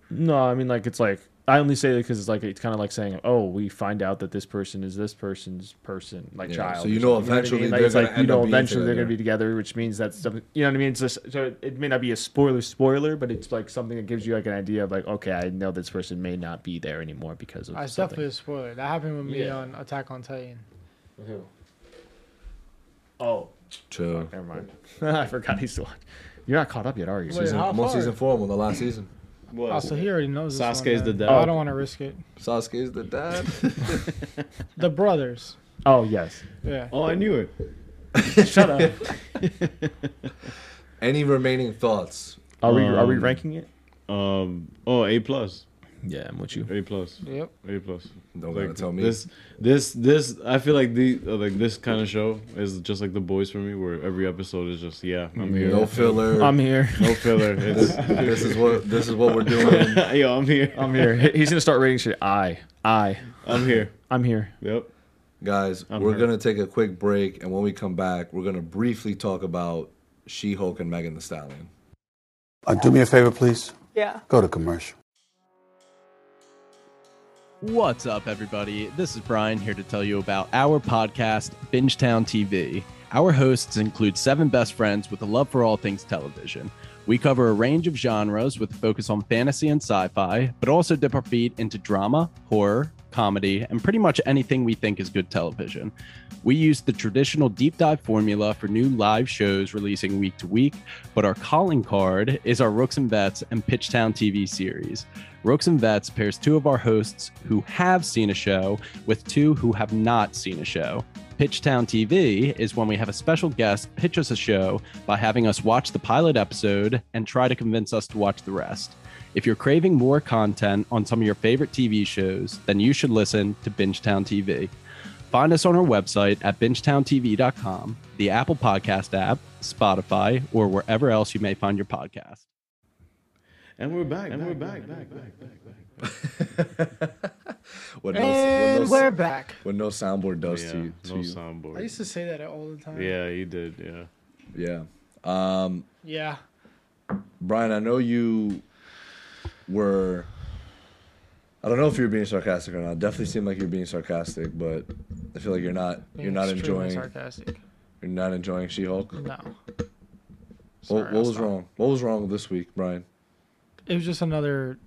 [SPEAKER 5] No, I mean like it's like I only say it because it's like it's kind of like saying, oh, we find out that this person is this person's person, like
[SPEAKER 4] Yeah,
[SPEAKER 5] child.
[SPEAKER 4] so you
[SPEAKER 5] or
[SPEAKER 4] know
[SPEAKER 5] something, what I
[SPEAKER 4] eventually
[SPEAKER 5] mean?
[SPEAKER 4] they're
[SPEAKER 5] it's
[SPEAKER 4] gonna
[SPEAKER 5] you
[SPEAKER 4] end up
[SPEAKER 5] know
[SPEAKER 4] being
[SPEAKER 5] eventually they're
[SPEAKER 4] together.
[SPEAKER 5] gonna be together, which means that's something. You know what I mean? It's just so it may not be a spoiler spoiler, but it's like something that gives you like an idea of like, okay, I know this person may not be there anymore because of.
[SPEAKER 2] I
[SPEAKER 5] something.
[SPEAKER 2] definitely a spoiler. That happened with me
[SPEAKER 5] Yeah.
[SPEAKER 2] on Attack on Titan.
[SPEAKER 5] Oh,
[SPEAKER 4] Chill.
[SPEAKER 5] never mind. I forgot he's still. You're not caught up yet, are you?
[SPEAKER 2] Wait,
[SPEAKER 4] Season,
[SPEAKER 2] how
[SPEAKER 4] I'm on
[SPEAKER 2] far?
[SPEAKER 4] season four. I'm on the last season.
[SPEAKER 3] What?
[SPEAKER 2] Oh, so he already knows. this
[SPEAKER 3] Sasuke's
[SPEAKER 2] one,
[SPEAKER 3] the
[SPEAKER 2] man.
[SPEAKER 3] dad.
[SPEAKER 2] Oh, I don't want to risk it.
[SPEAKER 4] Sasuke's the dad.
[SPEAKER 2] The brothers.
[SPEAKER 5] Oh yes.
[SPEAKER 2] Yeah.
[SPEAKER 3] oh, I knew it.
[SPEAKER 5] Shut up.
[SPEAKER 4] Any remaining thoughts?
[SPEAKER 5] Are we are we
[SPEAKER 3] Um,
[SPEAKER 5] ranking it?
[SPEAKER 3] Um. Oh, A plus.
[SPEAKER 5] Yeah, I'm with you.
[SPEAKER 3] A plus.
[SPEAKER 2] Yep.
[SPEAKER 3] A plus.
[SPEAKER 4] Don't gotta tell me.
[SPEAKER 3] This, this, this. I feel like the uh, like this kind of show is just like the boys for me, where every episode is just yeah, I'm here,
[SPEAKER 4] No filler.
[SPEAKER 5] I'm here.
[SPEAKER 3] no filler. It's,
[SPEAKER 4] this is what this is what we're doing.
[SPEAKER 3] yo, I'm here,
[SPEAKER 5] I'm here. He- He's gonna start rating shit. I, I,
[SPEAKER 3] I'm here.
[SPEAKER 5] I'm here.
[SPEAKER 3] Yep.
[SPEAKER 4] Guys,
[SPEAKER 3] I'm
[SPEAKER 4] we're
[SPEAKER 3] hurt.
[SPEAKER 4] gonna take a quick break, and when we come back, we're gonna briefly talk about She-Hulk and Megan the Stallion.
[SPEAKER 6] Uh, do me a favor, please.
[SPEAKER 7] Yeah.
[SPEAKER 6] Go to commercial.
[SPEAKER 8] What's up, everybody? This is Brian here to tell you about our podcast, Bingetown TV. Our hosts include seven best friends with a love for all things television. We cover a range of genres with a focus on fantasy and sci fi, but also dip our feet into drama, horror, comedy, and pretty much anything we think is good television. We use the traditional deep dive formula for new live shows releasing week to week, but our calling card is our Rooks and Vets and Pitchtown TV series. Rooks and Vets pairs two of our hosts who have seen a show with two who have not seen a show. Pitchtown TV is when we have a special guest pitch us a show by having us watch the pilot episode and try to convince us to watch the rest. If you're craving more content on some of your favorite TV shows, then you should listen to Bingetown TV. Find us on our website at bingetowntv.com, the Apple Podcast app, Spotify, or wherever else you may find your podcast.
[SPEAKER 3] And we're back. And we're back. Back. Back. Back.
[SPEAKER 4] With no,
[SPEAKER 2] And
[SPEAKER 4] with
[SPEAKER 2] we're
[SPEAKER 4] no,
[SPEAKER 2] back.
[SPEAKER 4] with no soundboard does
[SPEAKER 3] Yeah.
[SPEAKER 4] to you. To
[SPEAKER 3] No
[SPEAKER 4] you.
[SPEAKER 2] I
[SPEAKER 3] soundboard.
[SPEAKER 2] used to say that all the time.
[SPEAKER 3] Yeah, you did. Yeah.
[SPEAKER 4] Yeah, um,
[SPEAKER 2] Yeah.
[SPEAKER 4] Brian, I know you were. I don't know if you're being sarcastic or not. It definitely seemed like you're being sarcastic, but I feel like you're not. You're
[SPEAKER 2] Being
[SPEAKER 4] not
[SPEAKER 2] extremely
[SPEAKER 4] enjoying.
[SPEAKER 2] Sarcastic.
[SPEAKER 4] You're not enjoying She-Hulk.
[SPEAKER 2] No. Sorry,
[SPEAKER 4] What, what
[SPEAKER 2] I'll
[SPEAKER 4] was
[SPEAKER 2] stop.
[SPEAKER 4] wrong? What was wrong this week, Brian?
[SPEAKER 2] It was just another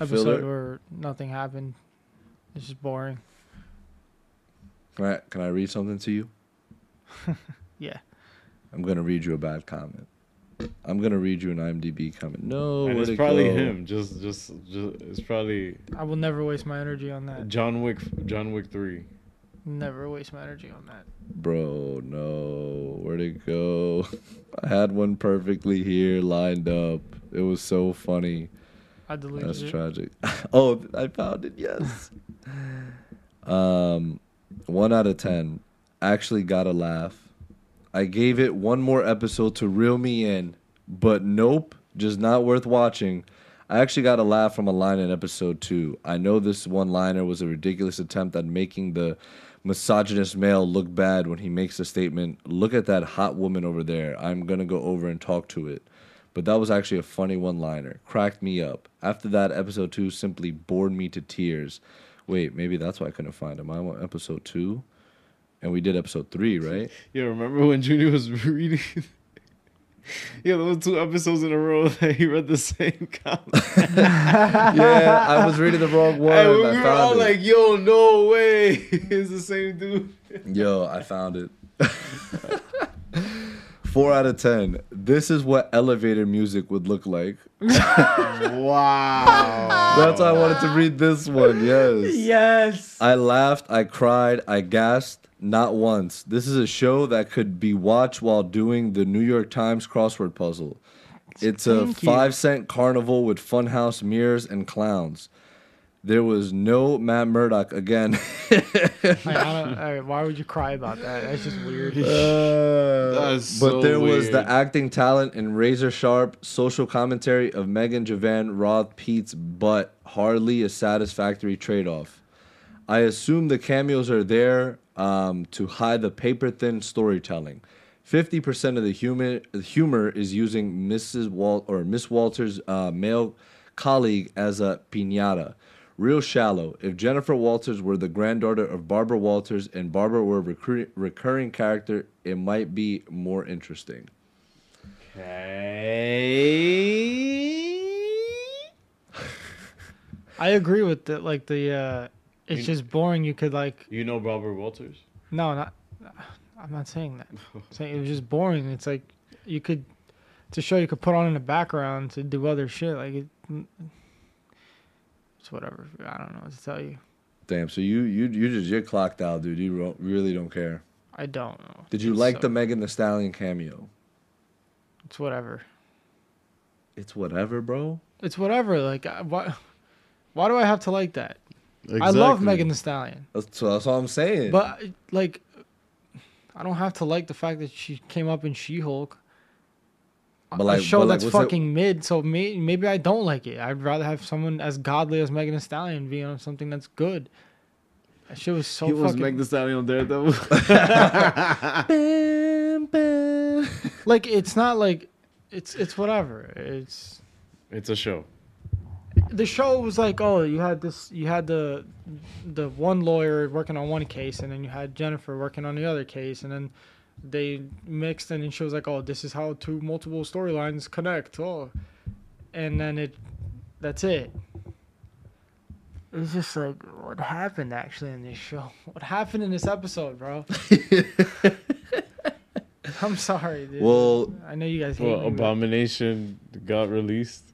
[SPEAKER 2] episode
[SPEAKER 4] Filler?
[SPEAKER 2] where nothing happened. It's just boring.
[SPEAKER 4] Can I, can I read something to you?
[SPEAKER 2] Yeah.
[SPEAKER 4] I'm gonna read you a bad comment. I'm gonna read you an IMDb comment. No,
[SPEAKER 3] And
[SPEAKER 4] where'd
[SPEAKER 3] it's
[SPEAKER 4] it
[SPEAKER 3] probably
[SPEAKER 4] go?
[SPEAKER 3] him. Just, just, just. It's probably
[SPEAKER 2] I will never waste my energy on that.
[SPEAKER 3] John Wick. John Wick three.
[SPEAKER 2] Never waste my energy on that.
[SPEAKER 4] Bro, no. Where'd it go? I had one perfectly here lined up. It was so funny.
[SPEAKER 2] I deleted
[SPEAKER 4] That's
[SPEAKER 2] it.
[SPEAKER 4] tragic. oh, I found it. Yes. um, one out of ten. Actually, got a laugh. I gave it one more episode to reel me in, but nope, just not worth watching. I actually got a laugh from a line in episode two. I know this one liner was a ridiculous attempt at making the misogynist male look bad when he makes the statement, Look at that hot woman over there. I'm going to go over and talk to it. But that was actually a funny one liner. Cracked me up. After that, episode two simply bored me to tears. Wait, maybe that's why I couldn't find him. I want episode two. And we did episode three, right?
[SPEAKER 3] Yeah, remember when Junior was reading? yeah, those two episodes in a row that he read the same comment.
[SPEAKER 4] yeah, I was reading the wrong one.
[SPEAKER 3] And we
[SPEAKER 4] I
[SPEAKER 3] were all
[SPEAKER 4] found it.
[SPEAKER 3] like, "Yo, no way, it's the same dude."
[SPEAKER 4] Yo, I found it. Four out of ten. This is what elevator music would look like.
[SPEAKER 3] Wow.
[SPEAKER 4] That's why I wanted to read this one. Yes.
[SPEAKER 5] Yes.
[SPEAKER 4] I laughed, I cried, I gasped, not once. This is a show that could be watched while doing the New York Times crossword puzzle. It's a
[SPEAKER 2] Thank you.
[SPEAKER 4] five cent carnival with funhouse mirrors and clowns. There was no Matt Murdock again.
[SPEAKER 2] Like, I don't, all right, why would you cry about that? That's just weird.
[SPEAKER 4] Uh,
[SPEAKER 3] That's
[SPEAKER 4] but
[SPEAKER 3] so
[SPEAKER 4] there was the
[SPEAKER 3] weird.
[SPEAKER 4] acting talent and razor sharp social commentary of Megan Javan Roth Pete's butt hardly a satisfactory trade off. I assume the cameos are there um, to hide the paper thin storytelling. Fifty percent of the humor humor is using Mrs. Walt or Miss Walters' uh, male colleague as a piñata. Real shallow. If Jennifer Walters were the granddaughter of Barbara Walters and Barbara were a recru- recurring character, it might be more interesting.
[SPEAKER 2] I agree with the like the. uh It's just boring. You could like
[SPEAKER 3] You know Robert Walters?
[SPEAKER 2] no, not. I'm not saying that. I'm saying it was just boring. It's like you could to show you could put on in the background to do other shit. Like it, it's whatever. I don't know what to tell you.
[SPEAKER 4] Damn. So you you you just you're clocked out, dude. You ro- really don't care.
[SPEAKER 2] I don't know.
[SPEAKER 4] Did you
[SPEAKER 2] It
[SPEAKER 4] like the
[SPEAKER 2] sucked.
[SPEAKER 4] Megan the Stallion cameo?
[SPEAKER 2] It's whatever.
[SPEAKER 4] It's whatever, bro.
[SPEAKER 2] It's whatever. Like I- why? Why do I have to like that?
[SPEAKER 3] Exactly.
[SPEAKER 2] I love Megan Thee Stallion,
[SPEAKER 4] That's that's all I'm saying.
[SPEAKER 2] but like, I don't have to like the fact that she came up in She-Hulk.
[SPEAKER 4] But
[SPEAKER 2] a
[SPEAKER 4] like-
[SPEAKER 2] show
[SPEAKER 4] but like,
[SPEAKER 2] that's
[SPEAKER 4] what's it-
[SPEAKER 2] fucking mid, so may, maybe I don't like it. I'd rather have someone as godly as Megan Thee Stallion be on something that's good. That shit was so
[SPEAKER 5] He was
[SPEAKER 2] fucking
[SPEAKER 5] Meg the Stallion on Daredevil.
[SPEAKER 2] like it's not like it's it's whatever. It's
[SPEAKER 3] It's a show.
[SPEAKER 2] the show was like oh you had this you had the the one lawyer working on one case and then you had jennifer working on the other case and then they mixed and then she was like oh this is how two multiple storylines connect oh and then it that's it it's just like what happened actually in this show what happened in this episode bro i'm sorry dude
[SPEAKER 4] well,
[SPEAKER 2] i know you guys hate
[SPEAKER 3] Well,
[SPEAKER 2] me, but-
[SPEAKER 3] Abomination got released.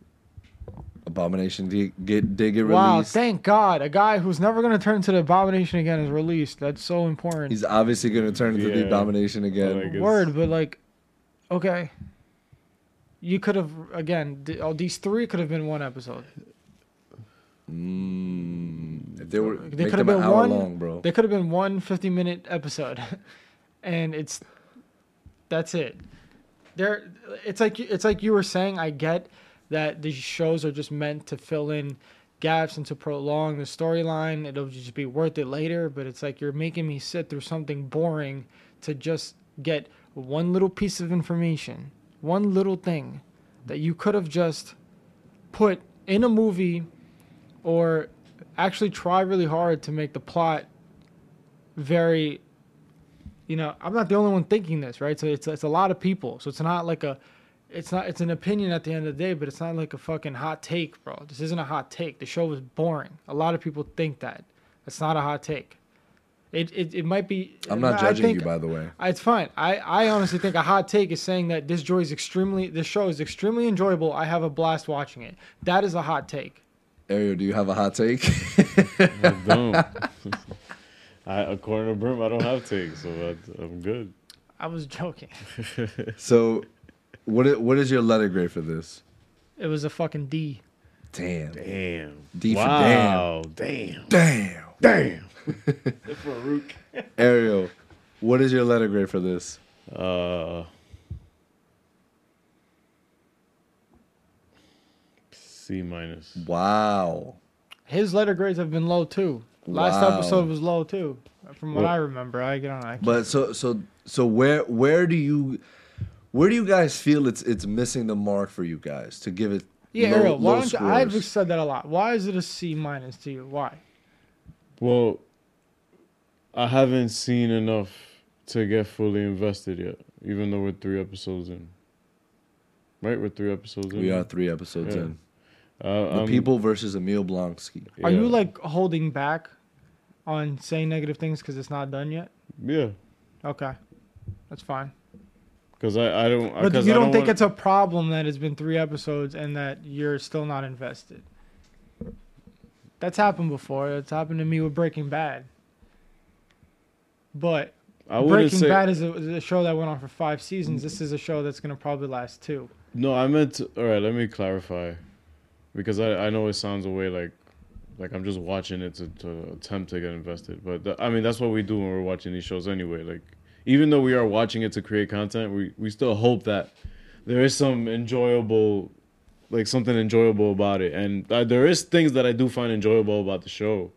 [SPEAKER 4] Abomination did get did get
[SPEAKER 2] Wow,
[SPEAKER 4] released.
[SPEAKER 2] thank God. A guy who's never going to turn to the abomination again is released. That's so important.
[SPEAKER 4] He's obviously gonna turn into the
[SPEAKER 3] Yeah. Oh
[SPEAKER 4] abomination again.
[SPEAKER 3] Like, it's-
[SPEAKER 2] Word, but like, okay. You could have, again, th- oh, these three could have been one episode.
[SPEAKER 4] Mm, if they were
[SPEAKER 2] They
[SPEAKER 4] make
[SPEAKER 2] could have
[SPEAKER 4] them an
[SPEAKER 2] been
[SPEAKER 4] hour
[SPEAKER 2] one.
[SPEAKER 4] long, bro.
[SPEAKER 2] They could have been one 50 minute episode. and it's, that's it. There, it's like it's like you were saying. I get that these shows are just meant to fill in gaps and to prolong the storyline. It'll just be worth it later. But it's like you're making me sit through something boring to just get one little piece of information, one little thing that you could have just put in a movie or actually try really hard to make the plot very you know i'm not the only one thinking this right so it's, it's a lot of people so it's not like a it's not it's an opinion at the end of the day but it's not like a fucking hot take bro this isn't a hot take the show was boring a lot of people think that it's not a hot take it it, it might be
[SPEAKER 4] I'm not
[SPEAKER 2] I
[SPEAKER 4] judging
[SPEAKER 2] think-
[SPEAKER 4] you, by the way.
[SPEAKER 2] it's fine. I, I honestly think a hot take is saying that this joy is extremely this show is extremely enjoyable. I have a blast watching it. That is a hot take.
[SPEAKER 4] Ariel, do you have a hot take?
[SPEAKER 3] I don't. I, according to Brim, I don't have takes, so I, I'm good.
[SPEAKER 2] I was joking.
[SPEAKER 4] so, what i- what is your letter grade for this?
[SPEAKER 2] It was a fucking D.
[SPEAKER 4] Damn.
[SPEAKER 3] Damn.
[SPEAKER 4] D for
[SPEAKER 3] wow. Damn.
[SPEAKER 4] Damn.
[SPEAKER 3] Damn.
[SPEAKER 4] Ariel, what is your letter grade for this?
[SPEAKER 3] Uh. C minus.
[SPEAKER 4] Wow.
[SPEAKER 2] His letter grades have been low too. Last
[SPEAKER 4] Wow.
[SPEAKER 2] episode was low too, from what
[SPEAKER 3] Well-
[SPEAKER 2] I remember. I get on. I
[SPEAKER 4] But so so so where where do you where do you guys feel it's it's missing the mark for you guys to give it?
[SPEAKER 2] yeah,
[SPEAKER 4] low- low
[SPEAKER 2] Ariel. Why don't you, I've
[SPEAKER 4] scores?
[SPEAKER 2] said that a lot. Why is it a C minus to you? Why?
[SPEAKER 3] Well, I haven't seen enough to get fully invested yet, even though we're three episodes in. Right, we're three episodes in.
[SPEAKER 4] We are three episodes
[SPEAKER 3] Yeah.
[SPEAKER 4] in.
[SPEAKER 3] Uh,
[SPEAKER 4] The
[SPEAKER 3] I'm-
[SPEAKER 4] people versus Emil Blonsky.
[SPEAKER 2] Are you
[SPEAKER 3] yeah.
[SPEAKER 2] like holding back on saying negative things because it's not done yet?
[SPEAKER 3] Yeah.
[SPEAKER 2] Okay, that's fine.
[SPEAKER 3] because I, I don't.
[SPEAKER 2] But
[SPEAKER 3] Uh, 'cause
[SPEAKER 2] you
[SPEAKER 3] I
[SPEAKER 2] don't, think
[SPEAKER 3] wanna-
[SPEAKER 2] it's a problem that it's been three episodes and that you're still not invested. That's happened before. It's happened to me with Breaking Bad. But
[SPEAKER 3] I wouldn't
[SPEAKER 2] Breaking
[SPEAKER 3] say,
[SPEAKER 2] Bad is a, is a show that went on for five seasons. This is a show that's gonna probably last two.
[SPEAKER 3] No, I meant. To, all right, let me clarify, because I, I know it sounds a way like like I'm just watching it to, to attempt to get invested, but th- I mean that's what we do when we're watching these shows anyway. Like even though we are watching it to create content, we we still hope that there is some enjoyable, like something enjoyable about it, and uh, there is things that I do find enjoyable about the show.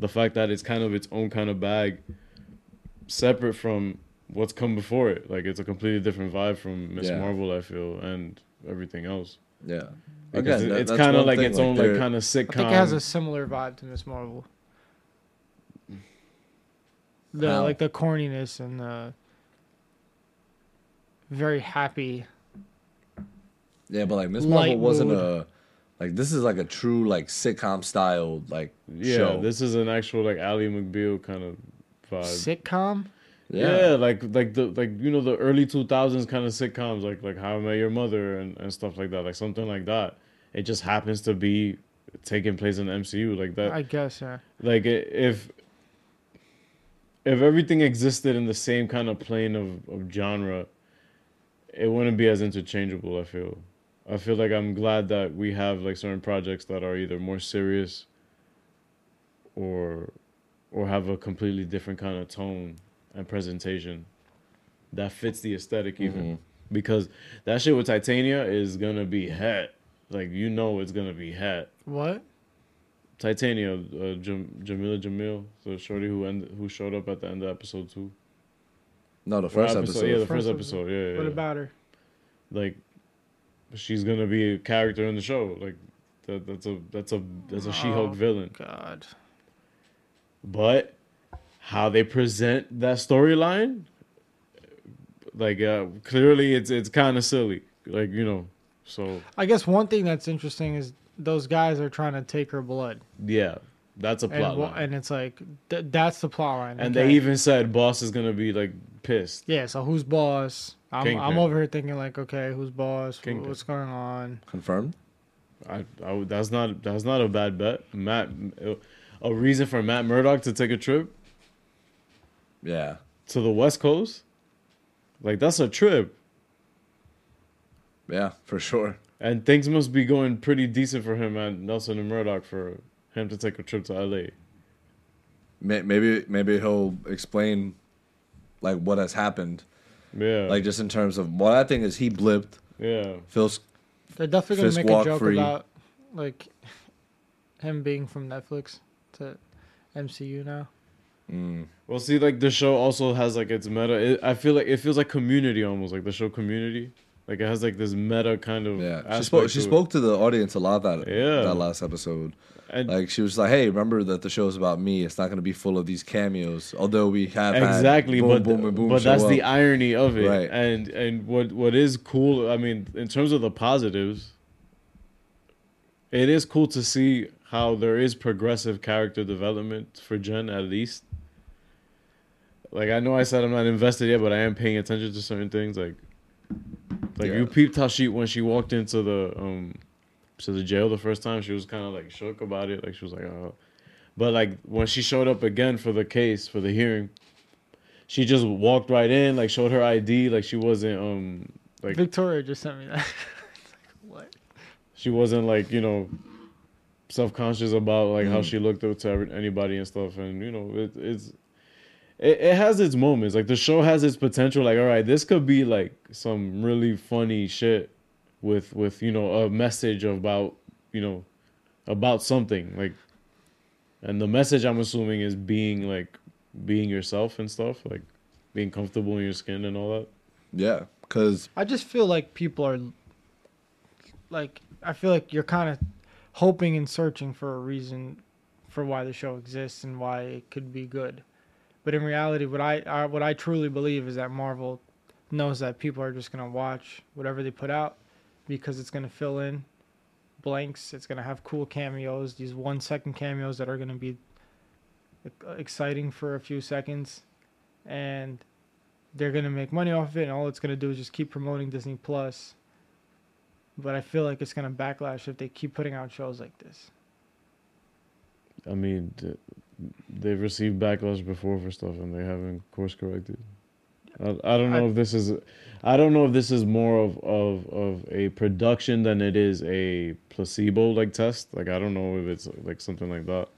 [SPEAKER 3] The fact that it's kind of its own kind of bag, separate from what's come before it. Like it's a completely different vibe from Miss
[SPEAKER 4] Yeah.
[SPEAKER 3] Marvel. Marvel, I feel, and everything else.
[SPEAKER 4] Yeah.
[SPEAKER 3] Because
[SPEAKER 4] Again, that-
[SPEAKER 3] it's
[SPEAKER 4] that's
[SPEAKER 3] kind of
[SPEAKER 4] one
[SPEAKER 3] like
[SPEAKER 4] thing,
[SPEAKER 3] its own like
[SPEAKER 4] they're-
[SPEAKER 3] kind of
[SPEAKER 2] I
[SPEAKER 3] sitcom.
[SPEAKER 2] think it has a similar vibe to Miss Marvel. The
[SPEAKER 4] How?
[SPEAKER 2] like the corniness and the very happy.
[SPEAKER 4] Yeah, but like Miss
[SPEAKER 2] light
[SPEAKER 4] Marvel wasn't
[SPEAKER 2] mood.
[SPEAKER 4] a like this is like a true like sitcom style like
[SPEAKER 3] yeah,
[SPEAKER 4] show.
[SPEAKER 3] this is an actual like Ally McBeal kind of vibe.
[SPEAKER 2] sitcom.
[SPEAKER 3] yeah. like like the like you know the early two thousands kind of sitcoms like like How I Met Your Mother and, and stuff like that, like something like that. It just happens to be taking place in the MCU like that.
[SPEAKER 2] I guess. Yeah.
[SPEAKER 3] like i- if if everything existed in the same kind of plane of, of genre it wouldn't be as interchangeable i feel i feel like i'm glad that we have like certain projects that are either more serious or or have a completely different kind of tone and presentation that fits the aesthetic even because that shit with titania is gonna be het like you know it's gonna be het
[SPEAKER 2] What?
[SPEAKER 3] Titania, uh, Jam- Jamila Jamil, the shorty who end- who showed up at the end of episode two.
[SPEAKER 4] No, the
[SPEAKER 3] Or
[SPEAKER 4] first episode.
[SPEAKER 3] yeah, the first,
[SPEAKER 2] First
[SPEAKER 3] episode, yeah, yeah,
[SPEAKER 2] What
[SPEAKER 3] yeah.
[SPEAKER 2] about her?
[SPEAKER 3] like she's gonna be a character in the show, like that, that's a that's a that's a She-Hulk
[SPEAKER 2] Oh.
[SPEAKER 3] villain.
[SPEAKER 2] God.
[SPEAKER 3] But how they present that storyline, like uh, clearly it's it's kind of silly, like you know. So
[SPEAKER 2] I guess one thing that's interesting is those guys are trying to take her blood,
[SPEAKER 3] yeah, that's a
[SPEAKER 2] and
[SPEAKER 3] plot
[SPEAKER 2] wha-
[SPEAKER 3] line. And,
[SPEAKER 2] and it's like th- that's the plot line.
[SPEAKER 3] they
[SPEAKER 2] okay?
[SPEAKER 3] even said boss is gonna be like pissed.
[SPEAKER 2] yeah. So who's boss? I'm,
[SPEAKER 3] Kingpin.
[SPEAKER 2] I'm over here thinking like, okay, who's boss? Who,
[SPEAKER 3] Kingpin.
[SPEAKER 2] what's going on?
[SPEAKER 4] Confirmed?
[SPEAKER 3] I, I would- that's not that's not a bad bet. Matt, a reason for Matt Murdock to take a trip
[SPEAKER 4] Yeah.
[SPEAKER 3] to the West Coast, like that's a trip,
[SPEAKER 4] Yeah, for sure.
[SPEAKER 3] and things must be going pretty decent for him and Nelson and Murdoch for him to take a trip to L.A.
[SPEAKER 4] May- Maybe maybe he'll explain like what has happened.
[SPEAKER 3] Yeah,
[SPEAKER 4] Like just in terms of what I think is he blipped.
[SPEAKER 3] yeah,
[SPEAKER 4] Phil's
[SPEAKER 2] They're definitely gonna
[SPEAKER 4] Fisk
[SPEAKER 2] make a
[SPEAKER 4] walk
[SPEAKER 2] joke
[SPEAKER 4] free.
[SPEAKER 2] about like him being from Netflix to MCU now.
[SPEAKER 3] Well, see, like the show also has like its meta. It, I feel like it feels like Community almost, like the show Community. Like it has like this meta kind of
[SPEAKER 4] yeah. She
[SPEAKER 3] aspect
[SPEAKER 4] spoke she
[SPEAKER 3] to it.
[SPEAKER 4] spoke to the audience a lot that
[SPEAKER 3] Yeah.
[SPEAKER 4] that last episode.
[SPEAKER 3] and
[SPEAKER 4] Like she was like, "Hey, remember that the show's about me. It's not going to be full of these cameos. Although we have had
[SPEAKER 3] exactly
[SPEAKER 4] boom,
[SPEAKER 3] but
[SPEAKER 4] boom, and boom
[SPEAKER 3] but
[SPEAKER 4] show
[SPEAKER 3] that's the
[SPEAKER 4] up.
[SPEAKER 3] irony of it
[SPEAKER 4] Right.
[SPEAKER 3] and and what what is cool i mean in terms of the positives it is cool to see how there is progressive character development for jen at least like i know i said i'm not invested yet but i am paying attention to certain things like like
[SPEAKER 4] Yeah.
[SPEAKER 3] you peeped how she when she walked into the um to the jail the first time she was kind of like shook about it like she was like oh but like when she showed up again for the case for the hearing, she just walked right in, like showed her ID, like she wasn't um like
[SPEAKER 2] Victoria just sent me that. what?
[SPEAKER 3] she wasn't like you know self conscious about like how she looked up to every, anybody and stuff, and you know it, it's. It, it has its moments. Like the show has its potential. Like, all right, this could be like some really funny shit with with you know a message about you know about something like and the message i'm assuming is being like being yourself and stuff like being comfortable in your skin and all that
[SPEAKER 4] yeah, because
[SPEAKER 2] I just feel like people are like I feel like you're kind of hoping and searching for a reason for why the show exists and why it could be good. But in reality, what I, I what I truly believe is that Marvel knows that people are just gonna watch whatever they put out because it's gonna fill in blanks. It's gonna have cool cameos, these one second cameos that are gonna be e- exciting for a few seconds, and They're gonna make money off of it, and all it's gonna do is just keep promoting Disney Plus. But I feel like it's gonna backlash if they keep putting out shows like this.
[SPEAKER 3] I mean, th- they've received backlash before for stuff, and they haven't course corrected. I, I don't know
[SPEAKER 2] I-
[SPEAKER 3] if this is, I don't know if this is more of, of of a production than it is a placebo like test. Like I don't know if it's like something like that.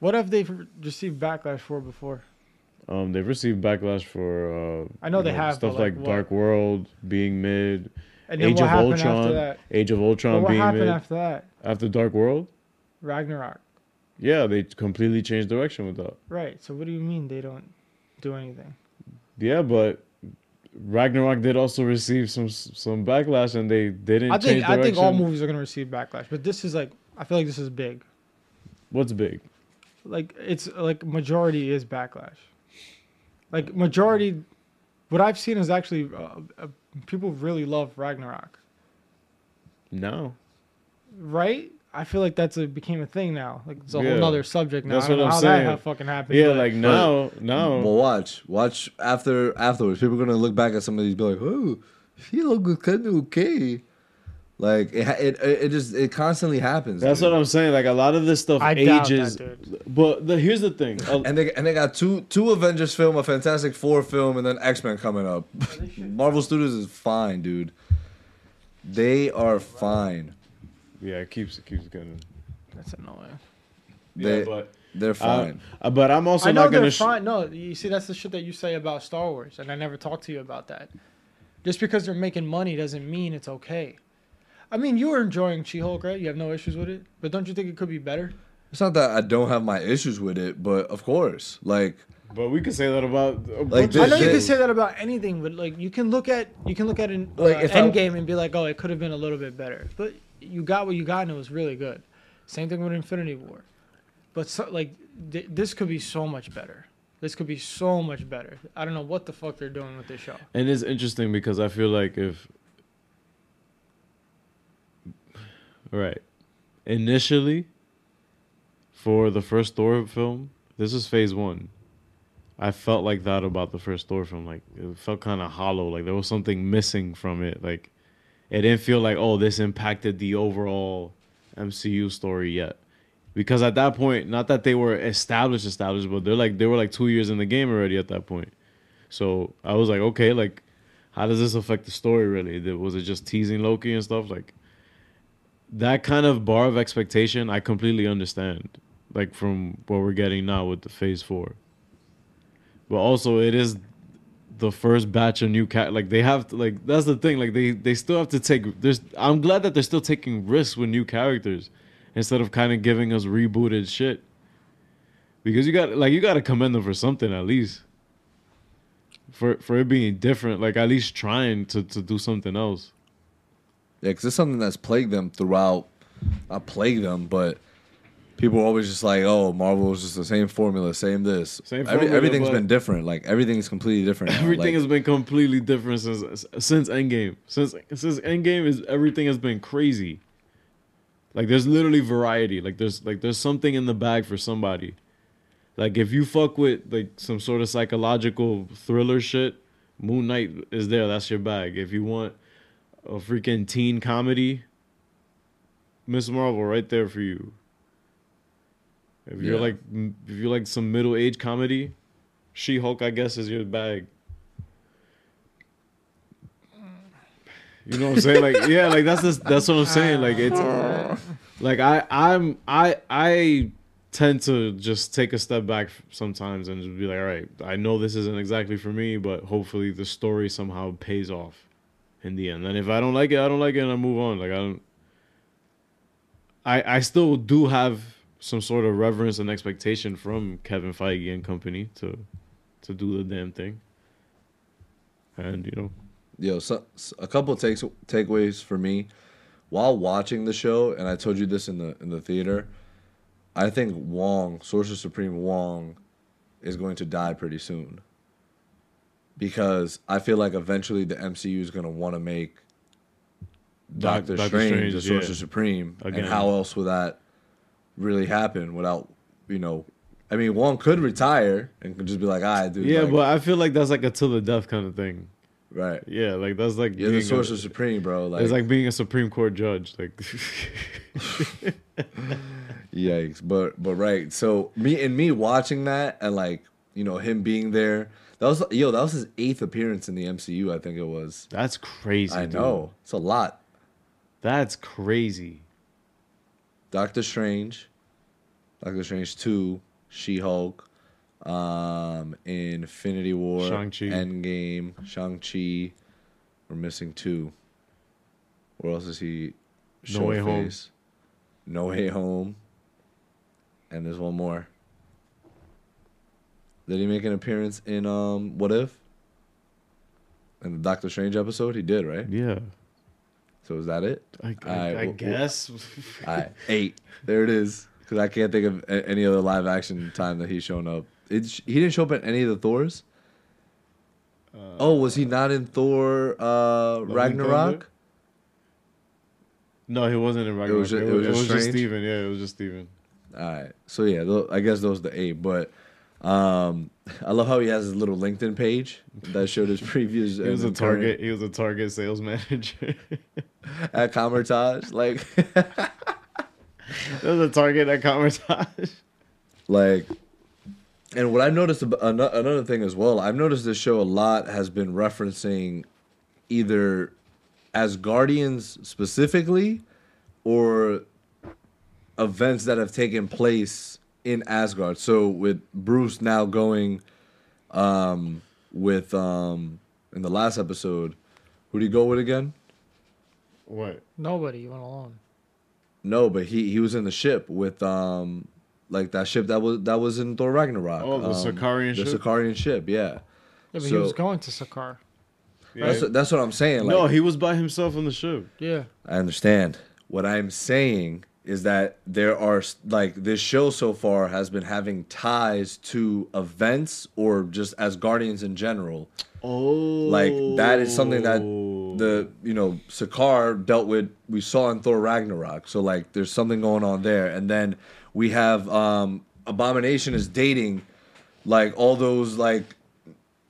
[SPEAKER 2] What have they received backlash for before?
[SPEAKER 3] Um, they've received backlash for uh,
[SPEAKER 2] I know
[SPEAKER 3] you
[SPEAKER 2] they have, but,
[SPEAKER 3] stuff
[SPEAKER 2] like,
[SPEAKER 3] like,
[SPEAKER 2] what?
[SPEAKER 3] Dark World being mid,
[SPEAKER 2] And then
[SPEAKER 3] Age
[SPEAKER 2] what
[SPEAKER 3] of
[SPEAKER 2] happened after
[SPEAKER 3] Ultron,
[SPEAKER 2] that?
[SPEAKER 3] Age of
[SPEAKER 2] But
[SPEAKER 3] Ultron
[SPEAKER 2] what
[SPEAKER 3] being
[SPEAKER 2] happened
[SPEAKER 3] mid
[SPEAKER 2] after that?
[SPEAKER 3] after Dark World.
[SPEAKER 2] Ragnarok.
[SPEAKER 3] Yeah, they completely changed direction with that.
[SPEAKER 2] Right. So what do you mean they don't do anything?
[SPEAKER 3] Yeah, but Ragnarok did also receive some some backlash, and they didn't
[SPEAKER 2] I
[SPEAKER 3] change
[SPEAKER 2] think
[SPEAKER 3] direction.
[SPEAKER 2] I think all movies are gonna receive backlash, but this is like I feel like this is big.
[SPEAKER 3] What's big?
[SPEAKER 2] Like it's like majority is backlash. Like majority, what I've seen is actually uh, uh, people really love Ragnarok,
[SPEAKER 3] No,
[SPEAKER 2] right? I feel like that's a became a thing now. Like it's a
[SPEAKER 3] Yeah.
[SPEAKER 2] whole nother subject now.
[SPEAKER 3] That's
[SPEAKER 2] I don't
[SPEAKER 3] what
[SPEAKER 2] know
[SPEAKER 3] I'm
[SPEAKER 2] how
[SPEAKER 3] saying.
[SPEAKER 2] that ha- fucking happened.
[SPEAKER 3] yeah,
[SPEAKER 2] but-
[SPEAKER 3] like now, now.
[SPEAKER 4] Well, watch, watch after afterwards. People are gonna look back at some of these, be like, "Oh, he looked kind of okay." Like it, ha- it, it it just it constantly happens.
[SPEAKER 3] that's
[SPEAKER 4] dude.
[SPEAKER 3] what I'm saying. Like a lot of this stuff
[SPEAKER 2] I doubt that,
[SPEAKER 3] ages.
[SPEAKER 2] dude.
[SPEAKER 3] But the, here's the thing. Uh, A-
[SPEAKER 4] And they and they got two two Avengers film, a Fantastic Four film, and then X Men coming up. Marvel Studios is fine, dude. They are fine.
[SPEAKER 3] yeah, it keeps it keeps getting.
[SPEAKER 2] that's annoying.
[SPEAKER 3] Yeah,
[SPEAKER 4] They-
[SPEAKER 3] but
[SPEAKER 4] They're fine.
[SPEAKER 3] Uh, but I'm also
[SPEAKER 2] I know
[SPEAKER 3] not
[SPEAKER 2] they're
[SPEAKER 3] gonna. Sh-
[SPEAKER 2] fine. No, you see, that's the shit that you say about Star Wars, and I never talk to you about that. Just because they're making money doesn't mean it's okay. I mean, you were enjoying She-Hulk, right? You have no issues with it, but don't you think it could be better?
[SPEAKER 4] it's not that I don't have my issues with it, but of course, like
[SPEAKER 3] but we could say that about. a
[SPEAKER 4] Like
[SPEAKER 3] bunch
[SPEAKER 4] this
[SPEAKER 3] of
[SPEAKER 2] I know you
[SPEAKER 3] shit.
[SPEAKER 2] can say that about anything, but like you can look at you can look at an
[SPEAKER 4] Like,
[SPEAKER 2] uh,
[SPEAKER 4] if I-
[SPEAKER 2] Endgame and be like, oh, it could have been a little bit better, but you got what you got, and it was really good. Same thing with Infinity War, but so, like th- this could be so much better. This could be so much better. I don't know what the fuck they're doing with this show.
[SPEAKER 3] And it's interesting because I feel like if right initially for the first Thor film, this is phase one. I felt like that about the first Thor film. Like it felt kind of hollow. Like there was something missing from it. Like it didn't feel like oh this impacted the overall MCU story yet. Because at that point, not that they were established, established, but they're like they were like two years in the game already at that point. So I was like, okay, like, how does this affect the story really? Th- Was it just teasing Loki and stuff? Like, that kind of bar of expectation, I completely understand, like, from what we're getting now with the phase four. But also, it is the first batch of new cat. Like, they have to, like, that's the thing. Like, they, they still have to take, there's, I'm glad that they're still taking risks with new characters instead of kind of giving us rebooted shit. Because you got, like, you got to commend them for something at least for for it being different, like at least trying to to do something else.
[SPEAKER 4] Yeah, 'cause it's something that's plagued them throughout. Not plagued them, but people are always just like, "Oh, Marvel is just the same formula, same this."
[SPEAKER 3] Same
[SPEAKER 4] Every-
[SPEAKER 3] formula,
[SPEAKER 4] everything's
[SPEAKER 3] but-
[SPEAKER 4] been different. Like everything's completely different. now.
[SPEAKER 3] Everything
[SPEAKER 4] Like,
[SPEAKER 3] has been completely different since since Endgame. Since since Endgame is everything has been crazy. Like there's literally variety. Like there's like there's something in the bag for somebody. Like if you fuck with like some sort of psychological thriller shit, Moon Knight is there. That's your bag. If you want a freaking teen comedy, Miss Marvel right there for you. If you're
[SPEAKER 4] Yeah.
[SPEAKER 3] like if you like some middle age comedy, She Hulk I guess is your bag. You know what I'm saying? Like yeah, like that's just, that's what I'm saying. Like it's like I I'm I I tend to just take a step back sometimes and just be like, all right, I know this isn't exactly for me, but hopefully the story somehow pays off in the end. And if I don't like it, I don't like it, and I move on. Like I don't. I I still do have some sort of reverence and expectation from Kevin Feige and company to to do the damn thing. And you know,
[SPEAKER 4] yo, so, so- a couple takes takeaways for me while watching the show, and I told you this in the in the theater. I think Wong, Sorcerer Supreme Wong, is going to die pretty soon. Because I feel like eventually the MCU is going to want to make
[SPEAKER 3] Doc-
[SPEAKER 4] Doctor,
[SPEAKER 3] Doctor
[SPEAKER 4] Strange,
[SPEAKER 3] Strange,
[SPEAKER 4] the Sorcerer
[SPEAKER 3] yeah.
[SPEAKER 4] Supreme,
[SPEAKER 3] Again.
[SPEAKER 4] and how else would that really happen without you know I mean, one could retire and could just be like, "I dude."
[SPEAKER 3] yeah,
[SPEAKER 4] like,
[SPEAKER 3] but I feel like that's like a till the death kind of thing.
[SPEAKER 4] right,
[SPEAKER 3] Yeah, like that's like
[SPEAKER 4] you're
[SPEAKER 3] being
[SPEAKER 4] the
[SPEAKER 3] a-
[SPEAKER 4] sorcerer supreme, bro. Like,
[SPEAKER 3] it's like being a Supreme Court judge. Like,
[SPEAKER 4] Yikes! But but right. So me and me watching that and like you know him being there. That was yo. That was his eighth appearance in the MCU. I think it was.
[SPEAKER 3] that's crazy.
[SPEAKER 4] I
[SPEAKER 3] dude.
[SPEAKER 4] know it's a lot.
[SPEAKER 3] That's crazy.
[SPEAKER 4] Doctor Strange, Doctor Strange two, She Hulk, um, Infinity War,
[SPEAKER 3] Shang-Chi.
[SPEAKER 4] Endgame, Shang Chi. We're missing two. Where else is he?
[SPEAKER 3] No Way Home.
[SPEAKER 4] Showface. No Way Home. And there's one more. Did he make an appearance in um What If? In the Doctor Strange episode, he did, right?
[SPEAKER 3] Yeah,
[SPEAKER 4] So is that it?
[SPEAKER 3] I, I,
[SPEAKER 4] Alright,
[SPEAKER 3] I
[SPEAKER 4] wh- wh-
[SPEAKER 3] guess.
[SPEAKER 4] All right, eight. There it is. Because I can't think of a- any other live action time that he's shown up. It, he didn't show up in any of the Thors.
[SPEAKER 3] Uh,
[SPEAKER 4] oh, was he not in Thor uh, Ragnarok?
[SPEAKER 3] no, he wasn't in Ragnarok. It was just, it was,
[SPEAKER 4] just
[SPEAKER 3] just
[SPEAKER 4] Strange?
[SPEAKER 3] Steven. Yeah, it was just Steven.
[SPEAKER 4] All right. So yeah, tho- I guess those the eight. But um, I love how he has his little LinkedIn page that showed his previous.
[SPEAKER 3] He was a target. He was a target sales manager.
[SPEAKER 4] at Comertage. Like,
[SPEAKER 3] that was a target at Comertage.
[SPEAKER 4] like and what i've noticed ab- ano- another thing as well i've noticed this show a lot has been referencing either as guardians specifically or events that have taken place in asgard so with bruce now going um with um in the last episode who do you go with again
[SPEAKER 3] What?
[SPEAKER 2] Nobody, you went alone.
[SPEAKER 4] no but he he was in the ship with um like that ship that was that was in thor ragnarok
[SPEAKER 3] Oh, the
[SPEAKER 4] um,
[SPEAKER 3] Sicarian
[SPEAKER 4] the
[SPEAKER 3] ship?
[SPEAKER 4] Sicarian ship, yeah.
[SPEAKER 2] Yeah, but he
[SPEAKER 4] So-
[SPEAKER 2] was going to Sakar.
[SPEAKER 3] Yeah.
[SPEAKER 4] That's, that's what I'm saying. Like,
[SPEAKER 3] no, he was by himself on the ship.
[SPEAKER 2] Yeah.
[SPEAKER 4] I understand. What I'm saying is that there are s- like this show so far has been having ties to events or just as guardians in general.
[SPEAKER 3] Oh,
[SPEAKER 4] Like that is something that the you know Sakaar dealt with. We saw in Thor Ragnarok. So like there's something going on there. And then we have um Abomination is dating like all those like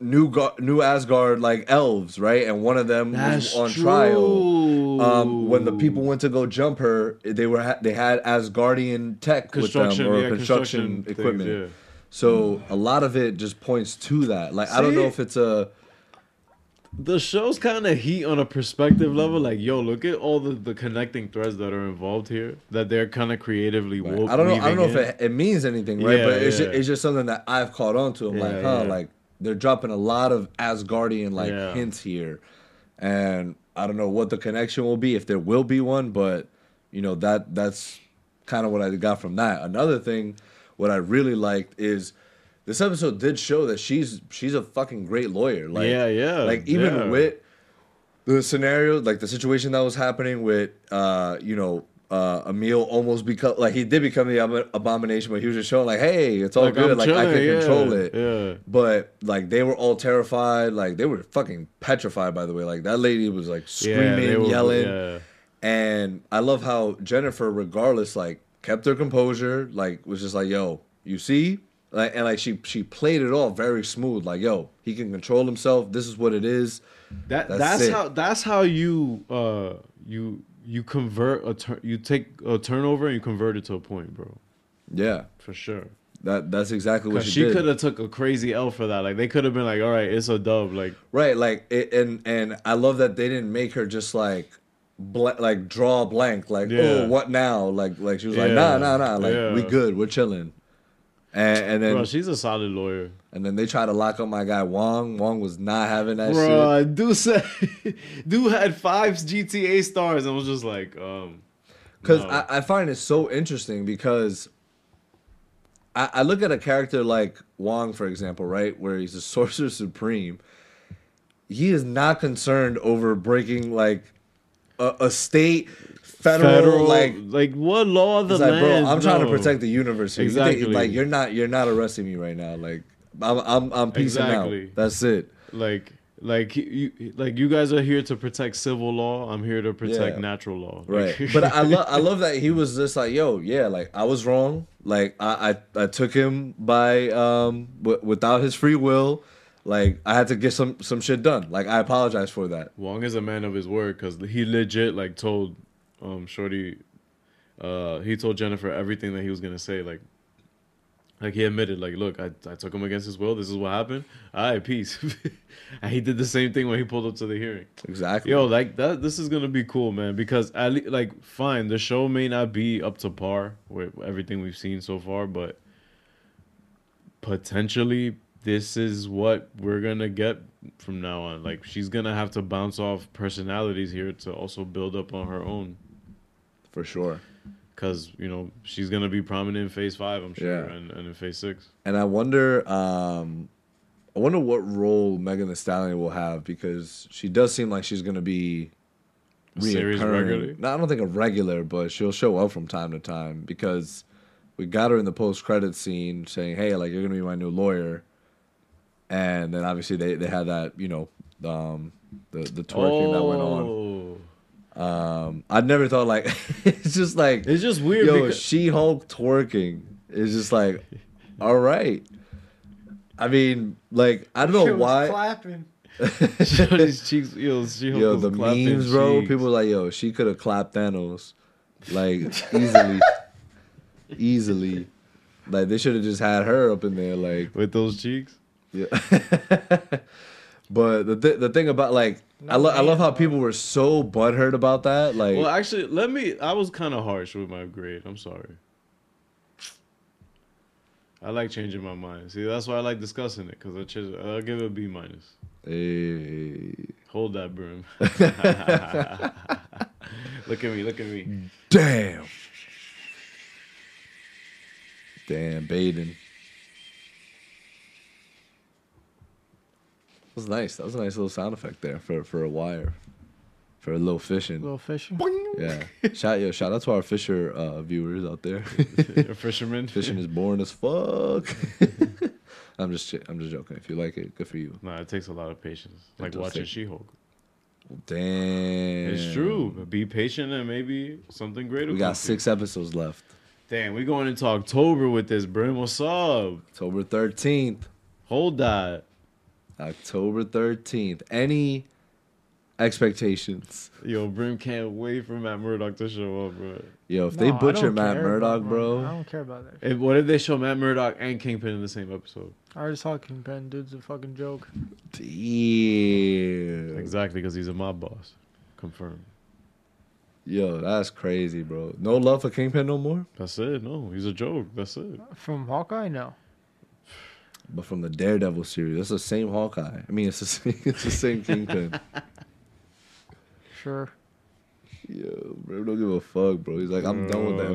[SPEAKER 4] new Gar- new Asgard like elves, right? And one of them
[SPEAKER 3] That's
[SPEAKER 4] was on trial.
[SPEAKER 3] true.
[SPEAKER 4] Um, when the people went to go jump her, they were ha- they had Asgardian tech with them
[SPEAKER 3] Construction,
[SPEAKER 4] or
[SPEAKER 3] yeah,
[SPEAKER 4] construction,
[SPEAKER 3] construction things,
[SPEAKER 4] equipment.
[SPEAKER 3] yeah.
[SPEAKER 4] So a lot of it just points to that. Like I don't know
[SPEAKER 3] See?
[SPEAKER 4] if it's a
[SPEAKER 3] the show's kind of heat on a perspective level. Like, yo, look at all the, the connecting threads that are involved here. That they're kind of creatively. wo-
[SPEAKER 4] I don't know. I don't
[SPEAKER 3] weaving
[SPEAKER 4] know if
[SPEAKER 3] in.
[SPEAKER 4] it, it means anything, right?
[SPEAKER 3] Yeah,
[SPEAKER 4] but it's,
[SPEAKER 3] yeah.
[SPEAKER 4] just, it's just something that I've caught on to. I'm like,
[SPEAKER 3] Yeah,
[SPEAKER 4] huh,
[SPEAKER 3] yeah.
[SPEAKER 4] like they're dropping a lot of Asgardian like
[SPEAKER 3] Yeah.
[SPEAKER 4] hints here, and I don't know what the connection will be if there will be one, but you know that that's kind of what I got from that. Another thing, what I really liked is. This episode did show that she's she's a fucking great lawyer. Like,
[SPEAKER 3] Yeah, yeah,
[SPEAKER 4] Like even
[SPEAKER 3] yeah.
[SPEAKER 4] with the scenario, like the situation that was happening with, uh, you know, uh, Emil almost become like he did become the ab- abomination, but he was just showing like, hey, it's all
[SPEAKER 3] Like,
[SPEAKER 4] good,
[SPEAKER 3] I'm
[SPEAKER 4] like I can
[SPEAKER 3] chilling, yeah,
[SPEAKER 4] control it.
[SPEAKER 3] yeah.
[SPEAKER 4] But like they were all terrified, like they were fucking petrified. By the way, like that lady was like
[SPEAKER 3] Yeah, they
[SPEAKER 4] screaming,
[SPEAKER 3] were-
[SPEAKER 4] yelling,
[SPEAKER 3] yeah.
[SPEAKER 4] and I love how Jennifer, regardless, like kept her composure, like was just like, yo, you see. Like, and like she she played it all very smooth like yo he can control himself this is what it is
[SPEAKER 3] That
[SPEAKER 4] That's
[SPEAKER 3] that's,
[SPEAKER 4] it.
[SPEAKER 3] how that's how you uh you you convert a tur- you take a turnover and you convert it to a point, bro.
[SPEAKER 4] yeah
[SPEAKER 3] For sure.
[SPEAKER 4] That that's exactly what
[SPEAKER 3] 'Cause
[SPEAKER 4] she,
[SPEAKER 3] she
[SPEAKER 4] did.
[SPEAKER 3] could have took a crazy L for that. Like they could have been like, "All right, it's a dub." Like
[SPEAKER 4] Right, like it, and and I love that they didn't make her just like bl- like draw a blank like
[SPEAKER 3] Yeah.
[SPEAKER 4] oh what now like like she was like nah
[SPEAKER 3] Yeah.
[SPEAKER 4] nah nah like we
[SPEAKER 3] Yeah.
[SPEAKER 4] good we're chilling. And, and then
[SPEAKER 3] bro, she's a solid lawyer.
[SPEAKER 4] and then they try to lock up my guy Wong. Wong was not having that shit.
[SPEAKER 3] Bro, dude said dude had five GTA stars and was just like, um
[SPEAKER 4] Because
[SPEAKER 3] no.
[SPEAKER 4] I, I find it so interesting because I, I look at a character like Wong, for example, right, where he's a sorcerer supreme. He is not concerned over breaking like a, a state, federal, like.
[SPEAKER 3] what law of the
[SPEAKER 4] It's like, bro,
[SPEAKER 3] land?
[SPEAKER 4] I'm trying to
[SPEAKER 3] No.
[SPEAKER 4] protect the universe. Here. You think-
[SPEAKER 3] Exactly.
[SPEAKER 4] like you're not, you're not arresting me right now. Like I'm, I'm, I'm peacing
[SPEAKER 3] Exactly.
[SPEAKER 4] out. That's it.
[SPEAKER 3] like Like he- you, like you guys are here to protect civil law. I'm here to protect
[SPEAKER 4] Yeah.
[SPEAKER 3] natural law.
[SPEAKER 4] Right.
[SPEAKER 3] Like-
[SPEAKER 4] but I love I love that he was just like, yo, yeah, like I was wrong. Like I I, I took him by um w- without his free will. Like I had to get some some shit done. Like I apologize for that.
[SPEAKER 3] Wong is a man of his word because he legit like told um Shorty uh he told Jennifer everything that he was gonna say like like he admitted like look I, I took him against his will this is what happened all right peace and he did the same thing when he pulled up to the hearing
[SPEAKER 4] Exactly.
[SPEAKER 3] yo like that this is gonna be cool man because at le- like fine the show may not be up to par with everything we've seen so far but potentially this is what we're gonna get from now on like she's gonna have to bounce off personalities here to also build up on her own
[SPEAKER 4] for sure.
[SPEAKER 3] because you know she's gonna be prominent in phase five i'm sure
[SPEAKER 4] Yeah.
[SPEAKER 3] and, and in phase six
[SPEAKER 4] And I wonder um I wonder what role Megan Thee Stallion will have because she does seem like she's gonna be
[SPEAKER 3] series regular?
[SPEAKER 4] reoccurring. No, I don't think a regular, but she'll show up from time to time because we got her in the post credit scene saying, "Hey, like you're gonna be my new lawyer," and then obviously they they had that you know um, the the twerking that went on.
[SPEAKER 3] Oh.
[SPEAKER 4] I never thought like it's just like
[SPEAKER 3] it's just weird
[SPEAKER 4] yo
[SPEAKER 3] because
[SPEAKER 4] She Hulk twerking is just like all right. I mean, like I don't know
[SPEAKER 2] Shit was
[SPEAKER 4] why.
[SPEAKER 2] clapping.
[SPEAKER 3] Shorty's cheeks yo, she
[SPEAKER 4] Yo, the memes, bro. People were like, yo, she could have clapped Thanos, like easily, easily. Like they should have just had her up in there, like.
[SPEAKER 3] with those cheeks
[SPEAKER 4] Yeah. but the th- the thing about like, I love I love how people were so butthurt about that. Like,
[SPEAKER 3] Well, actually, let me. I was kind of harsh with my grade. I'm sorry. I like changing my mind. See, that's why I like discussing it because I change. I'll give it a B minus.
[SPEAKER 4] hey,
[SPEAKER 3] Hold that broom. look at me. Look at me.
[SPEAKER 4] damn, damn, Baden. That was nice. That was a nice little sound effect there for for a wire, for a little fishing.
[SPEAKER 2] Little fishing.
[SPEAKER 4] Yeah. Shout yo, shout out to our Fisher uh, viewers out there.
[SPEAKER 3] You're a fisherman.
[SPEAKER 4] Fishing is boring as fuck. I'm just j- I'm just joking. If you like it, good for you.
[SPEAKER 3] Nah, it takes a lot of patience. Like
[SPEAKER 4] does
[SPEAKER 3] watching
[SPEAKER 4] take-
[SPEAKER 3] She-Hulk.
[SPEAKER 4] Damn.
[SPEAKER 3] It's true. Be patient and maybe something greater.
[SPEAKER 4] We
[SPEAKER 3] will
[SPEAKER 4] got
[SPEAKER 3] see.
[SPEAKER 4] six episodes left.
[SPEAKER 3] Damn, we going into October with this, Brim. What's up?
[SPEAKER 4] October 13th.
[SPEAKER 3] Hold that.
[SPEAKER 4] October 13th. Any expectations?
[SPEAKER 3] Yo, Brim can't wait for Matt Murdock to show up, bro.
[SPEAKER 4] Yo, if
[SPEAKER 2] No,
[SPEAKER 4] they
[SPEAKER 2] I
[SPEAKER 4] butcher
[SPEAKER 2] don't
[SPEAKER 4] Matt
[SPEAKER 2] care,
[SPEAKER 4] Murdock, bro,
[SPEAKER 2] I don't care about that.
[SPEAKER 3] If, what if they show Matt Murdock and Kingpin in the same episode?
[SPEAKER 2] I already saw Kingpin. Dude's a fucking joke.
[SPEAKER 4] damn.
[SPEAKER 3] Exactly, because he's a mob boss. Confirmed.
[SPEAKER 4] Yo, that's crazy, bro. No love for Kingpin no more,
[SPEAKER 3] That's it. No, he's a joke. That's it.
[SPEAKER 2] From Hawkeye, no.
[SPEAKER 4] but from the Daredevil series, that's the same Hawkeye. I mean, it's the same, it's the same Kingpin.
[SPEAKER 2] Sure.
[SPEAKER 4] Yo, bro, don't give a fuck, bro. He's like, I'm done with the
[SPEAKER 3] Bro, Uh,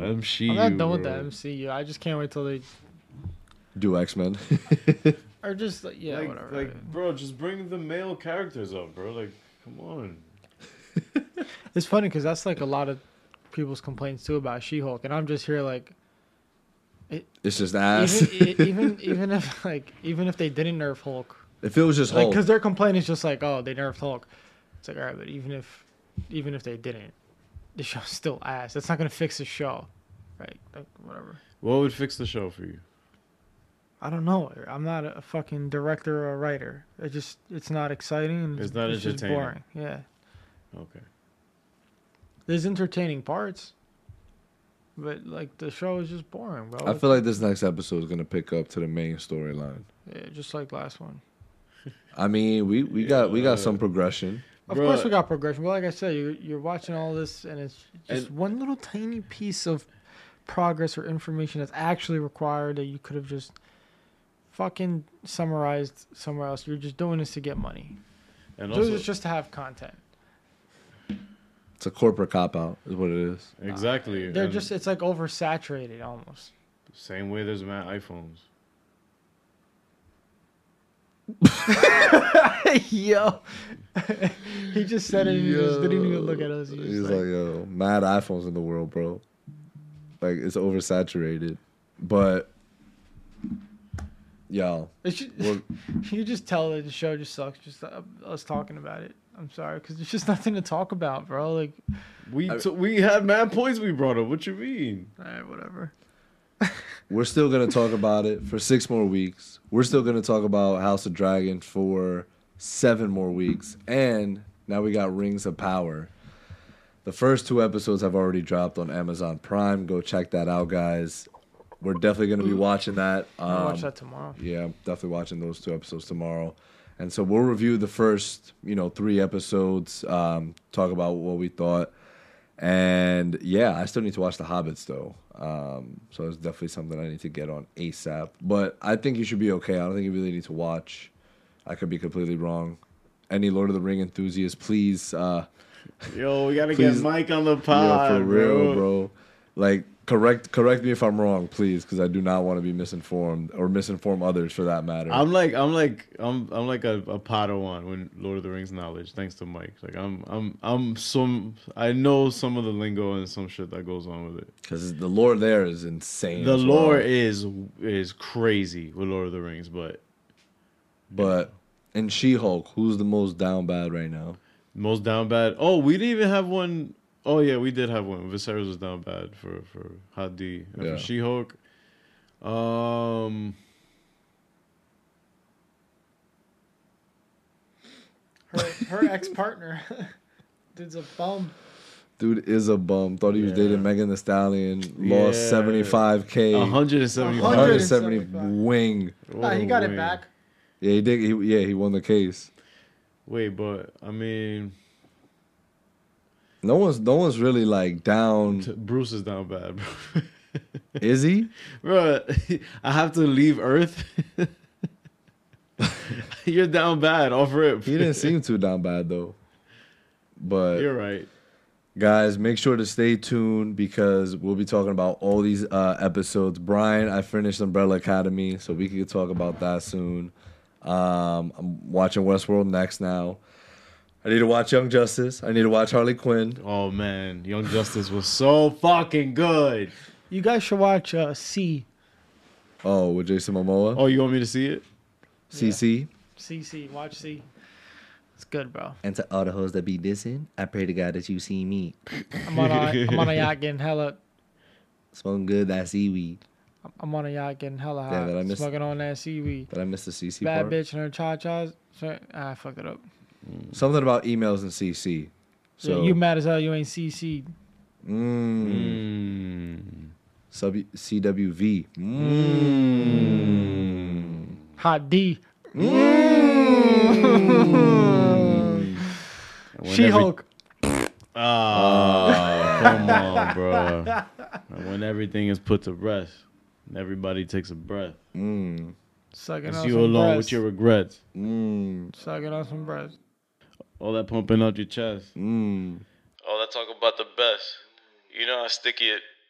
[SPEAKER 3] Yo,
[SPEAKER 4] MCU.
[SPEAKER 3] MCU.
[SPEAKER 2] I'm not done with the
[SPEAKER 3] bro.
[SPEAKER 2] MCU. I just can't wait till they
[SPEAKER 4] Do X Men.
[SPEAKER 2] or just like, yeah,
[SPEAKER 3] Like,
[SPEAKER 2] whatever.
[SPEAKER 3] like, bro, just bring the male characters up, bro. Like, come on.
[SPEAKER 2] it's funny because that's like a lot of people's complaints too about She-Hulk, and I'm just here like,
[SPEAKER 4] it's just ass.
[SPEAKER 3] Uh,
[SPEAKER 2] even e- even even if like even if they didn't nerf Hulk,
[SPEAKER 4] if it was just
[SPEAKER 2] like
[SPEAKER 3] Oh.
[SPEAKER 4] Hulk,
[SPEAKER 2] because their complaint is just like, oh, they nerfed Hulk. It's like all right, but even if even if they didn't, the show's still ass. That's not gonna fix the show, right? Like whatever.
[SPEAKER 3] What would fix the show for you?
[SPEAKER 2] I don't know. I'm not a fucking director or a writer. It just it's not exciting. and
[SPEAKER 3] It's not
[SPEAKER 2] just
[SPEAKER 3] entertaining.
[SPEAKER 2] boring. Yeah,
[SPEAKER 3] Okay.
[SPEAKER 2] there's entertaining parts, but like the show is just boring, bro.
[SPEAKER 4] I feel like this next episode is gonna pick up to the main storyline.
[SPEAKER 2] Yeah, just like last one.
[SPEAKER 4] I mean, we, we got we got some progression.
[SPEAKER 2] Of
[SPEAKER 3] Bruh.
[SPEAKER 2] course, we got progression, but like I said, you're, you're watching all this, and it's just
[SPEAKER 3] And-
[SPEAKER 2] one little tiny piece of progress or information that's actually required that you could have just fucking summarized somewhere else. You're just doing this to get money.
[SPEAKER 3] And
[SPEAKER 2] Doing
[SPEAKER 3] also,
[SPEAKER 2] this just to have content.
[SPEAKER 4] It's a corporate cop out, is what it is.
[SPEAKER 3] exactly.
[SPEAKER 2] They're
[SPEAKER 3] and
[SPEAKER 2] just it's like oversaturated almost.
[SPEAKER 3] same way there's Matt iPhones.
[SPEAKER 2] Yo, he just said it. and He just didn't even look at us. He was
[SPEAKER 4] He's
[SPEAKER 2] just
[SPEAKER 4] like,
[SPEAKER 2] like,
[SPEAKER 4] yo, mad iPhones in the world, bro. Like it's oversaturated, but y'all.
[SPEAKER 2] It's just,
[SPEAKER 4] Well-
[SPEAKER 2] you just tell that the show just sucks. Just uh, us talking about it. I'm sorry, because there's just nothing to talk about, bro. Like,
[SPEAKER 3] We t- we had mad points we brought up. What you mean?
[SPEAKER 2] all right, whatever.
[SPEAKER 4] We're still gonna talk about it for six more weeks. We're still gonna talk about House of Dragon for seven more weeks, and now we got Rings of Power. The first two episodes have already dropped on Amazon Prime. Go check that out, guys. We're definitely gonna be watching that.
[SPEAKER 2] I'll
[SPEAKER 4] Um,
[SPEAKER 2] watch that tomorrow.
[SPEAKER 4] yeah, I'm definitely watching those two episodes tomorrow. And so we'll review the first, you know, three episodes, um, talk about what we thought. And yeah, I still need to watch The Hobbits though. Um, so it's definitely something I need to get on ASAP. But I think you should be okay. I don't think you really need to watch. I could be completely wrong. Any Lord of the Ring enthusiasts, please uh,
[SPEAKER 3] Yo, we gotta
[SPEAKER 4] Please.
[SPEAKER 3] get Mike on the
[SPEAKER 4] yeah,
[SPEAKER 3] pod,
[SPEAKER 4] for real,
[SPEAKER 3] bro.
[SPEAKER 4] bro. Like, correct correct me if I'm wrong, please, because I do not want to be misinformed or misinform others for that matter.
[SPEAKER 3] I'm like I'm like I'm I'm like a, a Padawan when Lord of the Rings knowledge, thanks to Mike. Like I'm I'm I'm some I know some of the lingo and some shit that goes on with it.
[SPEAKER 4] Because the lore there is insane.
[SPEAKER 3] The
[SPEAKER 4] as
[SPEAKER 3] lore
[SPEAKER 4] well.
[SPEAKER 3] is is crazy with Lord of the Rings, but
[SPEAKER 4] but in She Hulk, who's the most down bad right now?
[SPEAKER 3] most down bad. Oh, we didn't even have one oh yeah, we did have one. Viserys was down bad for for Hadi and
[SPEAKER 4] Yeah.
[SPEAKER 3] for She Hulk. Um,
[SPEAKER 2] Her, her ex partner, dude's a bum.
[SPEAKER 4] Dude is a bum. Thought he was
[SPEAKER 3] Yeah.
[SPEAKER 4] dating Megan the Stallion.
[SPEAKER 3] Yeah.
[SPEAKER 4] Lost seventy five k. One
[SPEAKER 3] 175.
[SPEAKER 4] hundred
[SPEAKER 2] 100.
[SPEAKER 4] seventy wing.
[SPEAKER 2] Nah, he got it
[SPEAKER 3] Wait.
[SPEAKER 2] back.
[SPEAKER 4] Yeah, he did. He, yeah, he won the case.
[SPEAKER 3] Wait, but I mean,
[SPEAKER 4] No one's no one's really like
[SPEAKER 3] t-
[SPEAKER 4] down.
[SPEAKER 3] Bruce is down bad, bro.
[SPEAKER 4] Is he?
[SPEAKER 3] bro, I have to leave Earth. You're down bad off rip.
[SPEAKER 4] He didn't seem too down bad though. But
[SPEAKER 3] You're right.
[SPEAKER 4] guys make sure to stay tuned because we'll be talking about all these uh, episodes brian i finished umbrella academy so we could talk about that soon um, i'm watching westworld next now i need to watch young justice i need to watch harley quinn
[SPEAKER 3] Oh man, Young Justice was so fucking good.
[SPEAKER 2] You guys should watch uh, C.
[SPEAKER 4] oh with jason momoa
[SPEAKER 3] Oh, you want me to see it?
[SPEAKER 4] cc
[SPEAKER 2] C, C. Watch C. It's good, bro.
[SPEAKER 4] and to all the hoes that be dissing i pray to god that you see me
[SPEAKER 2] I'm on a, I'm on a yacht getting hella.
[SPEAKER 4] smelling good that seaweed
[SPEAKER 2] I'm on a yacht getting hella
[SPEAKER 4] Damn,
[SPEAKER 2] hot.
[SPEAKER 4] did I miss-
[SPEAKER 2] smoking on that seaweed.
[SPEAKER 4] did i miss the cc
[SPEAKER 2] Bad
[SPEAKER 4] part
[SPEAKER 2] bitch and her cha cha's. Ah, fuck it up.
[SPEAKER 4] something about emails and cc so
[SPEAKER 2] yeah, you mad as hell you ain't CC.
[SPEAKER 4] Mm.
[SPEAKER 3] Mm.
[SPEAKER 4] Sub CWV.
[SPEAKER 2] Hot D.
[SPEAKER 3] Mm.
[SPEAKER 2] She Hulk.
[SPEAKER 3] Ah, come on, bro. When everything is put to rest, and everybody takes a breath.
[SPEAKER 4] Mm.
[SPEAKER 2] Sucking
[SPEAKER 3] It's
[SPEAKER 2] on
[SPEAKER 3] you
[SPEAKER 2] some
[SPEAKER 3] alone
[SPEAKER 2] breasts.
[SPEAKER 3] with your regrets.
[SPEAKER 4] Mm.
[SPEAKER 2] Sucking on some breasts.
[SPEAKER 3] All that pumping out your chest.
[SPEAKER 4] Mm.
[SPEAKER 3] All that talk about the best. You know how sticky it